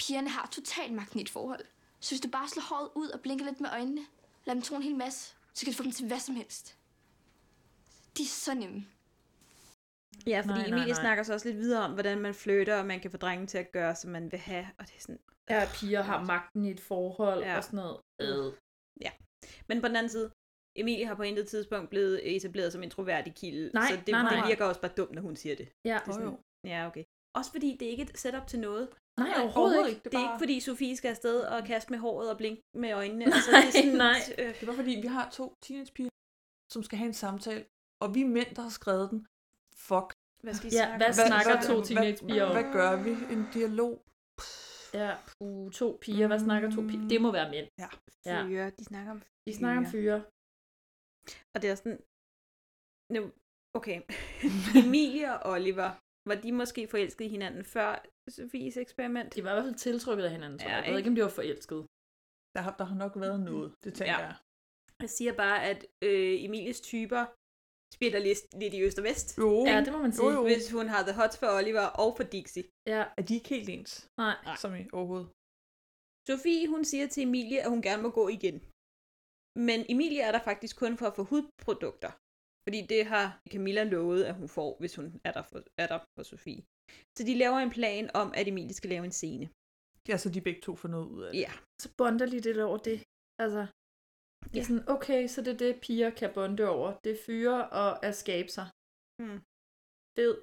[SPEAKER 12] Pigerne har totalt magten i et forhold. Så hvis du bare slår håret ud og blinker lidt med øjnene, lad dem tro en hel masse, så kan du få dem til hvad som helst. De er så nemme.
[SPEAKER 9] Ja, fordi
[SPEAKER 12] Nej,
[SPEAKER 9] nej,
[SPEAKER 12] nej,
[SPEAKER 9] Emilie
[SPEAKER 12] nej.
[SPEAKER 9] snakker så også lidt videre om, hvordan man flytter, og man kan få drengen til at gøre, som man vil have. Og det er sådan,
[SPEAKER 8] Ja, piger har magten i et forhold ja. og sådan noget. Øh.
[SPEAKER 9] Ja. Men på den anden side, Emilie har på intet tidspunkt blevet etableret som introvert i kilde,
[SPEAKER 8] Nej,
[SPEAKER 9] så det,
[SPEAKER 8] nej,
[SPEAKER 9] det
[SPEAKER 8] nej.
[SPEAKER 9] virker også bare dumt, når hun siger det.
[SPEAKER 8] Ja.
[SPEAKER 9] det er sådan,
[SPEAKER 8] Jo,
[SPEAKER 9] ja, okay. Også fordi det er ikke et setup til noget.
[SPEAKER 8] Nej, overhovedet ikke.
[SPEAKER 9] Det er,
[SPEAKER 8] Det
[SPEAKER 9] det er
[SPEAKER 8] er bare- Mm.
[SPEAKER 9] ikke, fordi Sofie skal afsted og kaste med håret og blinke med øjnene. Nej, altså, det er sådan,
[SPEAKER 10] nej.
[SPEAKER 9] Øh,
[SPEAKER 10] Det var fordi, vi har to teenagepiger, som skal have en samtale, og vi er mænd, der har skrevet den. Fuck.
[SPEAKER 9] Hvad skal
[SPEAKER 8] vi Ja, snakke hvad om? snakker to teenagepiger om?
[SPEAKER 10] hvad, hvad gør vi? En dialog?
[SPEAKER 8] Ja, uh, to piger. Hvad snakker to piger? Det må være mænd.
[SPEAKER 10] Ja.
[SPEAKER 8] Ja.
[SPEAKER 9] Fyre, de snakker om
[SPEAKER 8] De snakker om fyre.
[SPEAKER 9] Og det er sådan... Nu, okay. Emilie og Oliver, var de måske forelskede i hinanden før Sofies eksperiment?
[SPEAKER 8] De var i hvert fald tiltrykket af hinanden, tror
[SPEAKER 9] Ja,
[SPEAKER 8] jeg. Jeg ved
[SPEAKER 9] ikke?
[SPEAKER 8] ikke, om de var forelskede.
[SPEAKER 10] Der har, der har nok været noget, det tænker ja. jeg.
[SPEAKER 9] Jeg siger bare, at øh, Emilies typer spiller lidt, lidt i øst og vest.
[SPEAKER 10] Jo.
[SPEAKER 8] Ja, det må man sige.
[SPEAKER 9] Jo, jo. Hvis hun har the hots for Oliver og for Dixie.
[SPEAKER 8] Ja.
[SPEAKER 10] Er de ikke helt ens?
[SPEAKER 8] Nej.
[SPEAKER 10] Som i overhovedet.
[SPEAKER 9] Sofie, hun siger til Emilie, at hun gerne må gå igen. Men Emilie er der faktisk kun for at få hudprodukter. Fordi det har Camilla lovet, at hun får, hvis hun er der for, er der for Sofie. Så de laver en plan om, at Emilie skal lave en scene.
[SPEAKER 10] Ja, så de begge to får noget ud af det.
[SPEAKER 9] Ja.
[SPEAKER 8] Så bonder lige lidt over det. Altså, det er sådan, okay, så det er det, piger kan bonde over. Det er fyre og at skabe sig.
[SPEAKER 9] Mm.
[SPEAKER 8] Fed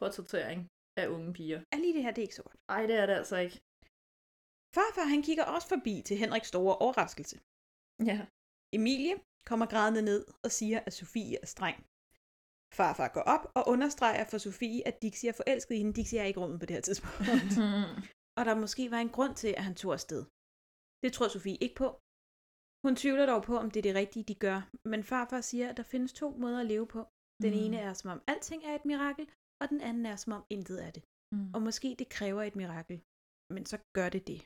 [SPEAKER 8] portrættering af unge piger.
[SPEAKER 9] Er lige det her, det er ikke sort.
[SPEAKER 8] Ej, det er det altså ikke.
[SPEAKER 9] Farfar, han kigger også forbi til Henriks store overraskelse.
[SPEAKER 8] Ja.
[SPEAKER 9] Emilie kommer grædende ned og siger, at Sofie er streng. Farfar går op og understreger for Sofie, at Dixie er forelsket i hende. Dixie er ikke i rummet på det her tidspunkt. og der måske var en grund til, at han tog afsted. Det tror Sofie ikke på. Hun tvivler dog på, om det er det rigtige, de gør. Men farfar siger, at der findes to måder at leve på. Den
[SPEAKER 8] Mm.
[SPEAKER 9] ene er, som om alting er et mirakel, og den anden er, som om intet er det.
[SPEAKER 8] Mm.
[SPEAKER 9] Og måske det kræver et mirakel. Men så gør det det.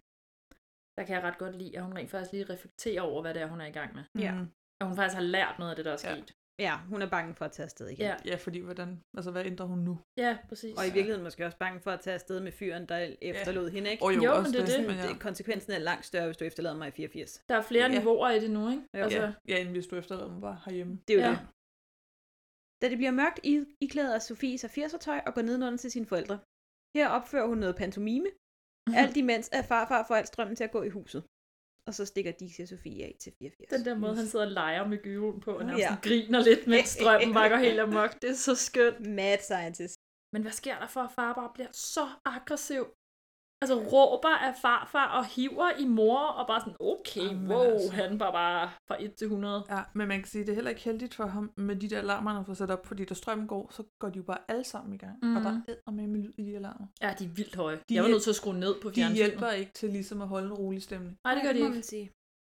[SPEAKER 8] Der kan jeg ret godt lide, at hun rent faktisk lige reflekterer over, hvad det er, hun er i gang med.
[SPEAKER 9] Ja.
[SPEAKER 10] Mm.
[SPEAKER 8] At hun faktisk har lært noget af det, der er sket.
[SPEAKER 9] Ja, hun er bange for at tage afsted igen.
[SPEAKER 8] Ja.
[SPEAKER 10] Ja, fordi hvordan, altså hvad ændrer hun nu?
[SPEAKER 8] Ja, præcis.
[SPEAKER 9] Og i virkeligheden måske også bange for at tage afsted med fyren, der efterlod hende, ikke?
[SPEAKER 8] Oh,
[SPEAKER 10] Åh, jo, Jo, også men det er det. det, men ja.
[SPEAKER 9] det. Konsekvensen er langt større, hvis du efterlader mig i 84.
[SPEAKER 8] Der er flere
[SPEAKER 9] Ja.
[SPEAKER 8] ja. niveauer i det nu, ikke?
[SPEAKER 9] Jo.
[SPEAKER 8] Altså,
[SPEAKER 10] Ja, ja end hvis du efterlader dem bare herhjemme.
[SPEAKER 9] Det er jo
[SPEAKER 8] Ja.
[SPEAKER 9] det. Da det bliver mørkt, i- iklæder Sofie sig 80'er-tøj og går nedenunder til sine forældre. Her opfører hun noget pantomime,
[SPEAKER 8] Mhm.
[SPEAKER 9] alt imens at farfar får al strømmen til at gå i huset. Og så stikker Dixie og Sofie af til 84.
[SPEAKER 8] den der måde, han sidder og leger med gyroen på, og nærmest
[SPEAKER 9] Ja.
[SPEAKER 8] ja. griner lidt, mens strømmen bare går helt amok. Det er så skønt.
[SPEAKER 9] Mad scientist.
[SPEAKER 8] Men hvad sker der for, at far bare bliver så aggressiv? Altså råber af farfar og hiver i mor, og bare sådan, okay, Jamen, wow, altså. han var bare fra 1 til 100.
[SPEAKER 10] Ja, men man kan sige, at det er heller ikke heldigt for ham med de der alarmer, han får sat op, fordi da strømmen går, så går de jo bare alle sammen i gang. Mm. Og
[SPEAKER 8] Mhm.
[SPEAKER 10] der er med lyd i de alarmer.
[SPEAKER 8] Ja, de er vildt høje.
[SPEAKER 10] De
[SPEAKER 8] De jeg var
[SPEAKER 10] hjælp-
[SPEAKER 8] nødt til at skrue ned på
[SPEAKER 10] De
[SPEAKER 8] fjernsynet.
[SPEAKER 10] hjælper ikke til ligesom at holde en rolig stemning.
[SPEAKER 8] Nej, det gør de
[SPEAKER 9] må
[SPEAKER 8] ikke.
[SPEAKER 9] man sige.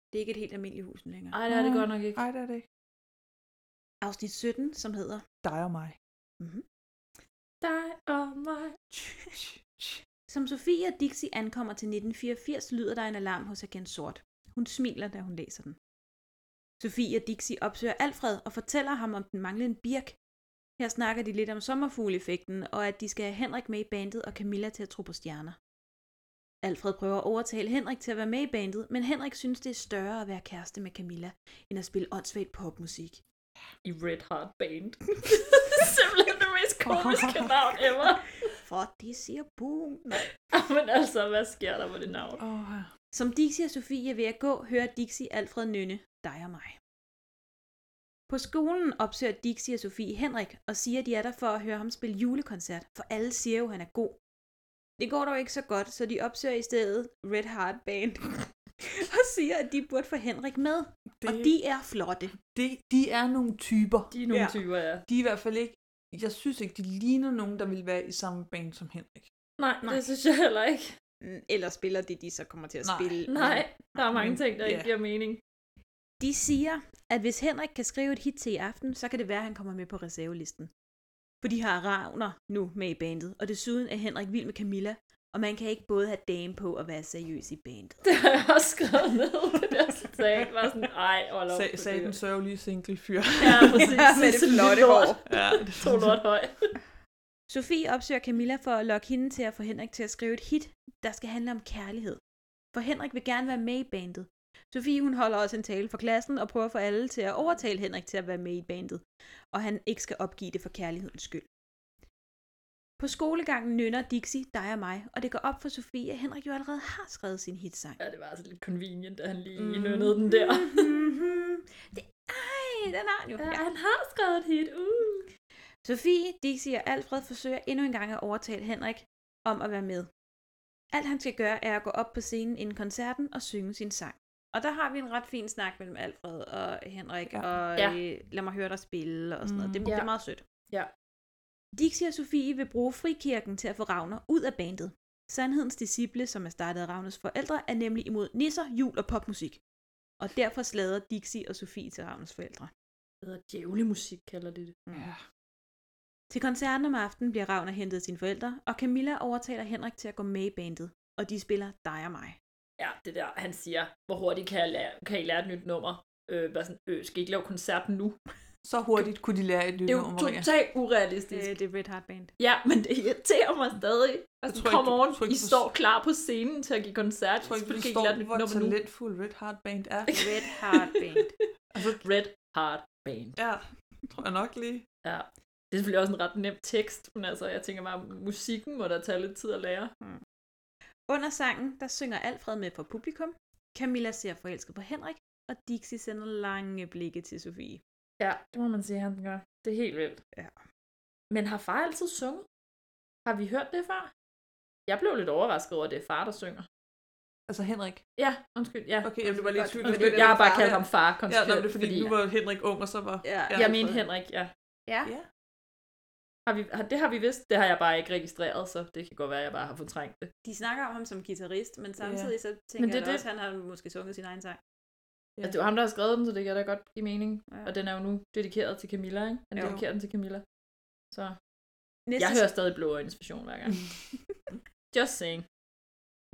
[SPEAKER 9] Det er ikke et helt almindeligt hus længere.
[SPEAKER 8] Ej, det er det godt nok ikke.
[SPEAKER 10] Nej, det er det ikke.
[SPEAKER 9] Afsnit 17, som hedder...
[SPEAKER 10] Dig og mig.
[SPEAKER 8] Dig og mig.
[SPEAKER 9] Som Sofie og Dixie ankommer til 1984, lyder der en alarm hos agent Sort. Hun smiler, da hun læser den. Sofie og Dixie opsøger Alfred og fortæller ham om den manglende birk. Her snakker de lidt om sommerfugleffekten, og at de skal have Henrik med i bandet og Camilla til at tro på stjerner. Alfred prøver at overtale Henrik til at være med i bandet, men Henrik synes, det er større at være kæreste med Camilla, end at spille åndssvagt popmusik.
[SPEAKER 8] I Red Heart Band. Simpelthen det mest komiske navn ever.
[SPEAKER 9] For det siger boom.
[SPEAKER 8] Men altså, hvad sker der med det navn?
[SPEAKER 10] Oh.
[SPEAKER 9] Som Dixie og Sofie er ved at gå, hører Dixie Alfred nynne dig og mig. På skolen opsøger Dixie og Sofie Henrik og siger, at de er der for at høre ham spille julekoncert, for alle siger jo, at han er god. Det går dog ikke så godt, så de opsøger i stedet Red Heart Band og siger, at de burde få Henrik med. Det... Og de er flotte.
[SPEAKER 10] Det, de er nogle typer.
[SPEAKER 8] De er nogle Ja. typer, ja.
[SPEAKER 10] De er i hvert fald ikke... Jeg synes ikke, de ligner nogen, der vil være i samme band som Henrik.
[SPEAKER 8] Nej, Nej, det synes jeg heller ikke.
[SPEAKER 9] Eller spiller de, de så kommer til at
[SPEAKER 10] Nej.
[SPEAKER 9] spille.
[SPEAKER 8] Nej, der er mange
[SPEAKER 9] men-
[SPEAKER 8] ting, der ikke giver mening.
[SPEAKER 9] De siger, at hvis Henrik kan skrive et hit til i aften, så kan det være, at han kommer med på reservelisten. For de har Ravner nu med i bandet, og desuden er Henrik vild med Camilla, og man kan ikke både have dame på og være seriøs i bandet.
[SPEAKER 8] Det har jeg også skrevet ned, det der citat var sådan, ej, hold op.
[SPEAKER 10] Sag, sagde den sørgelige single fyr.
[SPEAKER 8] Ja, præcis. Ja, med det flotte hår.
[SPEAKER 10] Ja,
[SPEAKER 8] To lort høj.
[SPEAKER 9] Sofie opsøger Camilla for at lokke hende til at få Henrik til at skrive et hit, der skal handle om kærlighed. For Henrik vil gerne være med i bandet. Sofie hun holder også en tale for klassen og prøver at få alle til at overtale Henrik til at være med i bandet, og han ikke skal opgive det for kærlighedens skyld. På skolegangen nynner Dixie, dig og mig, og det går op for Sofie, at Henrik jo allerede har skrevet sin hitsang.
[SPEAKER 8] Ja, det var altså lidt convenient, at han lige mm. nønnede den der.
[SPEAKER 9] det, ej, den har han jo.
[SPEAKER 8] Ja, han har skrevet et hit. Uh.
[SPEAKER 9] Sofie, Dixie og Alfred forsøger endnu en gang at overtale Henrik om at være med. Alt han skal gøre er at gå op på scenen inden koncerten og synge sin sang. Og der har vi en ret fin snak mellem Alfred og Henrik, ja. og
[SPEAKER 8] Ja.
[SPEAKER 9] ja. øh, lad mig høre dig spille og sådan noget. Det,
[SPEAKER 8] Mm.
[SPEAKER 9] ja. det
[SPEAKER 8] Ja.
[SPEAKER 9] er meget sødt.
[SPEAKER 8] Ja.
[SPEAKER 9] Dixie og Sofie vil bruge frikirken til at få Ravner ud af bandet. Sandhedens disciple, som er startet af Ravners forældre, er nemlig imod nisser, jul og popmusik. Og derfor slader Dixie og Sofie til Ravners forældre.
[SPEAKER 8] Det hedder djævlemusik, kalder de det.
[SPEAKER 10] Ja.
[SPEAKER 9] Til koncerten om aftenen bliver Ravner hentet af sine forældre, og Camilla overtaler Henrik til at gå med i bandet, og de spiller dig og mig.
[SPEAKER 8] Ja, det der, han siger, hvor hurtigt kan, jeg lære, kan I lære et nyt nummer? Øh, bare sådan, øh, skal I ikke lave koncerten nu?
[SPEAKER 10] Så hurtigt kunne de lære et nyt
[SPEAKER 8] Det er jo
[SPEAKER 10] nummer, Maria.
[SPEAKER 8] totalt urealistisk.
[SPEAKER 9] Det, det er Red Heart Band.
[SPEAKER 8] Ja, men det irriterer mig stadig. Altså,
[SPEAKER 10] tror
[SPEAKER 8] kom
[SPEAKER 10] ikke, du-
[SPEAKER 8] on,
[SPEAKER 10] jeg tror
[SPEAKER 8] I
[SPEAKER 10] ikke, du-
[SPEAKER 8] står klar på scenen til at give koncert.
[SPEAKER 10] Jeg tror ikke,
[SPEAKER 8] så
[SPEAKER 10] du
[SPEAKER 8] skal I
[SPEAKER 10] forstår,
[SPEAKER 8] lære et nyt
[SPEAKER 10] hvor
[SPEAKER 8] nummer nu.
[SPEAKER 10] talentfuld Red Heart Band er.
[SPEAKER 9] Red Heart Band.
[SPEAKER 10] altså,
[SPEAKER 8] Red Heart Band.
[SPEAKER 10] Ja, tror jeg nok lige.
[SPEAKER 8] Ja. Det er selvfølgelig også en ret nem tekst, men altså, jeg tænker bare, musikken må da tage lidt tid at lære.
[SPEAKER 9] Mm. Under sangen, der synger Alfred med for publikum, Camilla ser forelsket på Henrik, og Dixie sender lange blikke til Sofie.
[SPEAKER 8] Ja, det må man sige, han gør. Det er helt vildt.
[SPEAKER 9] Ja.
[SPEAKER 8] Men har far altid sunget? Har vi hørt det før? Jeg blev lidt overrasket over, at det er far, der synger.
[SPEAKER 10] Altså Henrik.
[SPEAKER 8] Ja, undskyld. Ja.
[SPEAKER 10] Okay, jeg Altså, blev bare lidt i tvivl.
[SPEAKER 8] Undskyld, jeg har bare kaldt ham far
[SPEAKER 10] Ja,
[SPEAKER 8] konsekvent,
[SPEAKER 10] nå, men det er fordi,
[SPEAKER 8] fordi-
[SPEAKER 10] nu var Henrik ung, og så var...
[SPEAKER 8] Ja, jeg mener Henrik, ja.
[SPEAKER 9] Ja.
[SPEAKER 10] ja.
[SPEAKER 8] Har vi, har, det har vi vidst. Det har jeg bare ikke registreret, så det kan godt være, at jeg bare har fortrængt det.
[SPEAKER 9] De snakker om ham som guitarist, men samtidig så tænker
[SPEAKER 8] Men
[SPEAKER 9] men
[SPEAKER 8] det er
[SPEAKER 9] det, jeg da
[SPEAKER 8] det.
[SPEAKER 9] også, at han har måske sunget sin egen sang.
[SPEAKER 8] Altså, det var ham, der har skrevet den, så det kan da godt give mening. Ja. Og den er jo nu dedikeret til Camilla, ikke? Han
[SPEAKER 9] Jo.
[SPEAKER 8] dedikerer den til Camilla. Så
[SPEAKER 9] Næste
[SPEAKER 8] jeg hører
[SPEAKER 9] sang-
[SPEAKER 8] stadig blå øjnes version hver gang. Just saying.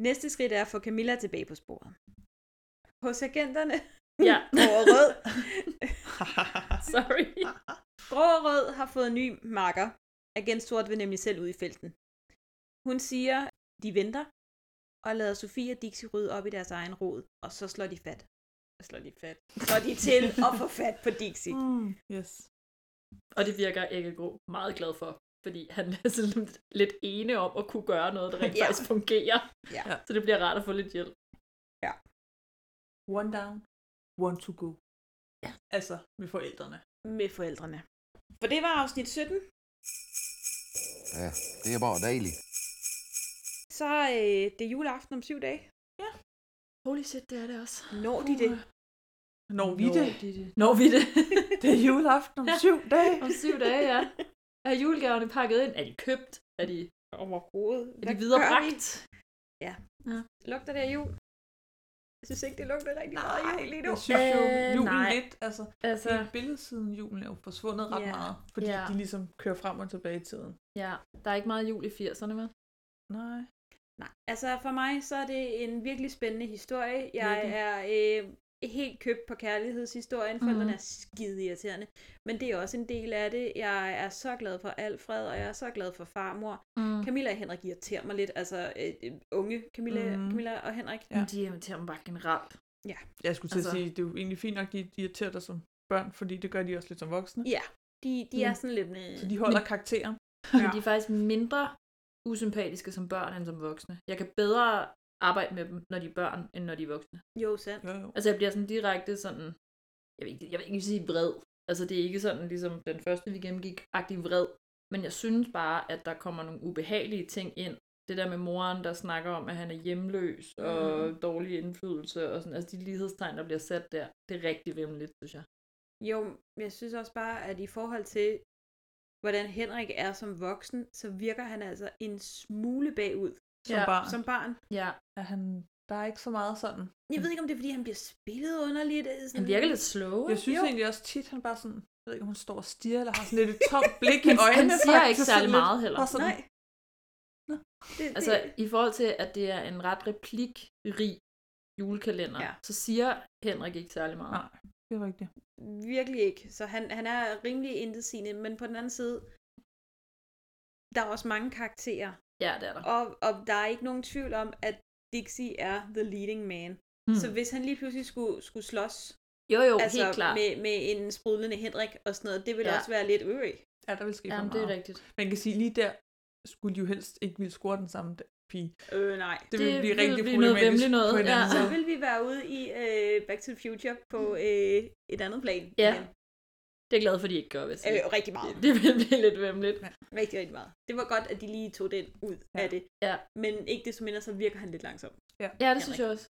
[SPEAKER 9] Næste skridt er at få Camilla tilbage på sporet. Hos agenterne
[SPEAKER 8] Ja.
[SPEAKER 9] Grå og Rød.
[SPEAKER 8] Sorry.
[SPEAKER 9] Grå og Rød har fået en ny marker. Agent Sort vil nemlig selv ud i felten. Hun siger, de venter, og lader Sofie og Dixie rydde op i deres egen rod, og så slår de fat. Så slår de fat. Slår de til at få fat på Dixie.
[SPEAKER 10] Mm, yes.
[SPEAKER 8] Og det virker Egge Gro meget glad for, fordi han er sådan lidt ene om at kunne gøre noget, der rent
[SPEAKER 10] Ja.
[SPEAKER 8] faktisk fungerer.
[SPEAKER 9] Ja.
[SPEAKER 8] Så det bliver rart at få lidt hjælp.
[SPEAKER 10] One down, one to go. Ja. Altså, med forældrene.
[SPEAKER 9] Med forældrene. For det var afsnit 17.
[SPEAKER 16] Ja, det er bare dejligt.
[SPEAKER 9] Så øh, det er juleaften om syv dage.
[SPEAKER 10] Ja.
[SPEAKER 8] Holy shit, det er det også.
[SPEAKER 9] Når de det?
[SPEAKER 10] Når vi det?
[SPEAKER 8] de det? Når vi det?
[SPEAKER 10] det er juleaften om syv dage.
[SPEAKER 8] Om syv dage, ja. Er julegaverne pakket ind? Er de købt? Er de
[SPEAKER 9] overhovedet?
[SPEAKER 8] Er
[SPEAKER 9] Hvad
[SPEAKER 8] de
[SPEAKER 9] gør
[SPEAKER 8] viderebragt?
[SPEAKER 9] Ja.
[SPEAKER 8] ja.
[SPEAKER 9] Lugter det af jul? Jeg synes ikke, det lugter rigtig meget af jul lige nu.
[SPEAKER 10] Jeg synes jo,
[SPEAKER 8] Øh,
[SPEAKER 10] julen
[SPEAKER 8] nej.
[SPEAKER 10] lidt, altså,
[SPEAKER 8] Altså-
[SPEAKER 10] altså... billedsiden julen er jo forsvundet ret
[SPEAKER 8] Ja.
[SPEAKER 10] meget, fordi
[SPEAKER 8] Ja.
[SPEAKER 10] de ligesom kører frem og tilbage i tiden.
[SPEAKER 8] Ja, der er ikke meget jul i 80'erne, vel?
[SPEAKER 10] Nej.
[SPEAKER 9] Nej, altså for mig så er det en virkelig spændende historie. Jeg er
[SPEAKER 8] Virkelig.
[SPEAKER 9] øh, helt købt på kærlighedshistorien. Forældrene
[SPEAKER 8] Mhm.
[SPEAKER 9] mm. er skide irriterende. Men det er også en del af det. Jeg er så glad for Alfred, og jeg er så glad for farmor.
[SPEAKER 8] Mm.
[SPEAKER 9] Mm. Camilla og Henrik irriterer mig lidt. Altså øh, øh, unge Camilla,
[SPEAKER 10] Mhm.
[SPEAKER 9] mm. Camilla og Henrik.
[SPEAKER 10] Ja.
[SPEAKER 8] De irriterer mig bare generelt.
[SPEAKER 9] Ja.
[SPEAKER 10] Jeg skulle til altså...
[SPEAKER 9] Altså-
[SPEAKER 10] at sige, det er jo egentlig fint nok, at de de irriterer dig som børn, fordi det gør de også lidt som voksne.
[SPEAKER 9] Ja, de, de er
[SPEAKER 8] Men-
[SPEAKER 9] sådan lidt... Øh,
[SPEAKER 10] Så de holder karakteren.
[SPEAKER 8] Men de er faktisk mindre usympatiske som børn end som voksne. Jeg kan bedre arbejde med dem, når de er børn, end når de er voksne.
[SPEAKER 9] Jo, sandt.
[SPEAKER 10] Jo, jo.
[SPEAKER 8] Altså jeg bliver sådan direkte sådan, jeg vil ikke, jeg vil ikke sige vred, Altså det er ikke sådan, ligesom den første vi gennemgik, agtig vred. Men jeg synes bare, at der kommer nogle ubehagelige ting ind. Det der med moren, der snakker om, at han er hjemløs og
[SPEAKER 17] Mhm.
[SPEAKER 8] dårlig indflydelse og sådan. Altså de lighedstegn, der bliver sat der, det er rigtig vimmeligt, synes jeg.
[SPEAKER 9] Jo, men jeg synes også bare, at i forhold til, hvordan Henrik er som voksen, så virker han altså en smule bagud.
[SPEAKER 10] Som Ja. barn.
[SPEAKER 9] Som barn.
[SPEAKER 8] Ja.
[SPEAKER 10] Er han, der er ikke så meget sådan.
[SPEAKER 9] Jeg ved ikke, om det er, fordi han bliver spillet underligt. øh, Sådan...
[SPEAKER 10] Jeg synes jo. egentlig også tit, han bare sådan, jeg ved ikke, om hun står og stiger, eller har sådan lidt et tomt blik i
[SPEAKER 8] Han-
[SPEAKER 10] øjnene.
[SPEAKER 8] han siger
[SPEAKER 10] faktisk,
[SPEAKER 8] ikke
[SPEAKER 10] sådan
[SPEAKER 8] særlig
[SPEAKER 10] lidt,
[SPEAKER 8] meget heller.
[SPEAKER 10] bare Sådan,
[SPEAKER 8] Nej.
[SPEAKER 9] Det,
[SPEAKER 8] Altså i forhold til, at det er en ret replikrig julekalender, ja. så siger Henrik ikke særlig meget.
[SPEAKER 10] Nej, "Ah, det er rigtigt.
[SPEAKER 9] Virkelig ikke. Så han, han er rimelig intetsigende, men på den anden side, der er også mange karakterer.
[SPEAKER 8] Ja, det er der.
[SPEAKER 9] Og, og der er ikke nogen tvivl om, at Dixie er the leading man.
[SPEAKER 8] Hmm.
[SPEAKER 9] Hmm. Så hvis han lige pludselig skulle, skulle slås
[SPEAKER 8] Jo, jo,
[SPEAKER 9] altså
[SPEAKER 8] helt klart.
[SPEAKER 9] Med, med en sprudlende Henrik og sådan noget, det ville
[SPEAKER 8] Ja.
[SPEAKER 9] ja. også være lidt øvrigt.
[SPEAKER 10] Ja, der vil ske
[SPEAKER 9] Jamen,
[SPEAKER 10] for
[SPEAKER 9] det er
[SPEAKER 10] meget.
[SPEAKER 8] rigtigt.
[SPEAKER 10] Man kan sige, lige der skulle de jo helst ikke ville score den samme d- pige.
[SPEAKER 9] Øh, nej.
[SPEAKER 10] Det ville blive rigtig problematisk på en anden
[SPEAKER 9] Så
[SPEAKER 10] måde.
[SPEAKER 9] vil vi være ude i øh, Back to the Future på øh, et andet plan.
[SPEAKER 8] Hmm. Ja.
[SPEAKER 9] igen.
[SPEAKER 8] Det er jeg glad for, at de ikke gør, hvis
[SPEAKER 9] Øh, rigtig meget.
[SPEAKER 8] Det vil blive lidt vemmeligt.
[SPEAKER 9] Rigtig, rigtig meget. Det var godt, at de lige tog den ud ja. af det.
[SPEAKER 8] Ja.
[SPEAKER 9] Men ikke desto mindre, så virker han lidt langsom.
[SPEAKER 10] Ja,
[SPEAKER 8] Ja, det synes jeg også.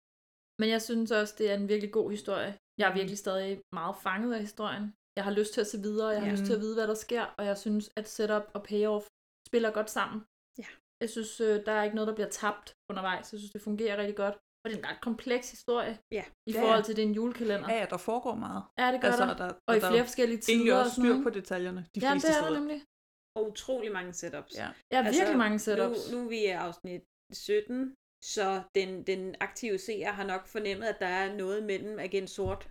[SPEAKER 8] Men jeg synes også, det er en virkelig god historie. Jeg er
[SPEAKER 10] Mm.
[SPEAKER 8] virkelig stadig meget fanget af historien. Jeg har lyst til at se videre, jeg har
[SPEAKER 10] Ja.
[SPEAKER 8] lyst til at vide, hvad der sker, og jeg synes, at setup og payoff spiller godt sammen.
[SPEAKER 9] Ja.
[SPEAKER 8] Jeg synes, øh, der er ikke noget, der bliver tabt undervejs. Jeg synes, det fungerer rigtig godt. Og det er en ret kompleks historie
[SPEAKER 9] ja.
[SPEAKER 8] i
[SPEAKER 10] Ja,
[SPEAKER 8] forhold
[SPEAKER 10] ja.
[SPEAKER 8] til, det er en julekalender.
[SPEAKER 10] Ja, ja, der foregår meget.
[SPEAKER 8] Ja, det gør
[SPEAKER 10] altså,
[SPEAKER 8] der.
[SPEAKER 10] Og, der,
[SPEAKER 8] Og i flere forskellige tider
[SPEAKER 10] Egentlig
[SPEAKER 8] og
[SPEAKER 10] også
[SPEAKER 8] sådan
[SPEAKER 10] styr
[SPEAKER 8] noget.
[SPEAKER 10] på detaljerne, de
[SPEAKER 8] Jamen,
[SPEAKER 10] fleste
[SPEAKER 8] det er der
[SPEAKER 10] steder. Altså,
[SPEAKER 8] nemlig.
[SPEAKER 9] Og utrolig mange setups. Altså,
[SPEAKER 10] Ja.
[SPEAKER 8] Ja, virkelig mange setups.
[SPEAKER 9] Nu, nu er vi i afsnit 17, så den, den aktive seer har nok fornemmet, at der er noget mellem Agent Sort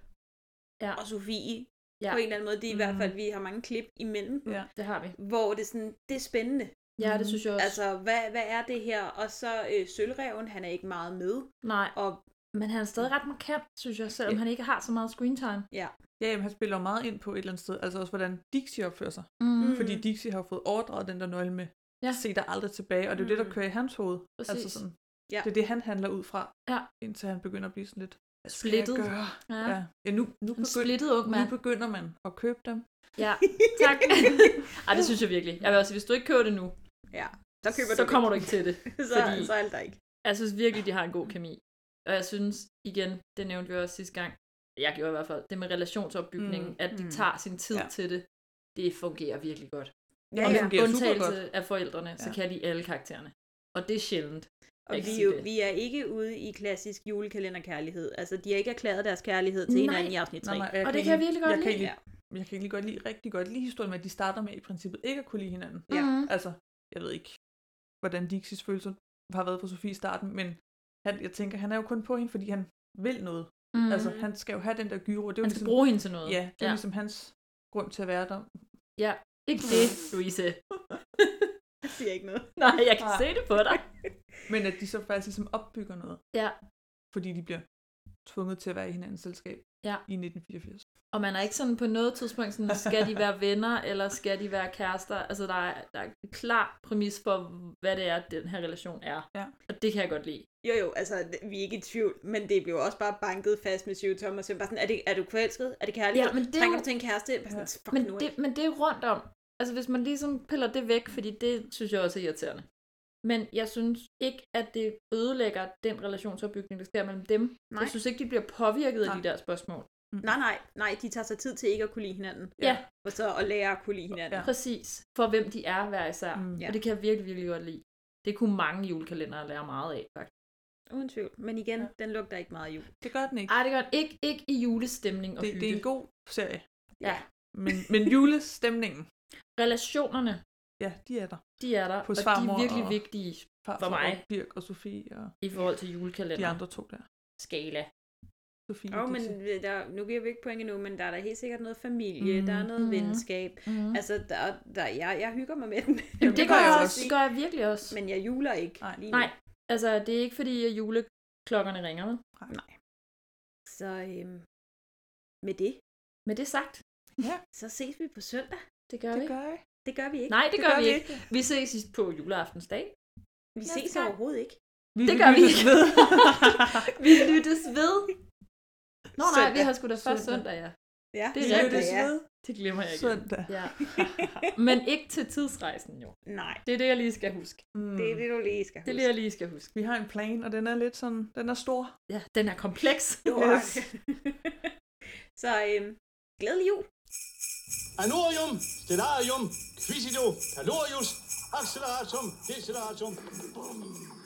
[SPEAKER 8] ja.
[SPEAKER 9] og Sofie.
[SPEAKER 8] Ja. Mhm.
[SPEAKER 9] Ja. På en eller anden måde. Det er i hvert fald, vi har mange klip imellem.
[SPEAKER 10] Ja.
[SPEAKER 8] Det har vi.
[SPEAKER 9] Hvor det er sådan, det er spændende.
[SPEAKER 8] Ja,
[SPEAKER 10] Mm.
[SPEAKER 8] det synes jeg også.
[SPEAKER 9] Altså, hvad, hvad er det her? Og så øh, Sølvreven, han er ikke meget med.
[SPEAKER 8] Nej,
[SPEAKER 9] og...
[SPEAKER 8] men han er stadig
[SPEAKER 10] Mm.
[SPEAKER 8] ret markant, synes jeg, selvom ja. han ikke har så meget screen time.
[SPEAKER 9] Ja.
[SPEAKER 10] Ja, jamen, han spiller jo meget ind på et eller andet sted. Altså også, hvordan Dixie opfører sig.
[SPEAKER 9] Mm.
[SPEAKER 8] Mhm.
[SPEAKER 10] Fordi Dixie har jo fået overdraget den der nøgle med,
[SPEAKER 8] ja.
[SPEAKER 10] se dig aldrig tilbage. Og det er jo det, der
[SPEAKER 8] Mhm.
[SPEAKER 10] kører i hans hoved.
[SPEAKER 8] Præcis.
[SPEAKER 10] Altså sådan,
[SPEAKER 9] ja.
[SPEAKER 10] Det er det, han handler ud fra,
[SPEAKER 8] ja.
[SPEAKER 10] indtil han begynder at blive sådan lidt "Hvad skal jeg
[SPEAKER 8] Splittet.
[SPEAKER 10] gøre?"
[SPEAKER 8] Ja.
[SPEAKER 10] Ja. ja nu, nu,
[SPEAKER 8] En splittet ung mand.
[SPEAKER 10] nu begynder man at købe dem.
[SPEAKER 8] Ja, tak. Ej, det synes jeg virkelig. Jeg vil også sige, hvis du ikke køber det nu,
[SPEAKER 9] ja, så, køber du
[SPEAKER 8] så
[SPEAKER 9] det.
[SPEAKER 8] kommer du ikke til det.
[SPEAKER 9] Så- så er det der ikke.
[SPEAKER 8] Jeg synes virkelig, de har en god kemi. Og jeg synes, igen, det nævnte vi også sidste gang, jeg gjorde i hvert fald, det med relationsopbygningen, mm.
[SPEAKER 10] Mm.
[SPEAKER 8] at de
[SPEAKER 10] Mm.
[SPEAKER 8] tager sin tid ja.
[SPEAKER 10] Ja.
[SPEAKER 8] til det, det fungerer virkelig godt.
[SPEAKER 10] Ja, ja.
[SPEAKER 8] og
[SPEAKER 10] Det
[SPEAKER 8] med
[SPEAKER 10] fungerer
[SPEAKER 8] undtagelse
[SPEAKER 10] supergodt.
[SPEAKER 8] af forældrene, ja. så
[SPEAKER 10] Ja.
[SPEAKER 8] kan de alle karaktererne. Og det er sjældent.
[SPEAKER 9] Og
[SPEAKER 8] Jeg kan
[SPEAKER 9] vi,
[SPEAKER 8] sige
[SPEAKER 9] jo,
[SPEAKER 8] det.
[SPEAKER 9] vi er ikke ude i klassisk julekalenderkærlighed. Altså, de har ikke erklæret deres kærlighed til
[SPEAKER 8] Nej.
[SPEAKER 9] hinanden i afsnit 3.
[SPEAKER 10] Nej, nej, og jeg
[SPEAKER 8] det kan
[SPEAKER 10] kan
[SPEAKER 8] jeg
[SPEAKER 10] egentlig-
[SPEAKER 8] virkelig godt
[SPEAKER 10] jeg kan
[SPEAKER 8] lide.
[SPEAKER 10] egentlig- Jeg kan egentlig godt lide, rigtig godt lide historien med, at de starter med i princippet ikke at kunne lide hinanden.
[SPEAKER 8] Ja. Mhm.
[SPEAKER 10] Altså, jeg ved ikke, hvordan Dixies følelser har været for Sofie i starten, men han, jeg tænker, han er jo kun på hende, fordi han vil noget.
[SPEAKER 8] Mhm.
[SPEAKER 10] Altså, han skal jo have den der gyro. Det er jo ligesom-
[SPEAKER 8] Han skal bruge hende til noget.
[SPEAKER 10] Ja, det
[SPEAKER 8] Ja.
[SPEAKER 10] er ja. ligesom hans grund til at være der.
[SPEAKER 8] Ja, ikke det, Louise.
[SPEAKER 9] Jeg siger ikke noget.
[SPEAKER 8] Nej, jeg kan se det på dig.
[SPEAKER 10] Men at de så faktisk ligesom opbygger noget,
[SPEAKER 8] Ja,
[SPEAKER 10] fordi de bliver tvunget til at være i hinandens selskab
[SPEAKER 8] ja.
[SPEAKER 10] i 1984.
[SPEAKER 8] Og man er ikke sådan på noget tidspunkt sådan, skal de være venner, eller skal de være kærester? Altså, der er, der er en klar præmis for, hvad det er, den her relation er.
[SPEAKER 10] Ja.
[SPEAKER 8] Og det kan jeg godt lide.
[SPEAKER 9] Jo, jo, altså, det- vi er ikke i tvivl, men det blev også bare banket fast med syv tommer, så bare sådan, er, det, er du forelsket? Er det kærlighed?
[SPEAKER 8] Ja, men det er
[SPEAKER 9] Trænger
[SPEAKER 8] jo-
[SPEAKER 9] du til en kæreste? Bare sådan, fuck
[SPEAKER 8] Men
[SPEAKER 9] nu
[SPEAKER 8] det, men det er rundt om. Altså, hvis man ligesom piller det væk, fordi det synes jeg også er irriterende. Men jeg synes ikke, at det ødelægger den relationsopbygning, der sker mellem dem.
[SPEAKER 9] Nej.
[SPEAKER 8] Jeg synes ikke, de bliver påvirket af de der spørgsmål.
[SPEAKER 9] Nej, nej, nej, de tager sig tid til ikke at kunne lide hinanden.
[SPEAKER 8] Ja.
[SPEAKER 9] Og så at lære at kunne lide hinanden.
[SPEAKER 8] Præcis. For hvem de er hver især.
[SPEAKER 9] Mm.
[SPEAKER 8] Og det kan jeg virkelig, virkelig godt lide. Det kunne mange julekalendere lære meget af, faktisk.
[SPEAKER 9] Uden tvivl. Men igen, ja. den lugter ikke meget af jul.
[SPEAKER 10] Det gør den ikke.
[SPEAKER 8] Ej, det gør den ikke, ikke i julestemning og
[SPEAKER 10] Det,
[SPEAKER 8] hygge.
[SPEAKER 10] det er en god serie.
[SPEAKER 8] Ja.
[SPEAKER 10] Men, men julestemningen,
[SPEAKER 8] Relationerne,
[SPEAKER 10] ja, de er der.
[SPEAKER 8] de er der,
[SPEAKER 10] På
[SPEAKER 8] og de er
[SPEAKER 10] svarmor
[SPEAKER 8] virkelig
[SPEAKER 10] og
[SPEAKER 8] vigtige for
[SPEAKER 10] farfar
[SPEAKER 8] mig
[SPEAKER 10] og Birk og Sofie og
[SPEAKER 8] i forhold til julekalender.
[SPEAKER 10] de andre to der.
[SPEAKER 8] Skala.
[SPEAKER 10] Sofie
[SPEAKER 9] Jo,
[SPEAKER 10] og
[SPEAKER 9] men øh,
[SPEAKER 10] Dixie.
[SPEAKER 9] der, nu giver vi ikke point endnu, men der er da helt sikkert noget familie,
[SPEAKER 10] Mhm.
[SPEAKER 9] der er noget
[SPEAKER 10] Mhm.
[SPEAKER 9] venskab.
[SPEAKER 8] Mhm.
[SPEAKER 9] Altså, der, der, jeg, jeg hygger mig med den.
[SPEAKER 8] Jamen, det gør jeg også. Det gør jeg virkelig også.
[SPEAKER 9] Men jeg juler ikke.
[SPEAKER 10] Nej,
[SPEAKER 9] lige nu.
[SPEAKER 8] Nej, altså det er ikke fordi, at juleklokkerne ringer med.
[SPEAKER 9] Nej. Så øhm, med det.
[SPEAKER 8] Med det sagt.
[SPEAKER 10] Ja.
[SPEAKER 9] Så ses vi på søndag.
[SPEAKER 8] Det gør vi.
[SPEAKER 10] gør vi.
[SPEAKER 9] Det gør vi ikke.
[SPEAKER 8] Nej, det, gør, vi ikke. Vi ses sidst på juleaftensdag.
[SPEAKER 9] Vi
[SPEAKER 8] Næste
[SPEAKER 9] ses
[SPEAKER 8] gang.
[SPEAKER 9] overhovedet ikke.
[SPEAKER 10] Vi
[SPEAKER 8] Det gør vi
[SPEAKER 10] lyttes
[SPEAKER 8] ikke.
[SPEAKER 10] ved.
[SPEAKER 8] vi lyttes ved. Nå nej, vi
[SPEAKER 9] Søndag.
[SPEAKER 8] har sgu da først
[SPEAKER 9] Søndag.
[SPEAKER 8] søndag, ja.
[SPEAKER 9] Ja,
[SPEAKER 8] det er
[SPEAKER 9] søndag,
[SPEAKER 8] rigtigt.
[SPEAKER 9] ja.
[SPEAKER 8] Det glemmer jeg ikke.
[SPEAKER 10] Søndag.
[SPEAKER 8] Ja. Men ikke til tidsrejsen jo.
[SPEAKER 9] Nej.
[SPEAKER 8] Det er det, jeg lige skal huske.
[SPEAKER 10] Mm. Det er det,
[SPEAKER 9] du lige skal
[SPEAKER 8] Det er det, jeg lige skal huske.
[SPEAKER 10] Vi har en plan, og den er lidt sådan, den er stor.
[SPEAKER 8] Ja, den er kompleks.
[SPEAKER 9] Så øhm, glædelig jul.
[SPEAKER 18] Anorium, stellarium, quisido, calorius, acceleratum, deceleratum. Bum.